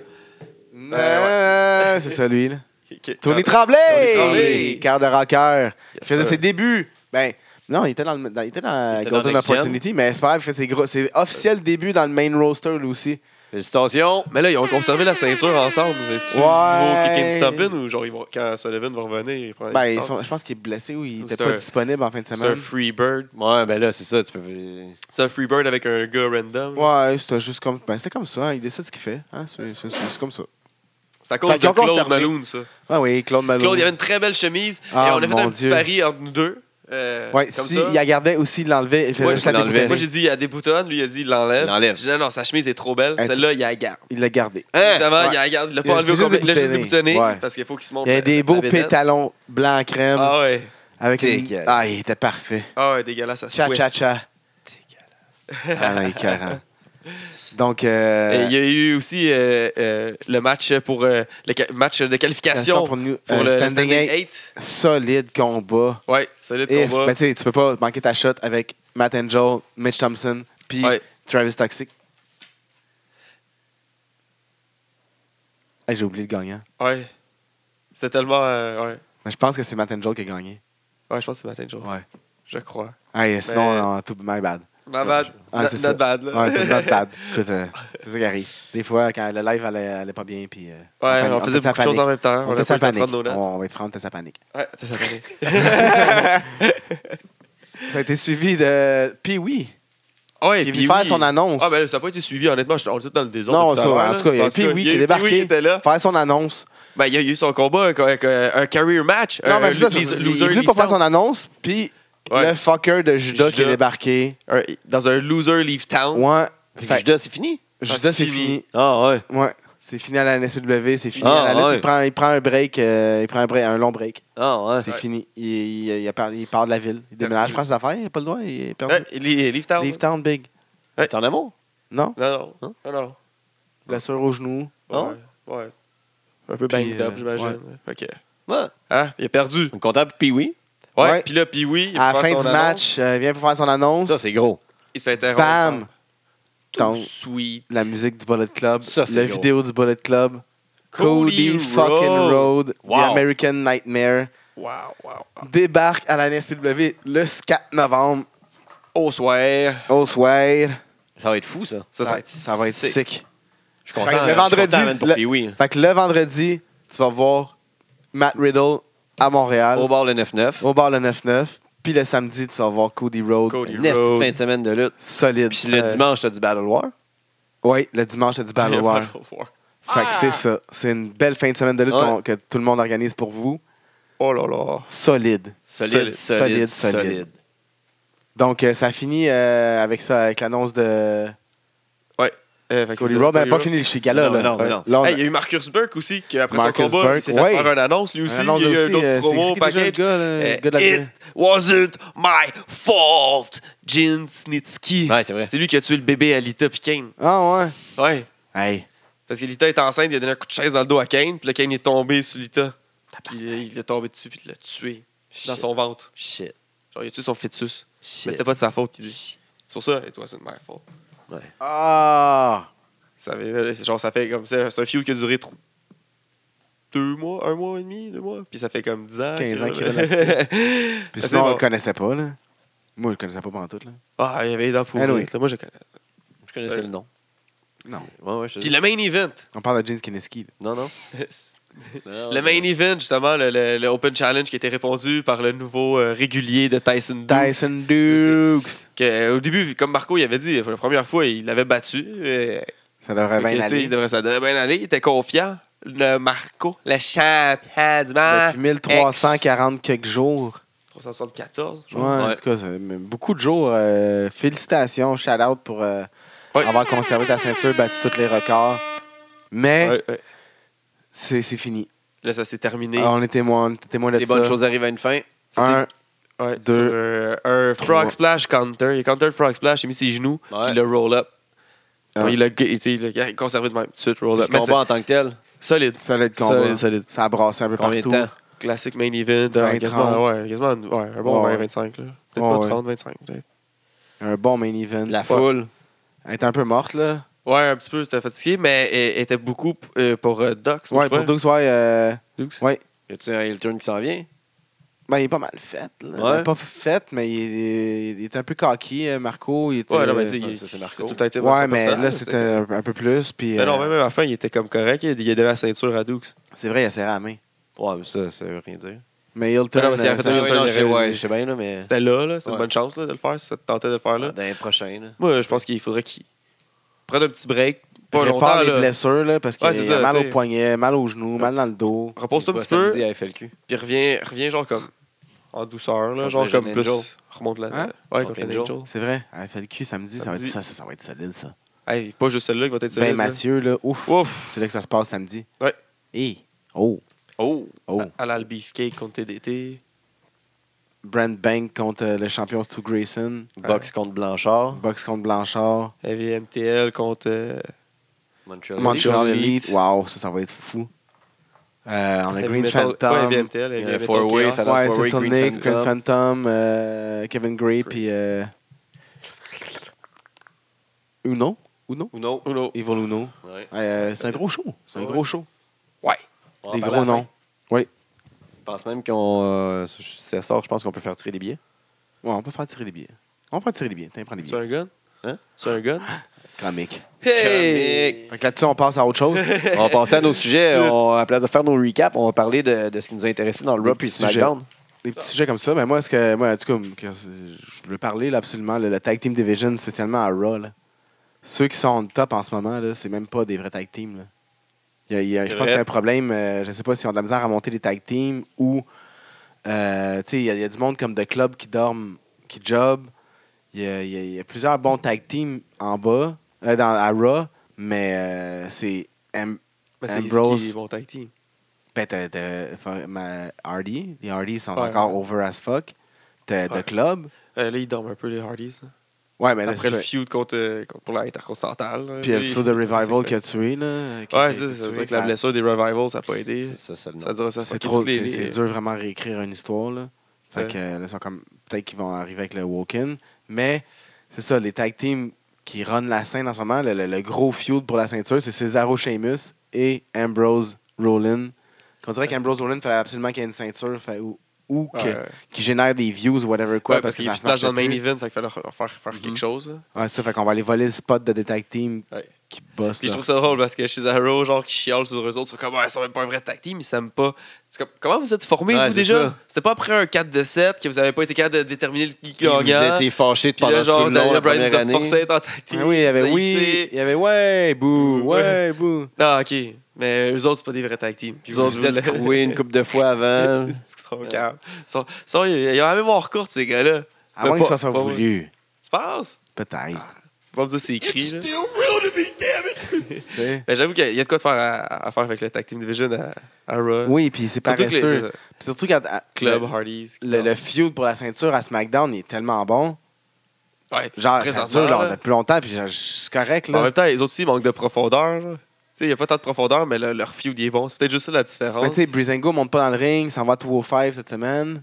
C: Euh, C'est ça, lui, là.
A: ok.
C: Tony
A: Tony Tremblay.
C: Tremblay! Cœur de rocker. Il
A: Yes,
C: faisait
A: sir.
C: ses débuts. Ben, non, il était dans, le, dans- il était dans
B: Il était dans
C: Golden
B: Next Gen.
C: Opportunity, mais c'est pas grave, il fait ses gros, ses officiels débuts dans le main roster, lui aussi.
B: Félicitations.
A: Mais là, ils ont conservé la ceinture ensemble. C'est-tu le nouveau
C: Ouais.
A: Kicking and Stomping ou genre, ils vont- quand Sullivan va revenir, il prend
C: Ben,
A: il
C: ils
A: sort?
C: sont- je pense qu'il est blessé ou il
A: Ou
C: était
A: c'est
C: pas
A: un-
C: disponible en fin de
A: C'est un
C: semaine.
A: free bird.
B: Ouais, ben là, c'est ça, tu peux...
A: C'est un free bird avec un gars random.
C: Ouais, c'était juste comme. Ben, c'était comme ça, hein, il décide ce qu'il fait. hein, c'est- C'est c'est- c'est comme ça.
A: C'est à cause
C: Fait
A: de
C: qu'ils ont
A: Claude
C: conservé.
A: Malone, ça.
C: Ah oui, Claude Malone.
A: Claude, il avait une très belle chemise.
C: Ah,
A: et on a fait
C: mon
A: un petit
C: Dieu.
A: pari entre nous deux. euh,
C: Ouais,
A: comme
C: si
A: ça.
C: il la gardait aussi, il l'enlevait, il faisait
A: Moi,
C: juste
B: je
C: la
B: l'enlevais.
A: Moi,
C: déboutonner.
A: j'ai dit, il la déboutonne. Lui, il a dit, il l'enlève.
B: Il l'enlève.
A: J'ai dit, non, sa chemise est trop belle.
C: Elle-
A: Celle-là, il la garde.
C: Il l'a gardé.
B: Hein?
A: Évidemment,
C: ouais.
A: il la garde. Il l'a
C: Il
A: pas
C: a
A: enlevé au
C: juste
A: complet. Il l'a juste
C: déboutonné.
A: déboutonné.
C: Ouais.
A: Parce qu'il faut qu'il se montre.
C: Il avait des
A: la-
C: beaux
A: la bédaine.
C: pétalons blancs crème.
A: Ah ouais.
C: avec une-
B: Dégueulasse.
C: Ah, il était parfait.
A: Ah ouais, dégueulasse. ça se
C: Cha
A: couait.
C: cha cha. Ah, non, il est écœurant. Donc, euh,
A: Et il y a eu aussi euh, euh, le match pour euh, le ca- match de qualification
C: pour, nous,
A: pour
C: euh,
A: le
C: standing
A: standing
C: eight.
A: 8.
C: solide combat.
A: Ouais, solide
C: If,
A: combat.
C: ben, tu sais, tu peux pas manquer ta shot avec Matt Angel, Mitch Thompson, puis
A: Ouais.
C: Travis Toxic. Hey, J'ai oublié le gagnant.
A: Ouais. C'était tellement. euh, ouais.
C: Mais je pense que c'est Matt Angel qui a gagné.
A: Ouais, je pense que c'est Martin Joe.
C: Ouais.
A: Je crois.
C: Hey, sinon,
A: Mais-
C: non, tout my bad.
A: Ma bad.
C: Ah,
A: Not-
C: c'est ça.
A: not bad, là.
C: Ouais, c'est notre bad. Écoute, euh, c'est ça qui arrive. Des fois, quand le live allait, allait pas bien, puis. euh,
A: Ouais,
C: pan-
A: on, faisait
C: sa
A: beaucoup de choses en
C: panique.
A: même temps.
C: On
A: a
C: était
A: pas eu le temps
C: sa
A: de
C: panique.
A: prendre nos notes.
C: On va être franc, on était sa panique.
A: Ouais, t'es sa panique.
C: Ça a été suivi de Pee-Wee,
A: Ah ouais,
C: qui est
A: puis
C: venu faire
A: oui.
C: son annonce.
A: Ah, ben là, ça n'a pas été suivi, honnêtement. je- On était dans le désordre.
C: non,
A: tout à
C: ça,
A: l'heure,
C: en
A: là.
C: tout cas, il y a
A: En tout
C: Pee-Wee qui est
A: il y a Pee-wee qui
C: débarqué,
A: était là.
C: faire son annonce.
A: Ben, il y a eu son combat avec, avec, euh, un career match.
C: Non,
A: un-
C: mais c'est ça,
A: un
C: c'est- il
A: loser
C: est venu pour faire
A: leave
C: son annonce, puis
A: town. Ouais,
C: le fucker de Judas qui est
A: Judas.
C: débarqué.
A: un- Dans un loser leave town.
C: Ouais,
B: Fait que
C: Fait-
B: Judas, c'est fini?
C: Judas, c'est
A: fini.
C: fini.
B: Ah, ouais.
C: Ouais, c'est fini à la NSPW, c'est fini
B: Ah,
C: à la lutte.
B: ouais.
C: Il, prend, il prend un break, euh, il prend un, break, un long break.
B: Ah, ouais.
C: C'est
A: Ouais.
C: fini. Il, il, il a par- il part de la ville. Il déménage,
A: Perdu.
C: prend ses affaires, il n'a pas le droit, il est perdu.
A: Ouais, li- Euh, leave town.
C: Leave Hein? Town Big.
B: T'es en amour?
C: Non?
A: Non, non. Non, non.
C: Blessure au genou.
A: Ouais. ouais. Un peu
C: Puis,
A: banged
C: euh,
A: up, j'imagine. OK.
B: Ouais.
A: Hein? Il a perdu.
B: On est content pour Pee-Wee.
A: Ouais.
C: Ouais.
A: Puis là, puis oui. il
C: À la
A: fait
C: fin
A: son
C: du
A: annonce.
C: match, euh, il vient pour faire son annonce.
B: Ça, c'est gros.
A: Il se fait interrompre.
C: Bam!
A: Tout
C: Ton-
A: sweet.
C: La musique du Bullet Club.
B: Ça, c'est
C: la
B: gros.
C: vidéo du Bullet Club.
A: Cody
C: Cody, fucking
A: Rhodes.
C: Road.
B: Wow.
C: The American Nightmare.
A: Wow, wow. wow.
C: Débarque à la NSPW le 4 novembre.
A: Au soir.
C: All Sway.
B: Ça va être fou, ça.
A: Ça, ça, va être
C: Ça va être
A: sick.
C: sick.
B: Je suis content.
C: Fait que le
B: hein. Je suis
C: vendredi,
B: content, man, pour
C: le-
B: Pee-Wee.
C: Fait que le vendredi, tu vas voir Matt Riddle à Montréal.
B: Au bar le 9-9.
C: au bar le 9-9. Puis le samedi, tu vas voir Cody Road. Euh,
A: Cody
B: Nest
A: Rhodes.
B: fin de semaine de lutte.
C: Solide.
B: Puis le dimanche, t'as du Battle War.
C: Oui, le dimanche, t'as du Battle War. Fait que c'est ça. C'est une belle fin de semaine de lutte
B: Ouais.
C: qu'on- que tout le monde organise pour vous.
A: Oh là là.
C: Solide.
B: Solide, solide,
C: solide, solide.
B: solide.
C: Donc, euh, ça finit euh, avec ça, avec l'annonce de
A: Euh, fait que
C: Cody
A: c'est ça,
C: Road. Ben,
A: Cody
C: pas
A: Rhodes.
C: fini le Chigala,
B: Non,
C: là.
B: non,
C: Ouais.
B: non.
C: Là, on a-
A: Hey, il y a eu Marcus Burke aussi, qui après
C: Marcus
A: son combat,
C: Burke,
A: il s'est
C: ouais.
A: fait faire une annonce lui aussi.
C: on annonce
A: il y a eu un
C: aussi, euh,
A: autre
C: c'est- c'est
A: promo
C: qui
A: au
C: déjà le
A: package.
C: gars, là, le
A: Euh,
C: gars de la- Ah,
A: It wasn't my fault, Gene Snitsky.
B: Ouais, c'est vrai.
A: C'est lui qui a tué le bébé à Lita puis Kane.
C: Ah, ouais.
A: Ouais.
C: Hey.
A: Parce que Lita est enceinte, il a donné un coup de chaise dans le dos à Kane, puis là, Kane est tombé sur Lita. Puis il il est tombé dessus, puis il l'a tué dans
B: Shit.
A: son ventre.
B: Shit.
A: Genre, il a tué son fœtus.
B: Shit.
A: Mais c'était pas de sa faute, il dit. C'est pour ça, it wasn't my fault.
C: Ah.
A: Ça, fait- c'est genre, ça fait comme ça. C'est un feud qui a duré tr- deux mois, un mois et demi, deux mois. Puis ça fait comme 10 ans.
C: 15 ans qu'il roule
A: là-dessus.
C: Puis
A: Ça,
C: sinon,
A: c'est
C: on le
A: bon.
C: connaissait pas, là. Moi, je le connaissais pas pendant tout, là.
A: Ah, il y avait des dents pour
C: Anyway.
A: là, Moi, je connais.
B: Je connaissais le nom.
C: Non.
B: Ouais, ouais, je
A: Puis le main event.
C: On parle de James Kineski.
B: Non, non.
A: Le main event, justement, le, le- le Open Challenge qui était répondu par le nouveau euh, régulier de Tyson Dukes.
C: Tyson Dukes.
A: Que, euh, au début, comme Marco il avait dit, la première fois, il l'avait battu. euh,
C: Ça
A: fait
C: devrait
A: que,
C: bien
A: tu sais, il
C: aller.
A: devrait- ça devait bien aller. Il était confiant. Le Marco, le champion du monde.
C: Depuis 1340 quelques jours.
A: 374, je
C: Ouais,
A: crois.
C: en tout cas, ça- mais beaucoup de jours. euh, félicitations, shout-out pour euh,
A: Ouais.
C: avoir conservé ta ceinture, battu tous les records. Mais
A: Ouais, ouais.
C: c'est c'est fini.
A: Là, ça s'est terminé.
C: Ah, on est témoin, on est témoin de
B: Les
C: ça.
B: bonnes choses arrivent à une fin.
A: Ça, c'est-
C: Un,
A: ouais,
C: deux,
A: sur, euh, un
C: trois.
A: frog splash counter. Il a counter le frog splash, il a mis ses genoux,
B: Ouais.
A: puis il le roll up.
C: Ah.
A: Ouais, Il l'a il- tu sais, il l'a conservé de même. Tout de suite, roll
B: Le
A: up. Mais
B: combat en tant que tel.
A: c'est solide.
C: solide combat.
A: Solide, solide.
C: Ça a brassé un peu
B: Combien de
C: partout.
B: temps?
A: Classique main event.
C: 20,
A: euh, quasiment,
C: 30.
A: ouais, quasiment ouais, un bon 20,
C: Ouais, ouais.
A: 25. là. Peut-être
C: Ouais,
A: pas
C: ouais.
A: 30, 25. peut-être.
C: Un bon main event.
B: La foule.
C: Elle était un peu morte, là.
A: Ouais, un petit peu, c'était fatigué, mais elle était beaucoup euh, pour euh, Dux. moi,
C: Ouais,
A: je
C: pour
A: crois.
C: Dukes, ouais. euh,
A: Dux.
C: ouais.
B: Y a-tu un heel turn qui s'en vient?
C: Ben, il est pas mal fait. Là.
B: Ouais.
C: Il est pas fait, mais il, il- il est un peu cocky, hein, Marco. Il était,
A: Ouais, non, mais tu sais,
B: Ouais,
A: il-
B: ça, c'est
A: il-
B: Marco.
A: tout le temps été dans
C: Ouais,
A: son
C: mais
A: personnage,
C: là, c'était un, un peu plus. Puis,
A: Mais non,
C: euh,
A: même à la fin, il était comme correct. Il il a donné la ceinture à Dux.
C: C'est vrai, il a serré la main.
B: Ouais, mais ça, ça veut rien dire.
C: Mais Hilton,
A: Mais Ben non, mais c'est
C: euh,
A: la
C: ça-
A: Ouais, ouais, non,
B: je sais-
A: j'ai-
B: ouais, je sais bien, là, mais.
A: C'était là, là. C'était une
B: Ouais.
A: bonne chance là, de le faire, si ça te tentait de le faire là.
B: Dans les prochains, là.
A: Moi, je pense qu'il faudrait qu'il prenne un petit break. Pas longtemps,
C: répare les
A: là.
C: blessures, là, parce qu'il
A: Ouais, c'est
C: a
A: ça,
C: mal
A: tu
C: au
A: sais.
C: poignet, mal aux genoux, mal dans le dos.
A: Repose-toi un
B: Ouais,
A: petit peu,
B: samedi à FLQ.
A: puis reviens, reviens genre comme en douceur, là,
B: Contre
A: genre
B: le
A: comme
B: jeune
A: plus
B: Angel.
A: remonte la
C: Hein?
A: Ouais,
B: Contre
A: contre les
B: Angel.
A: Angel.
C: C'est vrai, elle fait le cul samedi, ça va, être,
A: Samedi.
C: ça, ça, ça va être solide, ça.
A: Hey, pas juste celle-là qui va être
C: ben,
A: solide, là.
C: Mathieu, là, ouf,
A: Ouf!
C: c'est là que ça se passe samedi.
A: Ouais.
C: Et, oh,
B: Oh!
C: oh.
A: À, à la beefcake contre TDT.
C: Brand Bank contre euh, le champion Stu Grayson.
B: Box contre Blanchard.
C: Box contre Blanchard.
A: Il y avait MTL contre. euh,
B: Montreal.
C: Montreal
A: Elite.
C: Elite. Wow, ça, ça va être fou. Euh, on a
A: heavy
C: Green
A: metal-
C: Phantom.
A: Ouais, il y avait MTL, il y
B: Il y
A: avait
B: avait
A: Metal
B: Four Way,
A: Chaos.
B: Fatal
C: Ouais,
B: Four
C: c'est
B: Way,
C: Sonic,
B: Green
C: Green,
B: Phantom.
C: Phantom, euh, Kevin Gray, puis. Euh, Uno Uno
B: Ou non?
A: Ou non.
C: Evil Uno.
B: Ouais.
C: Ouais, euh, c'est un gros show. C'est un
B: Ouais.
C: gros show.
A: Ouais.
B: On va en parler
C: Des gros
B: à la fin.
C: noms. Oui.
B: Je pense même qu'on. euh, si ça sort, je pense qu'on peut faire tirer des billets.
C: Ouais, on peut faire tirer des billets. On peut faire tirer des billets. Tiens, prends des
A: Tu as
C: billets.
A: un gun?
B: Hein?
A: Tu as un gun?
C: Comique.
A: Hey!
C: Fait que là-dessus, on passe à autre chose.
B: On va passer à nos sujets.
A: Suite.
B: On, à la place de faire nos recaps, on va parler de, de ce qui nous a intéressé dans le
C: Des
B: Raw puis
C: petits
B: SmackDown.
C: Des petits sujets comme ça. Mais moi, est-ce que. Moi, en tout cas, que- je voulais parler là, absolument. Le, le Tag Team Division, spécialement à Raw. là. Ceux qui sont en top en ce moment, là, c'est même pas des vrais tag teams. là. Il y a- il y a- je
A: C'est
C: pense
A: vrai.
C: qu'il y a un problème. euh, je sais pas si on a de la misère à monter des tag teams ou. euh, tu sais, il y, a- il y a du monde comme The Club qui dorment, qui job. Il y a, il y a- il y a plusieurs bons tag teams en bas, euh, dans, à Raw, mais euh, c'est. M-
A: Mais Ben, c'est
C: Ambrose.
A: qui bon tag team.
C: ben, t'as- t'as- fa- ma- Hardy. Les Hardy sont
A: Ouais,
C: encore
A: ouais.
C: over as fuck. T'as
A: Ouais.
C: The Club.
A: Euh, là, ils dorment un peu, les Hardys. là.
C: Ouais, mais Ben, là,
A: Après
C: c'est
A: le
C: ça.
A: feud contre, euh, contre- pour l'intercontinental. là.
C: Puis il y a le
A: Lui,
C: Flow de Revival
A: c'est-
C: qui a tué, là. qui-
A: Ouais, c'est
C: qui- qui
A: ça.
C: a
A: C'est
C: tué,
A: vrai que la
C: ça-
A: blessure des Revivals, ça n'a pas aidé.
B: C'est ça, c'est le nom.
A: Ça dure ça
C: C'est
A: fucké
C: trop,
A: toutes les-
C: c'est c'est dur vraiment à réécrire une histoire, là. Fait
A: Ouais.
C: que euh, là, ils sont comme. Peut-être qu'ils vont arriver avec le walk-in. Mais c'est ça, les tag teams qui run la scène en ce moment, le, le- le gros feud pour la ceinture, c'est Cesaro Sheamus et Ambrose Rollin. On dirait qu'Ambrose Rollin, il fallait absolument qu'il y ait une ceinture fait- ou, ou
A: Ouais,
C: que-
A: ouais.
C: qui génère des views ou whatever quoi
A: Ouais,
C: parce,
A: qu'il y
C: que
A: a
C: ça
A: plus
C: se
A: de place
C: marche
A: dans le main
C: plus. Mm-hmm.
A: event, fait qu'il fallait leur faire, faire quelque chose. là.
C: Ouais, c'est ça, fait qu'on va aller voler le spot de des tag teams
A: Ouais.
C: qui bossent.
A: Puis je
C: là.
A: trouve ça drôle parce que chez Arrow, genre, qui chialent sur eux autres, ils sont comme, ah, ils sont même pas un vrai tag team, ils s'aiment pas. C'est comme, comment vous êtes formés,
B: Ouais,
A: vous,
B: c'est
A: déjà
B: ça.
A: C'était pas après un 4 de 7 que vous avez pas été capable de déterminer le qui gagnant.
B: Vous étiez fâché
A: Puis
B: pendant
A: là, genre,
B: tout le long
A: Daniel
B: la
A: Bryan
B: première
A: nous a
B: année.
A: forcé à être en tag team.
C: Ah oui, il y avait
A: vous a
C: oui,
A: hissé.
C: il y avait ouais, boo,
A: Ouais.
C: ouais, boo.
A: Ah, ok. Mais eux autres, c'est pas des vrais tag team. Puis
B: Vous vous êtes troué une couple de fois avant.
A: Ils sont caves. Ils sont- ils sont- ils ont la mémoire courte, ces gars-là.
C: Avant
A: Mais
C: qu'ils
A: pas-
C: s'en soient
A: pas- Ah,
C: voulu.
A: Tu penses
C: Peut-être.
A: Pas me dire c'est écrit, là.
C: tu sais.
A: Mais j'avoue qu'il y a de quoi de faire à, à faire avec le Tag Team Division à, à Raw.
C: Oui, puis c'est
A: Surtout que les-
C: paresseux.
A: c'est ça.
C: Puis Surtout quand à-
A: Club,
C: le-
A: Hardys.
C: le, le feud pour la ceinture à SmackDown il est tellement bon.
A: Ouais,
C: Genre, ça
A: présentement,
C: dure là,
A: là.
C: depuis longtemps, puis genre, c'est correct.
A: En
C: Là.
A: même temps, les autres aussi ils manquent de profondeur. là. Tu sais, Il n'y a pas tant de profondeur, mais le- leur feud il est bon. C'est peut-être juste ça la différence.
C: Mais tu sais, Brisango monte pas dans le ring, s'en va à 205 cette oh semaine.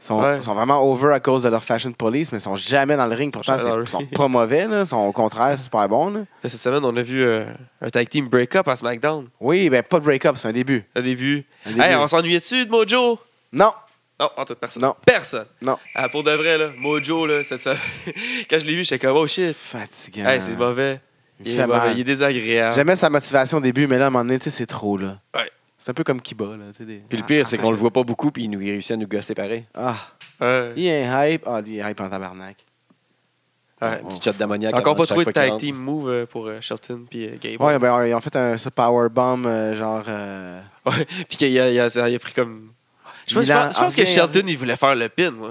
C: sont,
A: Ouais.
C: sont vraiment over à cause de leur fashion police, mais ils sont jamais dans le ring. Pourtant,
A: Jamais dans
C: c'est-
A: le
C: ils sont
A: ring.
C: pas mauvais. Là. Ils sont, au contraire, c'est super bon. là.
A: Là, cette semaine, on a vu euh, un tag team break-up à SmackDown,
C: Oui, ben pas de break-up, c'est un début.
A: au début.
C: Un début.
A: Hey, on s'ennuyait-tu de Mojo?
C: Non,
A: Non, en toute personne.
C: Non.
A: Personne.
C: Non.
A: Ah, pour de vrai, là, Mojo, là, c'est ça. Quand je l'ai vu, j'étais comme, oh shit.
C: fatigant.
A: Hey, c'est mauvais.
C: Il
A: Il est
C: fait
A: mauvais.
C: mal.
A: Il est désagréable.
C: J'aimais sa motivation au début, mais là, à un moment donné, tu sais, c'est trop. là.
A: Ouais.
C: C'est un peu comme Kiba. Là, tu sais, des...
B: Puis le pire, c'est qu'on le voit pas beaucoup, puis il nous il réussit à nous gosser pareil.
C: Ah,
A: Ouais.
C: il est hype. Ah, lui, il est hype en tabarnak.
A: Ouais.
B: Un petit shot d'ammoniac.
A: Encore
B: avant
A: pas
B: chaque
A: trouvé de
B: fois qu'il
A: tag
B: rentre.
A: team move euh, pour euh, Shelton puis euh, Gable.
C: Ouais, ben, ils ont fait un ce powerbomb, euh, genre. euh,
A: Ouais. Puis qu'il a, il a- il a pris comme. Je pense, je
C: Milan, hein.
A: pense- je pense que
C: reviens,
A: Shelton, il voulait faire le pin, moi.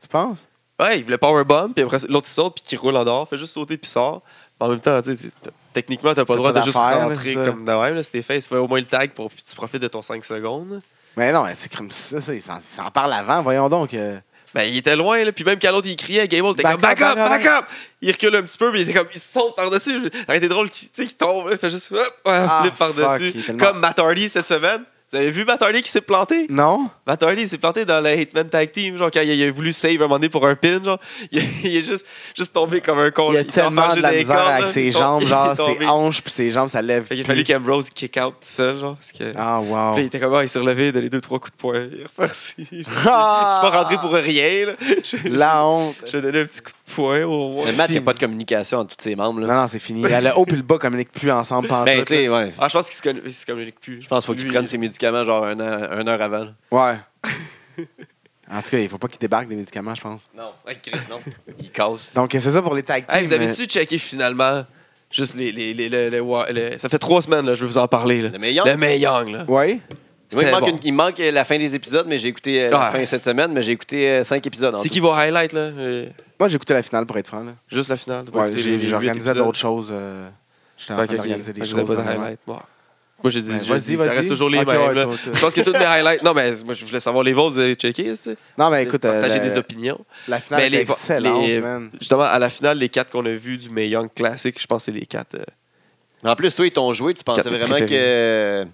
C: Tu penses?
A: Ouais, il voulait powerbomb, puis après, l'autre il saute, puis qu'il roule en dehors, fait juste sauter, puis sort. Mais en même temps, tu sais, c'est- techniquement, t'as pas le
C: T'as
A: droit
C: pas
A: de juste
C: d'affaire, là,
A: rentrer
C: c'est ça.
A: comme de même, là, c'était fait. Tu fais au moins le tag pour puis tu profites de ton 5 secondes.
C: Mais non, mais c'est comme ça, ça, ils s'en- ils s'en parlent avant, voyons donc. euh.
A: Ben, il était loin, là, puis même quand l'autre, il criait, Gable était
C: Back
A: comme back
C: up,
A: up,
C: back
A: back up! Il recule un petit peu, puis il était comme, il saute par-dessus. Arrêtez drôle, qui- tu sais, qu'il tombe, il fait juste, hop,
C: Ah,
A: flip
C: fuck,
A: par-dessus.
C: il est tellement-
A: Comme Matt Hardy cette semaine. Vous avez vu Matt Hardy qui s'est planté?
C: Non?
A: Matt Hardy il s'est planté dans la Hitman Tag Team, genre quand il a voulu save un moment donné pour un pin, genre, il, il est juste, juste tombé comme un con.
C: Il y a
A: s'est
C: tellement
A: enfargé
C: de la
A: dans les
C: misère
A: cordes,
C: avec
A: là,
C: ses
A: il est
C: jambes,
A: tombé- il
C: genre
A: est tombé.
C: ses hanches puis ses jambes, ça lève.
A: Fait qu'il a
C: plus.
A: fallu qu'Ambrose kick out tout seul, genre, parce que.
C: Ah, wow.
A: Puis là, il était comme, ah, il s'est relevé, donné deux, trois coups de poing, il est reparti. Je suis
C: Ah!
A: pas rentré pour rien, là. Je,
C: La honte.
A: je donné un petit coup de poing au moins.
B: Mais Matt, il n'y a pas de communication entre tous ses membres.
C: Non,
B: Là.
C: non, c'est fini. Là, Le haut puis le bas communiquent plus ensemble pendant
B: ben, tu sais, ouais.
A: Ah, je pense qu'il se, conna- il se communique plus.
B: Je pense qu'il faut qu'il
A: Lui, euh,
B: prenne ses médicaments genre un an- une heure avant. là.
C: Ouais. En tout cas, il faut pas qu'ils débarquent des médicaments, je pense.
B: Non, avec Chris, non. Il casse.
C: Donc, c'est ça pour les tag teams. euh.
A: Hey, vous avez-tu checké finalement juste les. les, les, les- les- les- les- Ça fait trois semaines, là, je vais vous en parler. Là.
B: Le meilleur.
A: Le Mae Young, là.
C: Oui.
B: Moi, il,
A: C'était
B: manque
A: bon.
B: une- il manque euh, la fin des épisodes, mais j'ai écouté euh, la
A: Ah.
B: fin cette semaine, mais j'ai écouté euh, cinq épisodes. en
A: C'est
B: tout.
A: qui vos highlights, là euh,
C: Moi, j'ai écouté la finale pour être franc. Là.
A: Juste la finale.
C: Ouais,
A: Écoutez,
C: j'ai-
A: les- les
C: J'organisais
A: huit épisodes.
C: d'autres choses. euh, J'étais en train
A: Fait que, ok,
C: d'organiser des
A: je
C: choses.
A: n'avais pas de
C: vraiment.
A: highlights. Bon. Moi, j'ai dit,
C: Ben,
A: j'ai
C: vas-y,
A: dit, ça
C: vas-y.
A: reste toujours les
C: Ok,
A: mêmes.
C: ouais, euh.
A: là.
C: toi, toi.
A: Je pense que tous mes highlights. Non, mais moi, je voulais savoir les vôtres, vous avez checké. ça.
C: Non, mais écoute, euh,
A: Partager
C: la-
A: des opinions.
C: la finale
A: Ben, les-
C: était excellente,
A: les-
C: man.
A: Justement, à la finale, les quatre qu'on a vus du Mae Young classique, je pense que c'est les quatre. euh,
B: En plus, toi, ils t'ont joué, tu pensais
A: Quatre
B: vraiment
A: préférés.
B: que.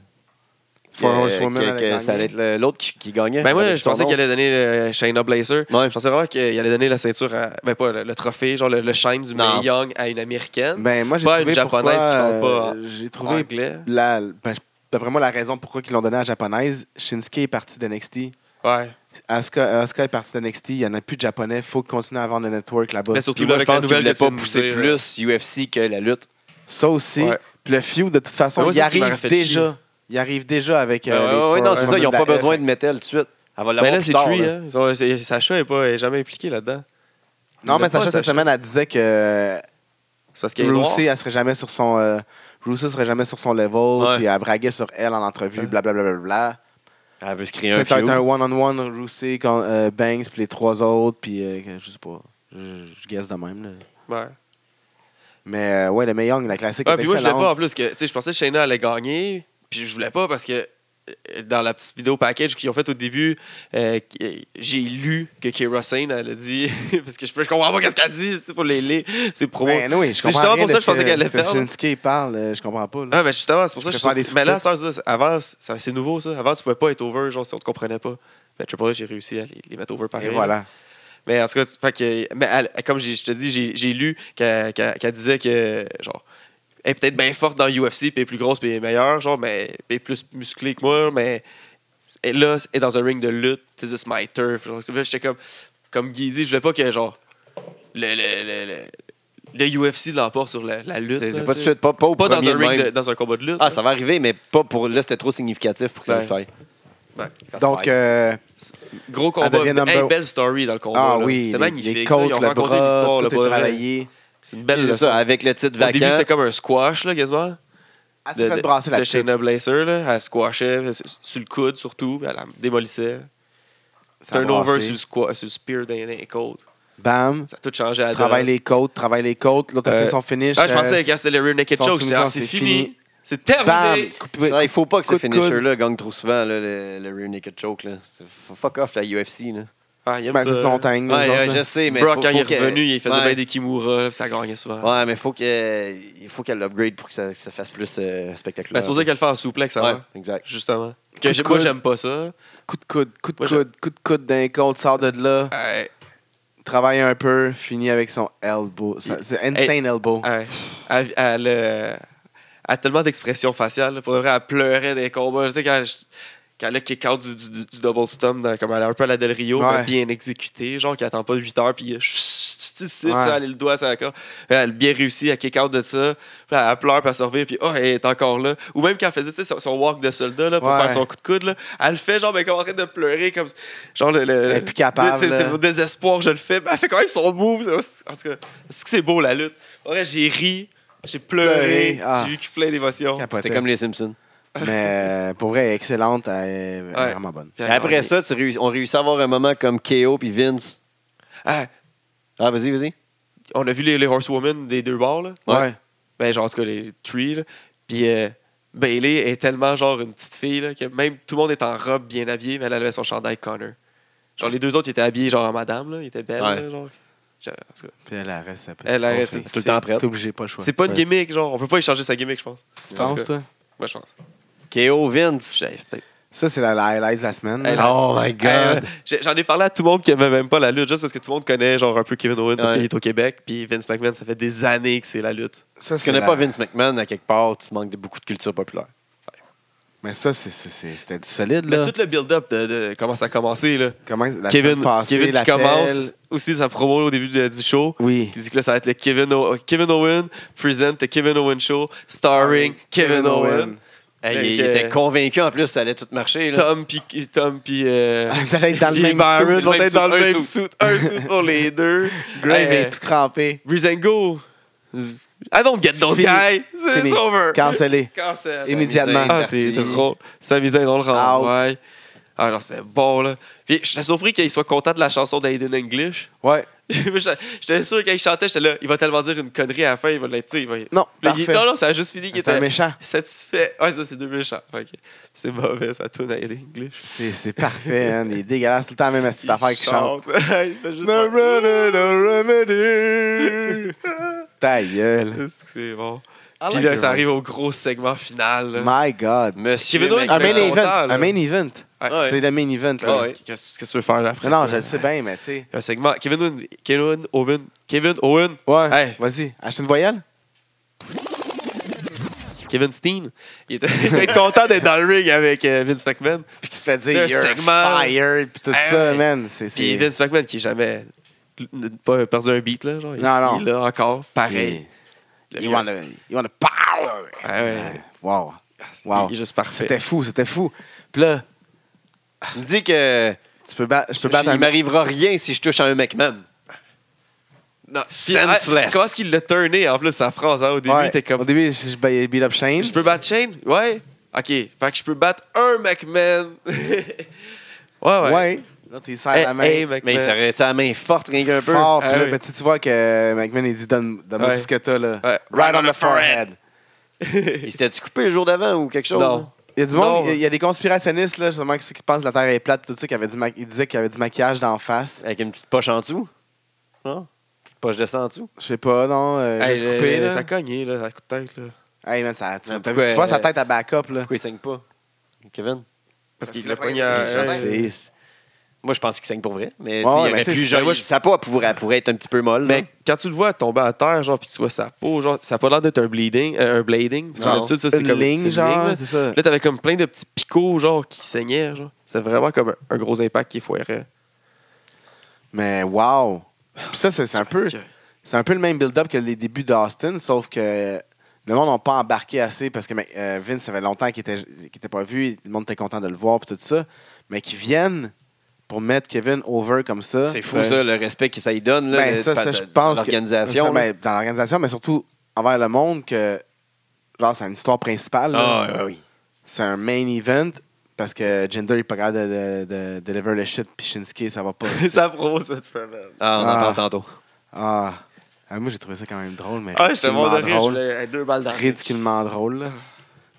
C: Four
B: que-
C: Horsewomen
B: que-
C: allait
B: que
C: gagner.
B: ça allait être le- l'autre qui, qui gagnait.
A: Ben moi,
B: avec
A: je
B: son
A: pensais
B: nom.
A: qu'il allait donner euh, Shayna Blazer.
B: Ouais.
A: Je pensais vraiment qu'il allait donner la ceinture, à, ben pas le, le trophée, genre le, le shine du
B: Non.
A: Mae Young à une américaine.
C: Ben, moi, j'ai
A: Pas
C: trouvé.
A: une japonaise
C: pourquoi,
A: qui parle pas
C: euh, J'ai
A: trouvé
C: trouvé.
A: anglais.
C: La, ben, d'après moi, la raison pourquoi ils l'ont donné à la japonaise, Shinsuke est parti de NXT.
A: Ouais.
C: Asuka, Asuka est partie de NXT. Il n'y en a plus de japonais. Il faut continuer à avoir le network là-bas.
A: Mais
B: Puis
A: Ben, surtout là,
B: moi, je
A: avec la
B: pense qu'il
A: nouvelle
B: voulait
A: que tu
B: pas
A: me
B: pousser
A: dis, là.
B: plus UFC que la lutte.
C: Ça aussi.
A: Ouais.
C: Puis le feud, de toute façon,
A: Mais moi,
C: il
A: c'est ce qui
C: arrive
A: m'aurait fait
C: déjà. Il arrive déjà avec.
B: Ouais,
C: euh, les
B: ouais, ouais,
C: Four
B: non, c'est ça, ils n'ont pas
C: Horsemen de la
B: besoin
C: F.
B: de Metal tout de suite. Elle va
A: Ben
B: l'avoir
A: là,
B: plus
A: c'est
B: tard.
A: Tree.
B: là.
A: Hein. Ils ont- c'est- Sacha n'est pas est jamais impliqué là-dedans.
C: Non, mais
A: Il l'a
C: Sacha,
A: pas,
C: cette
A: Sacha.
C: semaine, elle disait que euh,
A: C'est parce qu'elle est noire.
C: Rousey, elle serait jamais sur son. euh, Rousey serait jamais sur son level.
B: Ouais.
C: Puis elle braguait sur elle en entrevue,
A: Ouais.
C: blablabla. Bla, bla, bla.
B: Elle veut se créer un
C: Peut-être ça va être
B: feud.
C: un one-on-one, Rousey, con- euh, Banks, puis les trois autres. Puis euh, que- je sais pas. Je, je guesse de même. là.
A: Ouais.
C: Mais euh, ouais, le Mae Young, la classique.
A: Ouais,
C: est
A: puis moi, je voulais
C: excellente.
A: pas en plus. que tu sais, Je pensais que Shayna allait gagner, puis je voulais pas parce que euh, dans la petite vidéo package qu'ils ont faite au début, euh, qu- euh, j'ai lu que Kira Sane, elle a dit, parce que je, peux- je comprends pas qu'est-ce qu'elle dit, c'est pour les lire, c'est promo.
C: Ben, anyway, je
A: C'est
C: comprends
A: justement
C: rien
A: pour ça
C: de
A: que je pensais
C: ce
A: qu'elle allait
C: ce que
A: perdre.
C: Shinsuke il parle, euh, je comprends pas. là.
A: Ah, mais justement, c'est pour ça que je
C: Je préfère
A: suis.
C: les
A: Mais là, à cette heure-ci, là, c'est- avant, ça- c'est nouveau, ça. Avant, tu pouvais pas être over, genre, si on te comprenait pas. Mais Triple H, j'ai réussi à les, les mettre over pareil.
C: Et voilà.
A: Mais en tout cas, fait que, mais elle- comme j'ai- je te dis, j'ai- j'ai lu qu'elle qu'elle- qu'elle disait que, genre, elle est peut-être bien forte dans UFC, puis elle est plus grosse, puis elle est meilleure, genre, mais elle est plus musclée que moi, mais elle, là, elle est dans un ring de lutte, this is my turf. Genre, là, j'étais comme, comme Guizy, je voulais pas que, genre, le, le, le, le, le UFC l'emporte sur la, la lutte.
B: C'est c'est
A: là,
B: pas
A: tu
B: tout de
A: sais.
B: suite, pas, pas au
A: Pas dans
B: premier
A: un,
B: de
A: ring
B: même.
A: de- dans un combat de lutte.
B: Ah,
A: là.
B: ça va arriver, mais pas pour. Là, c'était trop significatif pour que ça
A: Ouais.
B: le fasse.
A: Ouais.
C: Donc, euh,
A: Gros combat.
C: devient
A: Hey,
C: number-
A: belle story dans le combat.
C: ah
A: là.
C: oui,
A: C'était
C: les,
A: magnifique.
C: les
A: ça.
C: côtes,
A: Ils ont
C: le
A: raconté
C: bras,
A: l'histoire. là,
C: tout
A: pour
C: est
A: vrai.
C: travaillé.
A: C'est une belle
B: C'est
A: leçon.
B: ça, avec le titre
A: Au début,
B: vacant.
A: c'était comme un squash, là, quasiment.
C: Elle s'est
A: de,
C: fait brasser la
A: de
C: tête.
A: Shayna Blazer, là, elle squashait euh, sur sur le coude surtout, puis elle la démolissait.
C: Ça a
A: Turnover
C: brassé.
A: sur le, squash, sur le spear d'un d'un côte.
C: Bam.
A: Ça a tout changé à la
C: Travaille
A: donne.
C: les côtes, travaille les côtes. L'autre a fait
A: Euh,
C: son finish.
A: Ah, je pensais
C: euh,
A: qu'elle c'était le rear naked
C: son
A: choke. j'étais,
C: soumission,
A: ah, C'est
C: c'est
A: fini.
C: fini.
A: C'est
C: Bam!
A: terminé.
C: Coupé-
B: Non, il faut pas que
C: coup
B: ce
C: de coude.
B: finisher-là gagne trop souvent, là, le, le rear naked choke. Là. C'est- f- Fuck off la UFC. Là.
A: Ah, il aime
C: Ben, c'est
A: ça.
C: son tang.
B: Ouais,
C: eux
B: ouais,
C: autres,
B: je
C: là.
B: sais, mais.
A: Brock,
B: faut-
A: quand
B: faut
A: il est
B: qu'elle-
A: revenu, il faisait
B: Ouais.
A: bien des Kimura, puis ça gagnait souvent.
B: Ouais, mais faut que- il faut qu'elle l'upgrade pour que ça, que ça fasse plus euh, spectaculaire.
A: Ben, c'est pour ça qu'elle le fait en souplex avant,
B: Ouais, exact.
A: justement.
C: Coup
A: Que
C: de
A: j'ai- moi,
C: coude.
A: j'aime pas ça.
C: Coup de coude, coup de
A: Moi, je-
C: coude, coup de coude d'un cold, sort de là,
A: Ouais,
C: travaille un peu, finit avec son elbow. Ça- C'est insane elbow.
A: Ah ouais. Elle, elle, euh, elle a tellement d'expressions faciales. là. Pour de vrai, elle pleurait des combats. Je sais quand, je- quand elle a kick-out du, du- du- du double stomp, dans- comme elle a un peu à la Del Rio,
C: Ouais.
A: mais bien exécutée, genre qui attend pas 8 heures, puis euh, chut, tu sais,
C: Ouais.
A: elle a le doigt à sa corde. Elle a bien réussi à kick-out de ça. Puis elle pleure, puis elle se revient, puis oh, elle est encore là. Ou même quand elle faisait tu sais, son, son walk de soldat là, pour
C: Ouais.
A: faire son coup de coude, là, elle le fait genre ben, comme en train de pleurer, comme genre le. le-
C: Elle est plus capable,
A: C'est
C: là.
A: c'est mon désespoir, je le fais. Mais elle fait quand même son move. ça. En tout cas, est-ce que c'est beau la lutte? Ouais, j'ai ri, j'ai pleuré,
C: Pleuré, ah.
A: j'ai eu plein d'émotions.
C: Capoté.
B: C'était comme les Simpsons.
C: Mais euh, pour vrai, elle est excellente. Elle est elle est
A: Ouais.
C: vraiment bonne.
A: Puis elle
B: Après
A: gagne.
B: ça, tu réussis- on réussit à avoir un moment comme KO puis Vince.
A: Ah,
B: Ah, vas-y, vas-y.
A: on a vu les, les Horsewomen des deux bords, là.
B: Ouais.
C: Ouais.
A: Ben, genre, en tout cas, les Three, là. Puis euh, Bailey est tellement genre une petite fille, là, que même tout le monde est en robe bien habillée, mais elle avait son chandail Connor. Genre, les deux autres, ils étaient habillés genre en madame, là. Ils étaient belles,
B: Ouais.
A: là, genre. Je- en tout cas,
C: Puis elle reste sa petite
A: Elle
C: confie.
A: reste
B: Tout le temps prête.
C: T'es obligé, pas le choix.
A: C'est pas une
B: Ouais.
A: gimmick, genre. On peut pas échanger sa gimmick, je pense.
C: Tu
A: En tout
C: penses,
A: cas,
C: toi?
A: Moi, je pense.
B: KO Vince.
A: Je l'avais fait.
C: Ça, c'est la, la highlight de la semaine. là.
A: Elle a-
B: Oh my God.
A: Euh, j'ai- J'en ai parlé à tout le monde qui aimait même pas la lutte, juste parce que tout le monde connaît genre un peu Kevin Owens parce
B: Ouais.
A: qu'il est au Québec, puis Vince McMahon, ça fait des années que c'est la lutte.
C: Ça,
B: Tu
C: c'est
B: connais
C: la-
B: pas Vince McMahon à quelque part, tu manques de beaucoup de culture populaire.
C: Mais ça, c'est- c'est- c'est- c'était du solide,
A: Mais
C: là.
A: tout le build-up de, de comment ça a commencé, là.
C: Comment la
A: Kevin,
C: semaine passée,
A: Kevin qui
C: l'appel-
A: commence aussi sa promo au début de- du show.
C: Oui.
A: Qui dit que là, ça va être le Kevin, O- Kevin Owen present the Kevin Owen Show, starring Kevin, Owen.
B: Hey,
A: Fait
B: il,
A: que-
B: il était convaincu en plus, ça allait tout marcher. là.
A: Tom puis Tom puis euh,
C: Ah, Vous allez être dans le
A: puis
C: même
A: Byron
C: suit.
A: vont
B: le même
A: être dans le
B: suit, un
A: même suit, un suit pour les deux.
C: Grave
A: Hey,
C: est tout crampé.
A: Breezango. I don't get those
C: Fini.
A: guys. It's
C: Fini.
A: over.
C: Cancellé.
A: Cancel.
C: Immédiatement.
A: Ah, c'est drôle. Ça misait dans le
C: Out.
A: rang. Ouais. Ah, non, c'est bon, là. Puis, j'étais surpris qu'il soit content de la chanson d'Aiden English.
C: Ouais.
A: J'étais j'étais sûr, quand il chantait, j'étais là, il va tellement dire une connerie à la fin, il va l'être, tu sais, il va-
C: Non,
A: Là, il-
C: parfait.
A: Non, non, ça a juste fini qu'il
C: C'est un
A: était
C: méchant.
A: satisfait. Ouais, ça, c'est deux méchants. Ok. C'est mauvais, ça tourne Aiden English.
C: C'est c'est parfait, hein. Il est dégueulasse. Tout le temps, même à cette affaire qui chante.
A: il fait juste
C: No
A: faire-
C: remedy, no remedy. Ta gueule.
A: C'est bon.
C: I
A: Puis
C: like
A: là,
C: your
A: ça arrive
C: voice.
A: au gros segment final. là.
C: My God.
B: Monsieur
A: Kevin Owens,
C: Un
A: Mais
C: main
A: longtemps,
C: event.
A: là.
C: Un main event.
A: Ouais.
C: C'est le main event, là.
B: Ah ouais.
A: Qu'est-ce qu'est-ce que tu veux faire après
C: Non, non,
A: ça?
C: je le sais bien, mais tu sais.
A: Un segment. Kevin Owen. Kevin Owen. Kevin Owen.
C: Ouais.
A: Hey.
C: Vas-y, achète une voyelle.
A: Kevin Steen. Il était, il était content d'être dans le ring avec euh, Vince McMahon.
C: Puis qui se fait
A: Le
C: dire, you're
A: segment.
C: fired. Puis tout
A: Hey,
C: ça,
A: Ah ouais.
C: man. C'est.
A: Puis
C: c'est-
A: Vince McMahon qui n'a jamais n- pas perdu un beat. Là, genre, il-
C: Non, non.
A: Il est là encore. Pareil.
C: Hey.
A: Le
C: You
A: gars-
C: want the you wanna power.
A: Ouais, ouais.
C: Wow. Ah, Wow.
A: Il est Ah, juste parfait.
C: C'était fou, c'était fou. Puis là,
B: Tu me dis que
C: tu peux battre, je peux battre
B: il
C: un
B: m'arrivera rien si je touche à un McMahon.
A: Non, puis,
B: Senseless.
A: ah, comment est-ce qu'il l'a tourné en plus sa phrase hein, au début?
C: Ouais.
A: il était
C: Au
A: comme.
C: début, je, je ba- beat up Shane.
A: Je peux battre Shane? Ouais. Ok. Fait que je peux battre un McMahon. ouais, ouais.
C: Ouais. Là, tu serres
A: Hey,
C: la main.
A: hey, ben,
B: Mais il
A: McMahon.
B: serait tu à la main forte, rien qu'un peu.
C: Fort,
A: Ah
C: puis là,
A: oui.
C: ben, tu sais, tu vois que McMahon, il dit donne- Donne-moi
A: Ouais.
C: tout ce que t'as, là.
A: Ouais.
C: Right on the forehead.
B: Il s'était-tu coupé le jour d'avant ou quelque chose? hein?
A: non.
C: Il y a du monde,
A: Non.
C: il y a- il y a des conspirationnistes, là, justement, qui, qui pensent que la Terre est plate, tout ça, qui avait du ma- ils disaient qu'il y avait du maquillage d'en face.
B: Avec une petite poche en dessous? Non? Petite poche de sang en dessous?
C: Je sais pas, non. Euh,
A: Hey,
C: juste
A: le-
C: coupé,
A: le-
C: là.
A: Ça cognait, là, la coup de tête. Là.
C: Hey, man, ça, tu,
B: Mais
C: t'as vu-
B: pourquoi,
C: tu vois sa
B: euh,
C: tête à backup, là.
B: Pourquoi il saigne pas? Kevin?
A: Parce qu'il
C: qu'il
A: l'a
C: l'a
A: pogné
B: Ah,
A: à-
C: pogné, je sais.
B: Euh, C'est- c'est- Moi, je pense qu'il saigne pour vrai. Mais tu sais, il
C: Ouais, mais
B: aurait
C: tu sais,
B: pu,
C: c'est-
B: genre,
C: ben, moi,
B: il- sa peau elle pourrait, elle pourrait être un petit peu molle. là.
A: Mais quand tu le vois tomber à terre, genre, puis tu vois sa peau, genre, ça n'a pas l'air d'être un bleeding, euh, un blading. Parce que
B: Non.
A: d'habitude, ça, c'est
C: une
A: comme c'est
C: ligne,
A: une
C: genre,
A: ligne,
C: c'est ça.
A: là. Là, t'avais comme plein de petits picots, genre, qui saignaient, genre. C'est vraiment comme un, un gros impact qui est foiré.
C: Mais wow! Puis ça, c'est c'est un peu...
A: que-
C: C'est un peu le même build-up que les débuts d'Austin, sauf que le monde n'a pas embarqué assez parce que mais, euh, Vince, ça fait longtemps qu'il était, qu'il était pas vu, le monde était content de le voir et tout ça, mais qu'ils viennent pour mettre Kevin over comme ça.
B: C'est fou, ça, le respect que ça y donne. Là,
C: Ben,
B: de-
C: ça,
B: de-
C: ça,
B: de-
C: je
B: de
C: pense que-
B: L'organisation.
C: ça,
B: là.
C: ben, dans l'organisation, mais surtout envers le monde que genre c'est une histoire principale. là.
B: Ah, ouais, ouais, oui.
C: C'est un main event parce que Jinder n'est pas capable de, de, de deliver le shit puis Shinsuke ça va pas.
A: ça promo cette semaine.
B: Ah, on en
C: Ah.
B: parle tantôt.
C: ah. Ah, moi j'ai trouvé ça quand même drôle, mais
A: Ah, je te
C: ridiculement
A: montre de rire, je
C: drôle.
A: voulais hey, deux balles dans
C: ridiculement drôle. là.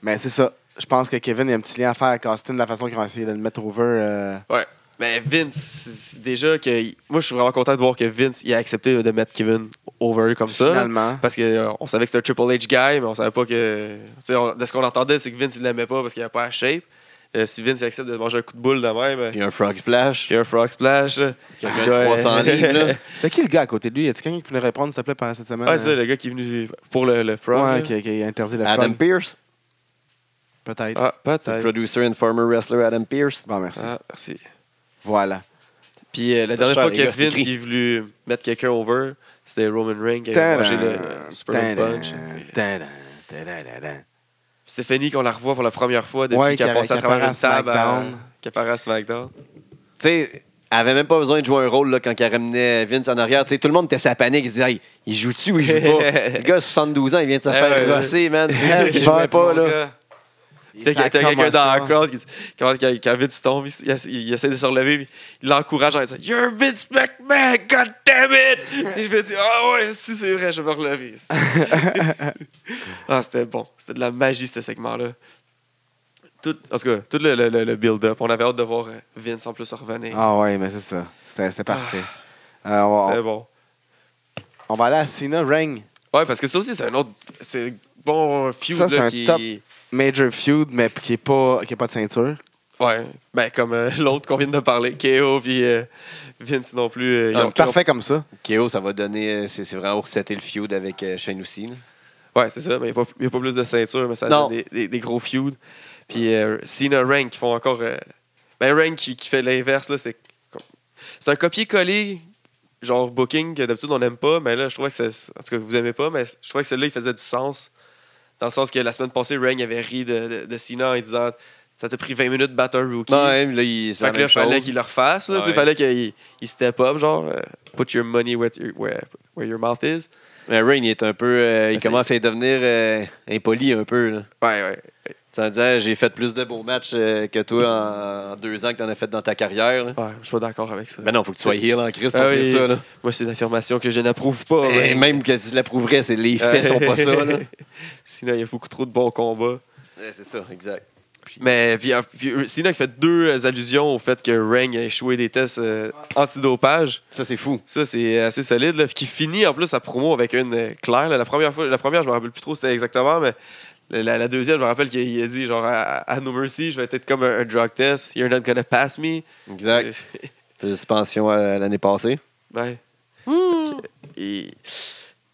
C: Mais c'est ça. Je pense que Kevin, il y a un petit lien à faire avec Austin, de la façon qu'ils ont essayé de le mettre over. euh,
A: Ouais. Mais Vince, c'est déjà que. Moi, je suis vraiment content de voir que Vince il a accepté de mettre Kevin over comme ça. là.
C: Finalement.
A: Parce qu'on savait que c'était un Triple H guy, mais on savait pas que. tu sais, on- de ce qu'on entendait, c'est que Vince, il l'aimait pas parce qu'il n'avait pas la shape. Euh, si Vince il accepte de manger un coup de boule de même, euh,
B: Puis un frog splash.
A: qu'il y a un frog splash. euh,
B: Qui a
A: le
B: fait
A: gars,
B: 300
A: euh,
B: livres, là.
C: C'est qui le gars à côté de lui? Y a-t-il quelqu'un qui peut nous répondre, s'il te plaît, pendant cette semaine?
A: Ouais, Ah, c'est le gars qui est venu pour le, le frog. là.
C: Ouais, qui, qui a interdit le
B: Adam
C: frog,
B: Pierce.
C: peut-être.
A: Ah, peut-être.
B: Producer and former wrestler Adam Pierce.
C: Bon, merci.
A: Ah, merci.
C: Voilà.
A: Puis euh, la
B: Ça
A: dernière
B: cher,
A: fois
B: les
A: que
B: gars, c'est
A: Vince
B: écrit.
A: il a voulu mettre quelqu'un over, c'était Roman Reigns qui a
C: Tadam,
A: mangé le Superman
C: tadam,
A: Punch. Puis, euh,
C: tadam, tadam, tadam.
A: Stéphanie, qu'on la revoit pour la première fois depuis
C: Ouais,
A: qu'elle
C: qui
A: a passé à
C: apparaît
A: travers
C: à
A: une table à-
C: SmackDown.
A: qu'elle apparaît à SmackDown.
B: Tu sais, elle avait même pas besoin de jouer un rôle là, quand elle ramenait Vince en arrière. Tu sais, tout le monde était sa panique. Il se disait, Hey, il joue-tu ou il joue pas? le gars, 72 ans, il vient de se
A: Eh
B: faire
A: ouais.
B: rosser, man. C'est sûr
C: Quel
B: qu'il jouait
C: vote,
B: pas,
C: mon
B: là.
C: gars.
A: Peut-être qu'il y a
C: Ça
A: quelqu'un
C: commence
A: dans la
C: ça.
A: crowd qui dit- quand, quand, quand Vince tombe, il, il- il essaie de se relever, puis il l'encourage en disant You're Vince McMahon, god damn it! Et je me dis Ah ouais, si c'est vrai, je vais me relever. ah, c'était bon. C'était de la magie, ce segment-là. Tout, en tout cas, tout le, le- le- le build-up. On avait hâte de voir euh, Vince en plus revenir.
C: Ah ouais, mais c'est ça. C'était c'était
A: Ah.
C: parfait. Euh, on, va,
A: C'était bon.
C: on va aller à Cena Ring.
A: Ouais, parce que ça aussi, c'est un autre. C'est bon feud
C: Ça, c'est
A: là,
C: un
A: qui.
C: top. Major feud, mais qui n'est pas, qui est pas de ceinture.
A: Ouais, ben comme euh, l'autre qu'on vient de parler, KO puis euh, Vince non plus. euh, ils
B: Ah,
A: ont-
C: C'est parfait comme ça.
B: KO, ça va donner. euh, C'est c'est vraiment resetter le feud avec euh, Shane aussi. là.
A: Ouais, c'est ça, mais il n'y a, pas plus de ceinture, mais ça
B: Non.
A: donne des, des- des gros feuds. Puis euh, Cena Rank qui font encore. euh, ben Rank qui, qui fait l'inverse, là, c'est. comme- C'est un copier-coller, genre booking, que d'habitude on n'aime pas, mais là, je trouvais que c'est. En tout cas, vous aimez pas, mais je trouvais que celui-là, il faisait du sens. Dans le sens que la semaine passée, Rank avait ri de, de, de Cena en lui disant Ça t'a pris 20 minutes de battre un rookie.
B: Ouais, là, il c'est la
A: Fait que là,
B: même
A: fallait
B: chose.
A: qu'il le refasse. Là, tu sais,
B: Ouais.
A: fallait qu'il il step up, genre, euh, put your money where, your- where, where your mouth is.
B: Mais Rain, il est un peu. euh, il
A: Ben, c'est-
B: commence à devenir euh, impoli un peu. Là.
A: Ouais, ouais.
B: Tu vas dire, j'ai fait plus de beaux matchs euh, que toi en, en deux ans que t'en as fait dans ta carrière. là.
A: ouais je suis pas d'accord avec ça.
B: Ben non, faut que tu sois heal en crise pour
A: Ah
B: dire
A: oui. Oh,
B: ça. Là.
A: Moi, c'est une affirmation que je n'approuve pas.
B: Et
A: mais-
B: même que tu l'approuverais, c'est les faits sont pas ça. là.
A: Sinon, il y a beaucoup trop de bons combats.
B: Ouais, c'est ça, exact.
A: Mais puis, euh, puis, euh, Cena qui fait deux euh, allusions au fait que Rang a échoué des tests euh, antidopage.
B: Ça, c'est fou.
A: Ça, c'est assez solide. Là. Puis qui finit en plus sa promo avec une euh, claire. là. La première fois, la première, je me rappelle plus trop c'était exactement, mais la, la- la deuxième, je me rappelle qu'il a dit genre à, à No Mercy, je vais être comme un, un drug test. You're not gonna pass me.
B: Exact. Suspension euh, l'année passée.
A: Ouais. Et...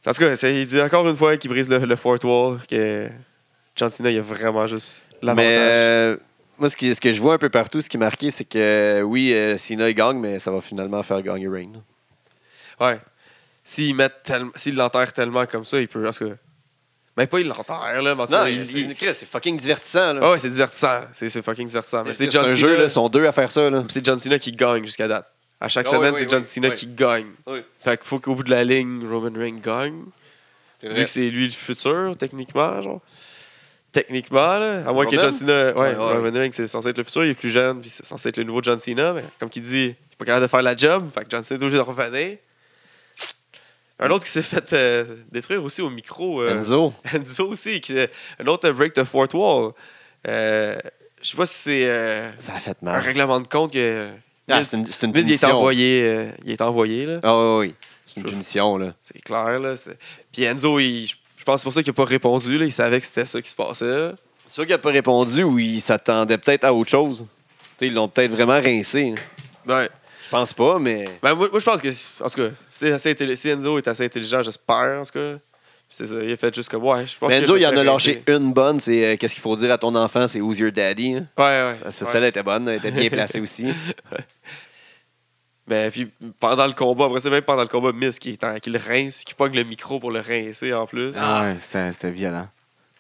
A: En tout cas, c'est il dit encore une fois qu'il brise le, le fourth wall, que John Cena, il a vraiment juste
B: Mais
A: l'avantage.
B: euh, moi, ce, qui- ce que je vois un peu partout, ce qui est marqué, c'est que oui, euh, Cena il gagne, mais ça va finalement faire gagner Rain.
A: Ah, Ouais. S'il met tellement- s'il l'enterre tellement comme ça, il peut. Parce que... Mais pas il l'enterre, là. mais en tout
B: Non,
A: cas, il-
B: c'est
A: il-
B: c'est fucking divertissant.
A: Ah ouais, c'est divertissant. C'est c'est fucking divertissant. Mais c'est
B: Ah, c'est
A: John,
B: un
A: Cena-
B: jeu, là, ils sont deux à faire ça. Là.
A: c'est John Cena qui gagne jusqu'à date. À chaque
B: Ah
A: semaine,
B: oui, oui,
A: c'est John
B: oui,
A: Cena
B: oui.
A: qui gagne.
B: Oui.
A: Fait qu'il faut qu'au bout de la ligne, Roman Reigns gagne. Vu que c'est lui le futur, techniquement, genre. Techniquement, là. À moins que
B: Roman?
A: John Cena. Ouais,
B: Ouais, ouais.
A: Roman Reigns, c'est censé être le futur, il est plus jeune, puis c'est censé être le nouveau John Cena, mais comme qu'il dit, il est pas capable de faire la job, fait que John Cena est obligé de revenir. Un autre qui s'est fait euh, détruire aussi au micro. euh,
B: Enzo.
A: Enzo aussi, qui, un autre euh, break the fourth wall. Euh, Je sais pas si c'est euh,
B: Ça a fait
A: un
B: mal.
A: règlement de compte que.
B: Ah,
A: Miz-
B: c'est une, c'est une
A: Miz, il est
B: punition.
A: envoyé. euh, il est envoyé, là.
B: Ah oui, oui. C'est une punition, là.
A: C'est clair, là. c'est- Puis Enzo, il- je pense que c'est pour ça qu'il n'a pas répondu. Là. Il savait que c'était ça qui se passait. là.
B: C'est sûr qu'il n'a pas répondu ou il s'attendait peut-être à autre chose. Tu sais, ils l'ont peut-être vraiment rincé. là.
A: Ouais.
B: Je pense pas, mais.
A: Ben, moi, moi, je pense que, en tout cas, c'est assez intelli- si Enzo est assez intelligent, j'espère, en tout cas. Puis C'est ça, il a fait juste comme, ouais, je pense
B: Mais
A: que
B: Enzo,
A: je
B: il en a
A: vais
B: lâché
A: rester.
B: une bonne. C'est euh, qu'est-ce qu'il faut dire à ton enfant, c'est Who's your daddy. hein.
A: Ouais, ouais.
B: Ça, ça,
A: ouais.
B: Celle-là était bonne, elle était bien placée aussi.
A: Mais Ben, puis pendant le combat, après c'est même pendant le combat, Miss qui, est en- qui le rince, puis qui pogne le micro pour le rincer en plus.
C: Ah ouais, c'était c'était violent.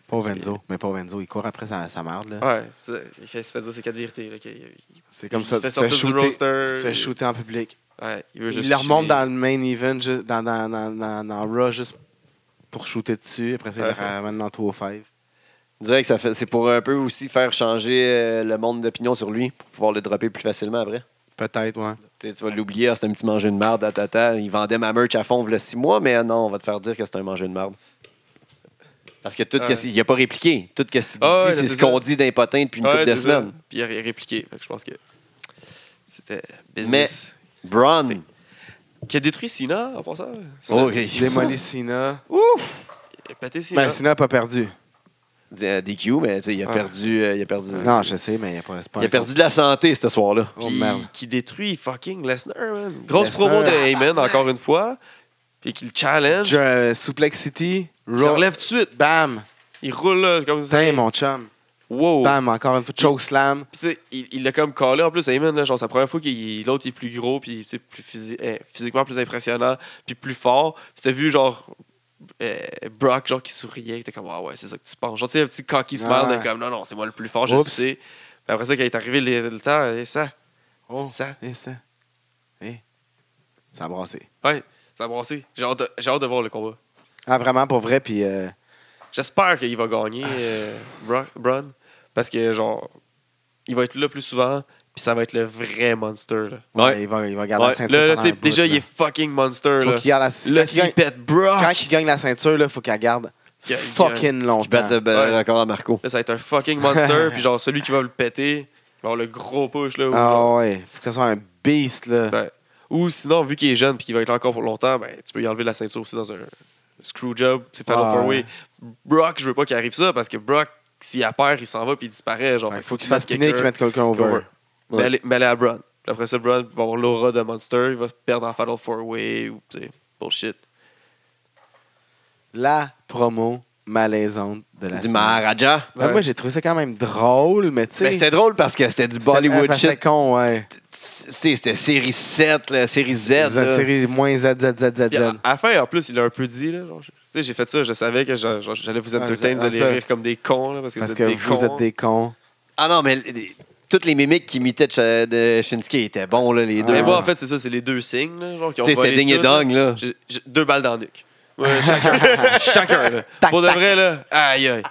C: Pauvre Enzo. Mais pauvre Enzo, il court après sa, sa marde. Là.
A: Ouais, ça, il, fait, il se fait dire ses quatre vérités. Là, qu'il-
C: C'est comme
A: Ah. il
C: ça.
A: se fait
C: tu, te fais
A: sortir du
C: shooter,
A: roster.
C: tu te fais shooter en public.
A: ouais, il veut juste
C: Il le remonte
A: chiller.
C: dans le main event, juste dans, dans, dans, dans, dans Raw, juste pour shooter dessus. Après, ça, il le
A: Ouais.
C: ramène dans 2 5.
B: Je dirais que ça fait- c'est pour un peu aussi faire changer euh, le monde d'opinion sur lui, pour pouvoir le dropper plus facilement après.
C: Peut-être, ouais.
B: Tu sais, tu vas l'oublier, ah, c'est un petit manger de marde, ah, tata. Il vendait ma merch à fond, le six mois, mais ah, non, on va te faire dire que c'est un manger de marde. Parce que tout,
A: Ah Ouais.
B: que c'est- il n'a pas répliqué. Tout que ce qu'il
A: Ah ouais,
B: dit, c'est
A: c'est
B: ce qu'on
A: ça.
B: dit d'un potin depuis une
A: Ouais,
B: couple de
A: c'est ça.
B: semaines.
A: Puis il a ré- répliqué. Fait que je pense que C'était business.
B: Braun.
A: Qui a détruit Cena, en passant.
B: Oh,
A: Ça,
B: il-
C: Démolir Cena.
A: Il a pété Cena.
C: Ben, Cena n'a pas perdu.
B: euh, DQ, mais tu sais, il a
A: Ah.
B: perdu. euh, il a perdu.
C: Non, je sais, mais il a pas. c'est pas
B: Il a
C: un-
B: perdu de la santé ce soir-là.
C: Oh,
A: Puis
C: merde.
A: qui détruit fucking Lesnar, man. Grosse
C: Lesnar.
A: promo de Heyman, encore une fois. Puis qui le challenge.
C: Je- euh, Suplex City.
A: Il se
C: roll-
A: relève tout de suite.
C: Bam.
A: Il roule là, comme ça.
C: Putain, mon chum.
A: Wow.
C: Bam, encore une fois. Choke slam.
A: Puis, tu sais, il il l'a comme collé en plus, Heyman, là, genre, c'est la première fois que l'autre est plus gros, puis tu sais, plus physi- euh, physiquement plus impressionnant, puis plus fort. Puis t'as vu, genre, euh, Brock, genre, qui souriait, t'es comme, ah ouais, c'est ça que tu penses. Genre, tu sais, un petit cocky smile,
C: Ah ouais.
A: de comme, non, non, c'est moi le plus fort, je le
C: Oups.
A: sais. Puis après ça, quand il est arrivé le, le temps, et ça,
C: Oh.
A: ça,
C: Et ça. Et. Ça a brassé.
A: ouais, ça a brassé. J'ai hâte, de- j'ai hâte de voir le combat.
C: Ah, vraiment, pour vrai, puis. euh,
A: J'espère qu'il va gagner,
C: Ah.
A: euh, Brock, Braun, parce que, genre, il va être là plus souvent, puis ça va être le vrai monster, là.
C: ouais,
B: Ouais.
C: Il, va, il va garder
B: Ouais.
C: la ceinture.
A: Là, là,
C: pendant
A: tu sais,
C: un bout,
A: déjà, il
C: là.
A: est fucking monster,
C: Faut
A: là.
C: qu'il garde la
A: Le
C: quand, il gagne,
A: pète Brock.
C: quand il gagne la ceinture, là, faut qu'elle garde
A: Qu'il-
C: fucking
B: Je bat
C: longtemps.
B: le euh,
A: Ouais.
B: record à Marco.
A: Là, ça va être un fucking monster, puis genre celui qui va le péter, il va avoir le gros push là. Ou,
C: Ah ouais, faut que ça soit un beast là.
A: Ben, ou sinon, vu qu'il est jeune puis qu'il va être là encore pour longtemps, ben, tu peux y enlever la ceinture aussi dans un screw job, c'est Fatal
C: Ah,
A: Four Way.
C: ouais.
A: Brock, je veux pas qu'il arrive ça parce que Brock, s'il a peur, il s'en va puis il disparaît. Genre,
C: Ouais,
A: Fait
C: faut qu'il
A: mette
C: fasse piner et qu'il mette quelqu'un over.
A: over.
B: Ouais.
A: Mais aller- mais aller à Braun. Puis après ça, Braun va avoir l'aura de monster, il va se perdre en Fatal Four Way ou tu sais, bullshit.
C: La promo malaisante de la
B: Du
C: semaine.
B: Maharaja.
C: Ben,
A: Ouais.
C: Moi, j'ai trouvé ça quand même drôle, mais tu sais.
A: Ben,
B: Mais Ben, c'était drôle parce que c'était du
C: c'était- ah,
B: Bollywood
C: parce que
B: shit.
C: C'était con, ouais.
B: C'était c'était série 7, la série Z.
C: La
B: là.
C: série moins Z, Z, Z, Z,
A: Puis à,
C: Z.
A: à la fin, en plus, il a un peu dit. là, genre, je- Tu sais, j'ai fait ça, je savais que je- je- j'allais vous
C: Ouais,
A: entertain, vous
C: c'est
A: allez
C: ça.
A: rire comme des cons, là, parce que
C: Parce
A: vous êtes
C: que
A: des
C: vous
A: cons.
C: êtes des cons.
B: Ah non, mais les- les- toutes les mimiques qui imitaient de Ch- de Shinsuke étaient bons, là, les deux.
A: Mais
C: Ah.
A: moi, en fait, c'est ça, c'est les deux signes, là, genre, qui
B: Tu
A: ont
B: sais, c'était
A: volé
B: ding et
A: tout, là.
B: dong, là.
A: J'ai- j'ai Deux balles dans le nuque. Ouais, chacun. chacun, là.
C: Tac,
A: Pour de
C: tac.
A: vrai, là, aïe, aïe.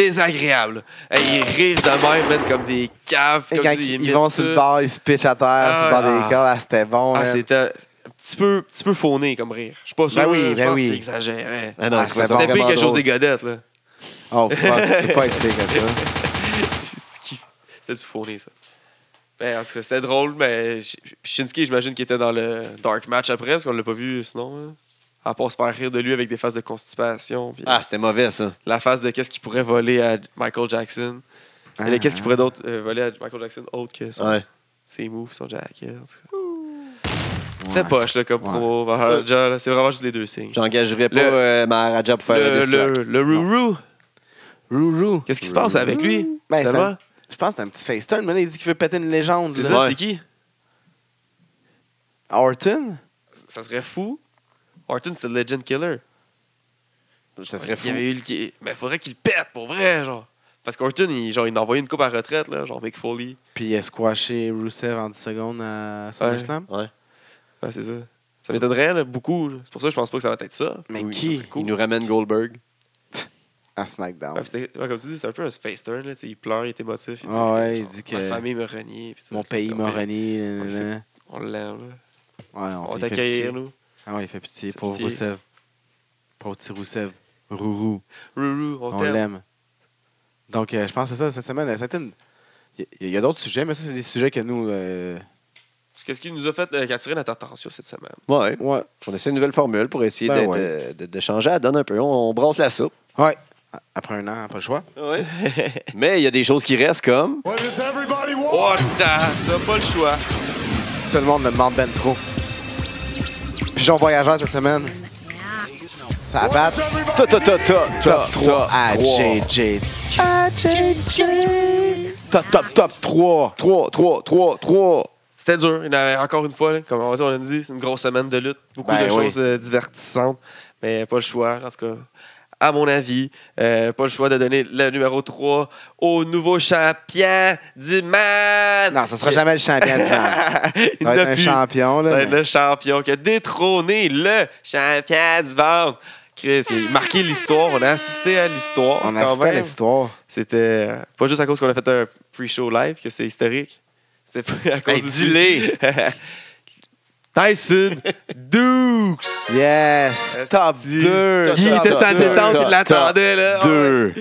A: Désagréable. Hey, ils rirent de même, man, comme des caves.
C: Et
A: Comme
C: quand
A: tu dis,
C: ils
A: imitent
C: vont sur le
A: ça.
C: bord, ils se pitchent à terre,
A: Ah,
C: sur le bord des
B: ah.
C: cordes. Ah, c'était bon.
A: Ah,
C: man.
A: c'était un petit peu, petit peu fauné comme rire. Je suis pas sûr.
C: Ben oui,
A: là, je
C: ben
A: pense
C: oui.
A: qu'ils exagéraient.
B: Ah non,
C: Ah,
B: je
C: c'était
B: trouvais ça
A: C'était
C: bon.
A: pire
C: vraiment
A: que José
C: drôle.
A: Godette, là.
C: Oh, fuck, tu peux pas expliquer ça.
A: C'est qui- C'était du fourni, ça. Ben, en tout cas, c'était drôle, mais Sh- Shinsuke, j'imagine qu'il était dans le dark match après, parce qu'on l'a pas vu sinon. hein. À part se faire rire de lui avec des faces de constipation, puis
B: Ah, c'était mauvais, ça.
A: la face de qu'est-ce qu'il pourrait voler à Michael Jackson.
C: Ah.
A: Et le- qu'est-ce qu'il pourrait d'autre euh, voler à Michael Jackson autre que son-
B: Ouais.
A: ses moves, son jacket. en tout cas.
C: Ouais.
A: C'était poche, là, comme
C: Ouais.
A: promo. Maharaja, là, C'est vraiment juste les deux signes.
B: J'engagerais pas
A: Le-
B: euh, Maharaja pour faire le,
A: Le,
B: diss track.
A: le, le Ruru,
C: Rourou.
A: qu'est-ce qui se passe avec lui?
C: Ben, c'est
A: Finalement,
C: un- Je pense que c'est un petit face turn, mais là, il dit qu'il veut péter une légende.
A: C'est
C: là.
A: ça,
B: Ouais.
A: c'est qui?
C: Orton?
A: Ça serait fou. Orton, c'est le Legend Killer.
B: Ça serait fou.
A: Il y avait eu le... qui- Mais faudrait qu'il pète pour vrai, genre. Parce qu'Orton, il, genre, il a envoyé une coupe à retraite, là, genre Mick Foley.
C: Puis il a squashé Rusev en 10 secondes à SummerSlam.
A: Ouais, c'est ça. Ça m'étonnerait, là, beaucoup. là. C'est pour ça que je pense pas que ça va être ça.
C: Mais
B: Oui,
A: ça
C: qui
A: serait cool.
B: Il nous ramène Goldberg.
C: à SmackDown?
A: Ouais, puis c'est- ouais, comme tu dis, c'est un peu un face turn, là. tu sais, Il pleure, il est émotif. Il dit,
C: Ah
A: c'est
C: ouais,
A: genre,
C: il dit que-
A: Ma famille me renie. puis tout.
C: Mon pays
A: On
C: m'a
A: fait-
C: renié.
A: on
C: nan,
A: le
C: nan, nan.
A: On l'aime, là.
C: Ouais, on,
A: On va
C: fait- il fait pitié.
A: t'accueillir, nous.
C: Ah ouais, il fait pitié.
A: C'est
C: Pauvre
A: pitié.
C: Rusev. Pauvre petit Rusev. Rourou.
A: Rourou, on
C: On
A: t'aime.
C: l'aime. Donc, euh, je pense que c'est ça, cette semaine. euh, c'était une- Il y a- il y a, d'autres sujets, mais ça, c'est des sujets que nous... euh,
A: Qu'est-ce qui nous a fait euh, attirer notre attention cette semaine?
B: Ouais.
C: Ouais.
B: On essaie une nouvelle formule pour essayer
C: Ben
B: de,
C: ouais.
B: de- de- de changer la donne un peu. On, on brosse la soupe.
C: Ouais. Après un an, pas le choix.
A: Ouais.
B: Mais il y a des choses qui restent comme.
D: What does everybody
A: oh,
D: want?
A: putain, ça, pas le choix.
C: Tout le monde me demande ben trop. Pigeon voyageur cette semaine. Ça abat.
B: Ta, ta, ta, ta, ta,
C: Top 3
B: ta,
C: à
B: trois.
C: JJ. Top, top, top 3.
B: 3, 3, 3, 3.
A: C'était dur. Il y en avait encore une fois, là, comme on a dit, c'est une grosse semaine de lutte. Beaucoup
C: Ben
A: de
C: oui.
A: choses euh, divertissantes, mais pas le choix. En tout cas, à mon avis, euh, pas le choix de donner le numéro 3 au nouveau champion du man.
C: Non, ça sera jamais le champion du monde.
A: Il
C: Ça va
A: n'a
C: être un
A: plus. Ça
C: champion. Là,
A: va être
C: mais-
A: le champion qui a détrôné le champion du monde. Chris, il a marqué l'histoire. On a assisté à l'histoire.
C: On
A: quand
C: assiste à
A: même.
C: l'histoire.
A: C'était euh, pas juste à cause qu'on a fait un pre-show live que c'est historique. C'était pas à cause
B: Hey,
A: du-
B: dis-les.
A: Tyson Dukes.
C: Yes! Top
A: Esti.
C: 2!
A: Il était sa
B: top,
A: détente,
B: top,
A: il l'attendait là.
B: 2.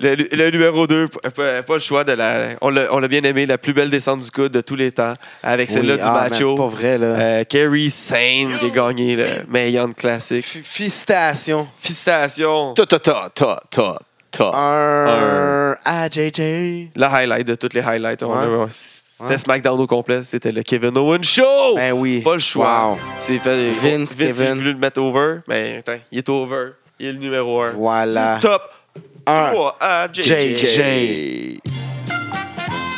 A: Le, le numéro 2, pas, pas le choix de la. On l'a on l'a bien aimé, la plus belle descente du coude de tous les temps, avec celle-là
C: Oui,
A: du
C: ah, man,
A: macho.
C: Pas vrai, là.
A: Euh, Kerry Sane qui a gagné le Mayan Classic.
C: F- Félicitations.
A: Félicitations!
B: Ta, ta, ta, ta, ta,
C: Ah.
B: ta.
C: Un. Ah, JJ.
A: Le highlight de tous les highlights. on a- C'était
C: Ouais.
A: SmackDown au complet. C'était le Kevin Owens Show!
C: Ben oui.
A: Oh, Pas le choix.
C: Wow.
A: C'est fait.
C: Vince,
A: Vince, il a
C: Kevin.
A: voulu le mettre over. Mais Ben, attends, il est over. Il est le numéro 1.
C: Voilà.
A: Top
C: Un.
A: 3 à JJ.
C: JJ.
B: Jay.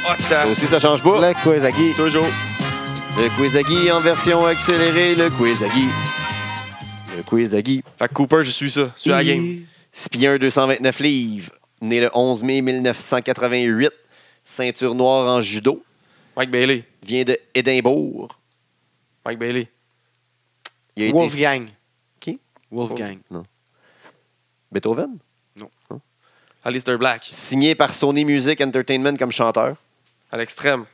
B: Ça
A: Octave.
B: aussi, ça change pas.
C: Le Kawasaki.
A: Toujours.
B: Le quiz à Guy en version accélérée. Le quiz à Guy. Le quiz à Guy.
A: Fait que Cooper, je suis ça. Suis à la game.
B: Spien 229 livres. Né le 11 mai 1988. Ceinture noire en judo.
A: Mike Bailey.
B: Vient de Édimbourg.
A: Mike Bailey.
B: Il a été-
C: Wolfgang.
B: Qui?
C: Wolfgang.
B: Oh. Beethoven.
A: Alistair Black.
B: Signé par Sony Music Entertainment comme chanteur.
A: À l'extrême.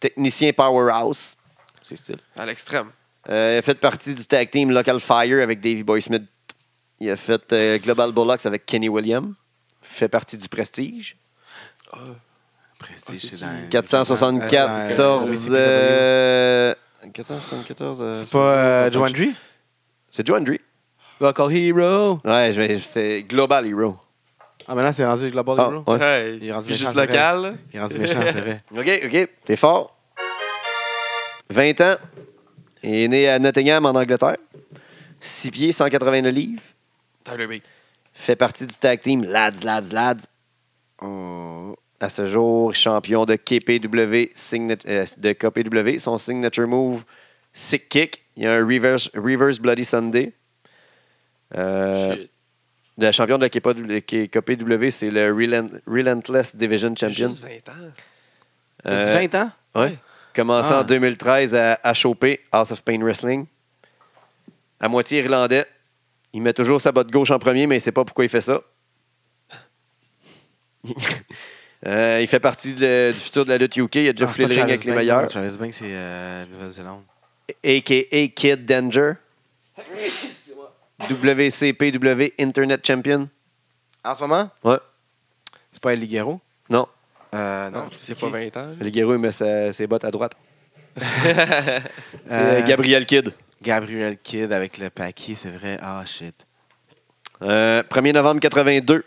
B: Technicien Powerhouse.
A: C'est style. À l'extrême.
B: Euh, il a fait partie du tag team Local Fire avec Davey Boy Smith. Il a fait euh, Global Bullocks avec Kenny Williams. Fait partie du Prestige.
C: Prestige, c'est dans-
B: 474.
C: Euh,
B: euh, 474. euh,
C: C'est pas euh, Joe Andrew?
B: C'est Joe Andre.
C: Local Hero.
B: Ouais, je vais- c'est Global Hero.
C: Ah, maintenant, c'est rendu Global
B: Ah,
C: Hero.
B: ouais.
A: Hey,
C: Il est rendu
A: puis
C: méchant,
A: juste
C: c'est vrai.
A: local.
C: Il est rendu méchant, c'est vrai.
B: OK, OK. T'es fort. 20 ans. Il est né à Nottingham, en Angleterre. 6 pieds, 189 livres.
A: Tyler Bate.
B: Fait partie du tag team Lads, Lads, Lads.
C: Oh.
B: À ce jour, champion de KPW, signa- euh, de KPW, son signature move, sick kick. Il y a un reverse, reverse bloody Sunday. Euh,
A: Shit.
B: le champion de KPW, K- KPW c'est le Relent- Relentless Division Champion.
A: Juste 20 ans.
C: T'as dit
B: Euh,
C: 20 ans?
B: ouais. Commencé
C: Ah.
B: en 2013 à HOP, House of Pain Wrestling. À moitié irlandais. Il met toujours sa botte gauche en premier, mais il ne sait pas pourquoi il fait ça. Euh, il fait partie de- du futur de la lutte UK. Il a déjà
C: Ah, c'est
B: foulé le
C: pas
B: ring
C: Travis
B: avec les
C: Banks,
B: meilleurs.
C: non, Travis Banks, c'est euh, Nouvelle-Zélande.
B: a.k.a. Kid Danger. WCPW Internet Champion.
C: En ce moment?
B: Ouais.
C: C'est pas El Ligero?
B: Non,
C: Euh, non,
A: Non, c'est
C: qui?
A: pas 20 ans.
B: le guérou, il met sa- ses bottes à droite. C'est
C: Euh,
B: Gabriel Kidd.
C: Gabriel Kidd avec le paquet, c'est vrai. Ah, shit.
B: Euh, 1er novembre 82.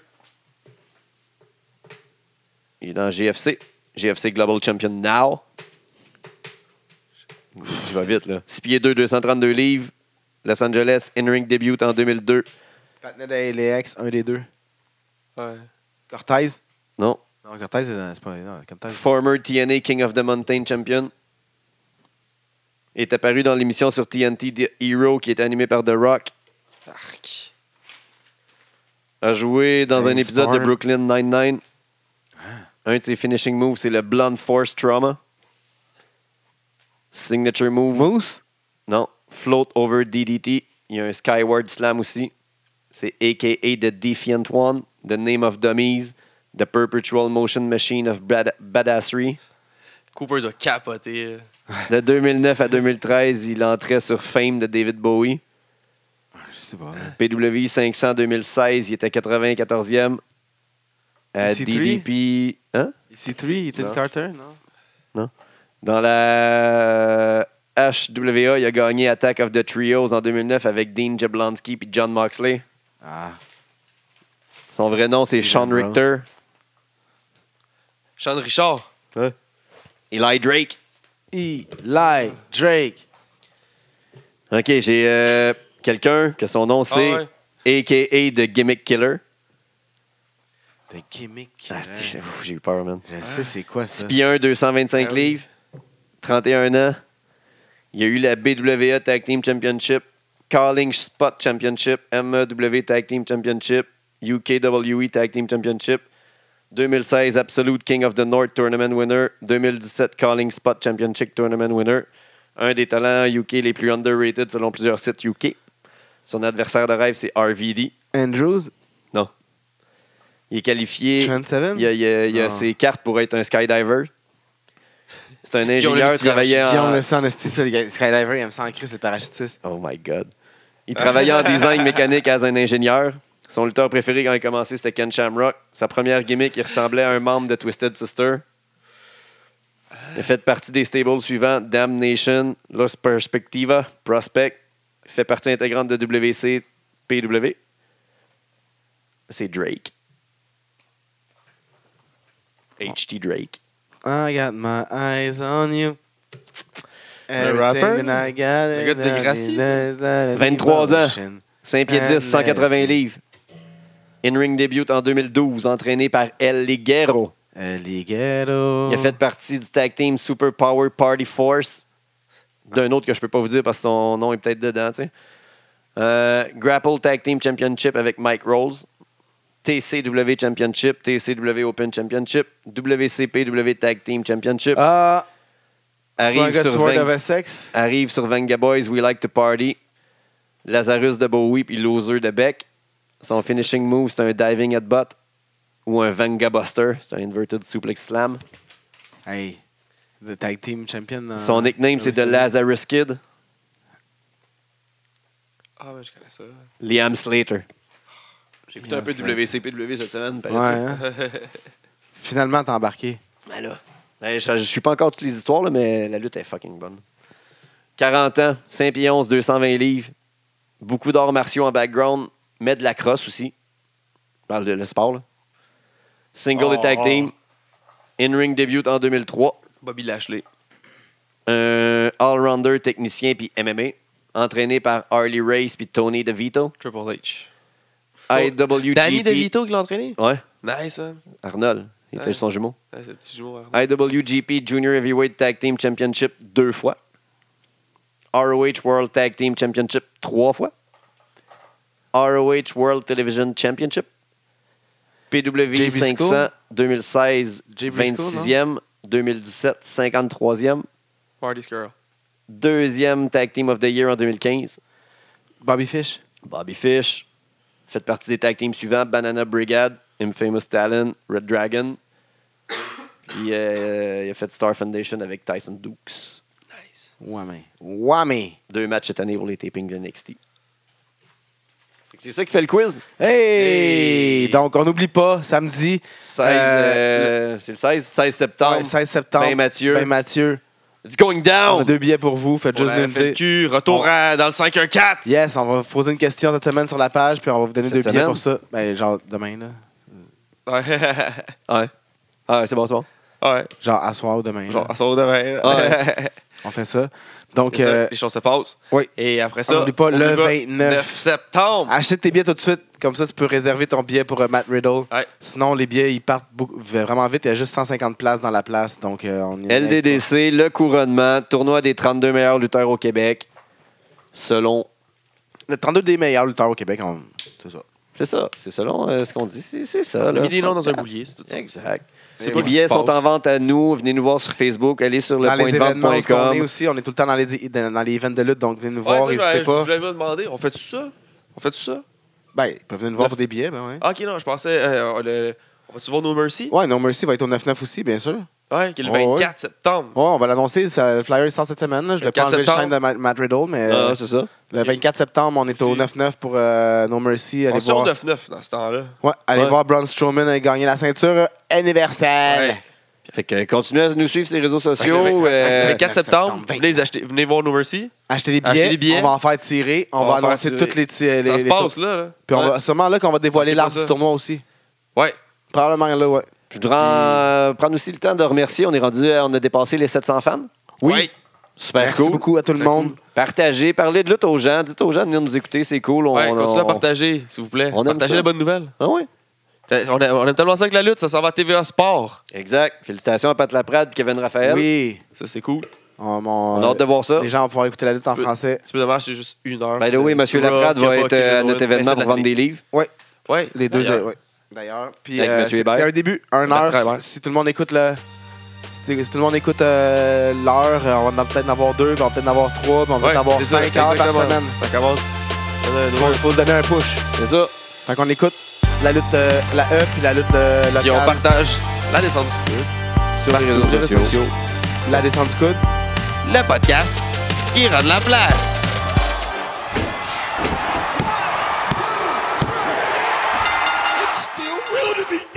B: Il est dans GFC. GFC Global Champion Now. Je vais vite, là. 6 pieds 2, 232 livres. Los Angeles, in-ring débute en 2002.
C: Patnet de LAX, un des deux.
A: Ouais.
C: Cortez?
B: Non.
C: Non, Cortez, c'est dans- c'est pas... Non, Cortez.
B: Former TNA King of the Mountain Champion. Il est apparu dans l'émission sur TNT The Hero qui est animée par The Rock.
A: Arc.
B: A joué dans un
C: James
B: épisode de
C: Storm.
B: Brooklyn Nine-Nine. Un de ses finishing moves, c'est le Blunt Force Trauma. Signature move.
C: Moose?
B: Non. Float over DDT. Il y a un Skyward Slam aussi. C'est AKA The Defiant One, The Name of Dummies, The Perpetual Motion Machine of Bad- Badassery.
A: Cooper doit capoter.
B: De 2009 à 2013, il entrait sur Fame de David Bowie.
C: Je sais pas.
B: PWI 500 2016, il était Euh, 94e. À
C: EC3?
B: DDP, hein?
C: Ici, 3 Ethan
B: Non.
C: Carter, non?
B: Dans la HWA, il a gagné Attack of the Trios en 2009 avec Dean Jablonski et John Moxley.
C: Ah.
B: Son vrai nom, c'est
C: Dean
B: Sean
C: Ambrose.
B: Richter.
A: Sean Richard.
B: Eli Drake.
C: Eli Drake.
B: OK, j'ai euh, quelqu'un que son nom, c'est
A: Ah ouais.
B: AKA The Gimmick Killer.
C: The gimmick.
B: Ah, c'est- j'ai ouf, j'ai eu peur, man.
C: Je sais c'est quoi ça.
B: Spion, 225
A: Ah oui.
B: livres, 31 ans. Il y a eu la BWA Tag Team Championship, Calling Spot Championship, MEW E Tag Team Championship, UKWE E Tag Team Championship, 2016 Absolute King of the North Tournament Winner, 2017 Calling Spot Championship Tournament Winner. Un des talents UK les plus underrated selon plusieurs sites UK. Son adversaire de rêve, c'est RVD.
C: Andrews?
B: Il est qualifié.
C: Trent Seven?
B: Il a, il a- il a
C: Ah.
B: ses cartes pour être un skydiver. C'est un
A: Guillaume le
B: ingénieur
A: petit
B: travaillant
C: Guillaume
B: en...
C: le en esti, ça, le gars- Skydiver, il aime ça en crise, c'est le parachutiste.
B: Oh my God. Il travaillait en design mécanique as un ingénieur. Son lutteur préféré quand il a commencé, c'était Ken Shamrock. Sa première gimmick, il ressemblait à un membre de Twisted Sister. Il a fait partie des stables suivants Damnation, Los Perspectiva, Prospect. Il fait partie intégrante de WC, PW. C'est Drake. H.T. Drake.
C: I got my eyes on you.
A: Un rappeur?
C: Everything that I got
A: Le gars de Degrassi,
C: is that
B: 23 ans. 5 pieds 10,
C: Amnesty.
B: 180 livres. In-ring débute en 2012, entraîné par El Ligero.
C: Alligator.
B: Il a fait partie du tag team Super Power Party Force. D'un autre que je peux pas vous dire parce que son nom est peut-être dedans, tu sais. Euh, Grapple Tag Team Championship avec Mike Rose. TCW Championship, TCW Open Championship, WCPW Tag Team Championship.
C: Ah, c'est pas un
B: arrive,
C: gars de
B: sur
C: Sword
B: 20
C: of Essex?
B: arrive sur Venga Boys, We Like to Party. Lazarus de Bowie puis Loser de Beck. Son finishing move, c'est un diving headbutt ou un Venga Buster. C'est un inverted suplex slam.
C: Hey, the tag team champion. dans-
B: Son nickname, c'est The Lazarus Kid.
A: Ah, ouais, je connais ça.
B: Liam Slater. J'ai écouté un
C: Liam
B: peu de
C: Slater.
B: WCPW cette semaine.
C: Ouais. hein? Finalement, t'es embarqué.
B: Mais là, là, Ben, je, je suis pas encore toutes les histoires, là, mais la lutte est fucking bonne. 40 ans, 5 pieds 11, 220 livres. Beaucoup d'arts martiaux en background, mais de la crosse aussi. Je parle de le sport, là. Single et tag
C: Oh.
B: team. In-ring début en 2003.
A: Bobby Lashley.
B: Un euh, all-rounder technicien puis MMA. Entraîné par Harley Race puis Tony DeVito.
A: Triple H.
B: IWGP.
A: Danny DeVito qui l'a entraîné?
B: Ouais,
A: Nice, man.
B: Arnold. Il était
A: Ouais.
B: son jumeau.
A: Ouais, c'est le petit jumeau. Arnaud.
B: IWGP Junior Heavyweight Tag Team Championship deux fois. ROH World Tag Team Championship trois fois. ROH World Television Championship. PW
C: Jay Briscoe.
B: 500 2016
C: Jay Briscoe,
B: 26e, 2017 53e,
A: Party Girl.
B: deuxième Tag Team of the Year en 2015.
C: Bobby Fish.
B: Bobby Fish. Faites partie des tag teams suivants Banana Brigade, Infamous Talon, Red Dragon. Puis euh, il a fait Star Foundation avec Tyson Dukes.
A: Nice.
C: Whammy. Whammy.
B: Deux matchs cette année pour les tapings de NXT. Fait que C'est ça qui fait le quiz.
C: Hey! Donc, on n'oublie pas, samedi,
B: 16,
C: Euh,
B: euh, c'est le 16, 16 septembre.
C: ouais, 16 septembre.
B: Ben Mathieu.
C: Ben Mathieu.
B: It's going
C: On a
B: down.
C: deux billets pour vous. Faites
A: Pour
C: juste
A: la
C: nous le dire.
A: FLQ, retour
C: On-
A: à- dans le 5-1-4.
C: Yes, on va vous poser une question cette semaine sur la page, puis on va vous donner
B: Cette
C: deux billets
B: semaine?
C: pour ça. Ben, genre demain, là.
A: Ouais.
B: Ouais. Ah, c'est bon, c'est bon.
A: ouais.
C: Genre à soir ou demain.
A: Genre,
C: là.
A: à son demain. là.
C: On fait ça. Donc,
A: C'est ça,
C: euh,
A: les choses se passent.
C: oui.
A: Et après ça,
C: On n'oublie pas
A: on
C: le Ah,
A: y va
C: 29.
A: 9 septembre.
C: Achète tes billets tout de suite. Comme ça, tu peux réserver ton billet pour euh, Matt Riddle.
A: Ouais.
C: Sinon, les billets, ils partent beaucoup- vraiment vite. Il y a juste 150 places dans la place. Donc, euh, on y
B: LDDC, le couronnement, tournoi des 32 meilleurs lutteurs au Québec, selon
C: Le 32 des meilleurs lutteurs au Québec. on- C'est ça.
B: C'est ça, c'est selon euh, ce qu'on dit. C'est c'est ça.
A: On a
B: là.
A: mis des noms dans un
B: Faut-
A: boulier, c'est tout ça.
B: Exact.
A: C'est
B: Les
A: pas ce qui
B: billets
A: se
B: sont
A: passe.
B: en vente à nous. Venez nous voir sur Facebook. Allez sur le
C: dans les événements, où on est
B: lepointdevente.com.
C: aussi, on est tout le temps dans les, dans dans les events de lutte. Donc, venez nous
A: Ouais, ça,
C: voir.
A: je-
C: N'hésitez
A: je,
C: pas.
A: je voulais vous demander, on fait tout ça? On fait tout ça?
C: Ben, ils peuvent venir nous voir pour des billets. Ben, ouais.
A: Ah, ok, non, je pensais, euh, on le- on va-tu voir No Mercy?
C: ouais, No Mercy va être au 9-9 aussi, bien sûr.
A: Ouais, qui est le
C: Ouais, ouais.
A: 24 septembre.
C: Ouais, on va l'annoncer. ça- Le flyer sort cette semaine. là. Je ne l'ai pas
A: 4
C: enlevé le chaîne
A: septembre.
C: de Matt, Matt Riddle, mais
B: Ah,
C: euh,
B: c'est ça.
C: le 24 septembre, on est au
A: Aussi.
C: 9-9 pour euh, No Mercy.
A: On
C: Allez
A: est sur
C: voir.
A: 9-9 dans ce temps-là.
C: Ouais, allez
B: Ouais.
C: voir Braun Strowman a gagné la ceinture euh, universelle.
A: Ouais.
B: Fait que euh, continuez à nous suivre sur les réseaux sociaux.
A: Fait que le
B: euh,
A: 24 septembre,
C: septembre,
A: venez, les acheter, venez voir No Mercy.
C: Achetez les
A: Achetez
C: billets,
A: les billets.
C: on va en faire tirer, on,
A: On
C: va
A: va en
C: annoncer
A: faire
C: toutes les, ti- euh, les,
A: ça se
C: les
A: passe,
C: tours.
A: là. là.
C: Puis on
A: ouais.
C: va sûrement là qu'on va dévoiler
A: Manquez pas
C: l'arbre
A: ça.
C: du tournoi aussi.
A: Ouais.
C: Probablement là, ouais.
B: je voudrais en- prendre aussi le temps de remercier. On est rendu, à- on a dépassé les 700 fans.
C: Oui.
A: Ouais.
B: Super
C: Merci
B: cool.
C: beaucoup à tout le monde.
B: Partagez, parlez de lutte aux gens. Dites aux gens de venir nous écouter, c'est cool. On,
A: Ouais,
B: on-
A: continuez à
B: on-
A: partager, s'il vous plaît.
B: on aime
A: Partagez
B: ça.
A: la bonne nouvelle.
B: Ah ouais.
A: On aime, on aime tellement ça que la lutte, ça s'en va à TVA Sport.
B: Exact. Félicitations à Pat Laprade, Kevin Raphaël.
C: Oui.
A: Ça, c'est cool.
C: On,
B: On a hâte de voir ça.
C: Les gens vont pouvoir écouter la lutte en
A: peux-
C: français.
A: C'est peu dommage, c'est juste une heure.
B: By the way, M. Laprade va être euh, à notre événement pour vendre des livres.
C: Ouais,
A: Ouais,
C: les deux. euh,
A: d'ailleurs.
C: ouais. D'ailleurs, puis
B: Avec
C: euh,
B: Mathieu
C: c'est
B: Hébert.
C: c'est un début, un
A: Bertrand
C: heure. si-
A: Hébert.
C: Si, tout le monde écoute le, si, t- si tout le monde écoute euh, l'heure, euh, on va en- peut-être en avoir deux, puis on va peut-être en avoir trois, puis on va
A: Ouais,
C: peut-être en avoir
A: c'est ça,
C: cinq heures par
A: exactement.
C: semaine.
A: Ça commence.
C: Il faut, faut se donner un push.
B: C'est ça.
C: Fait qu'on écoute la lutte, euh, la E puis la lutte euh, locale,
A: Puis on partage la descente du coude,
B: Sur les réseaux sociaux.
C: la descente du coude.
A: le podcast qui rend de la place.
D: Big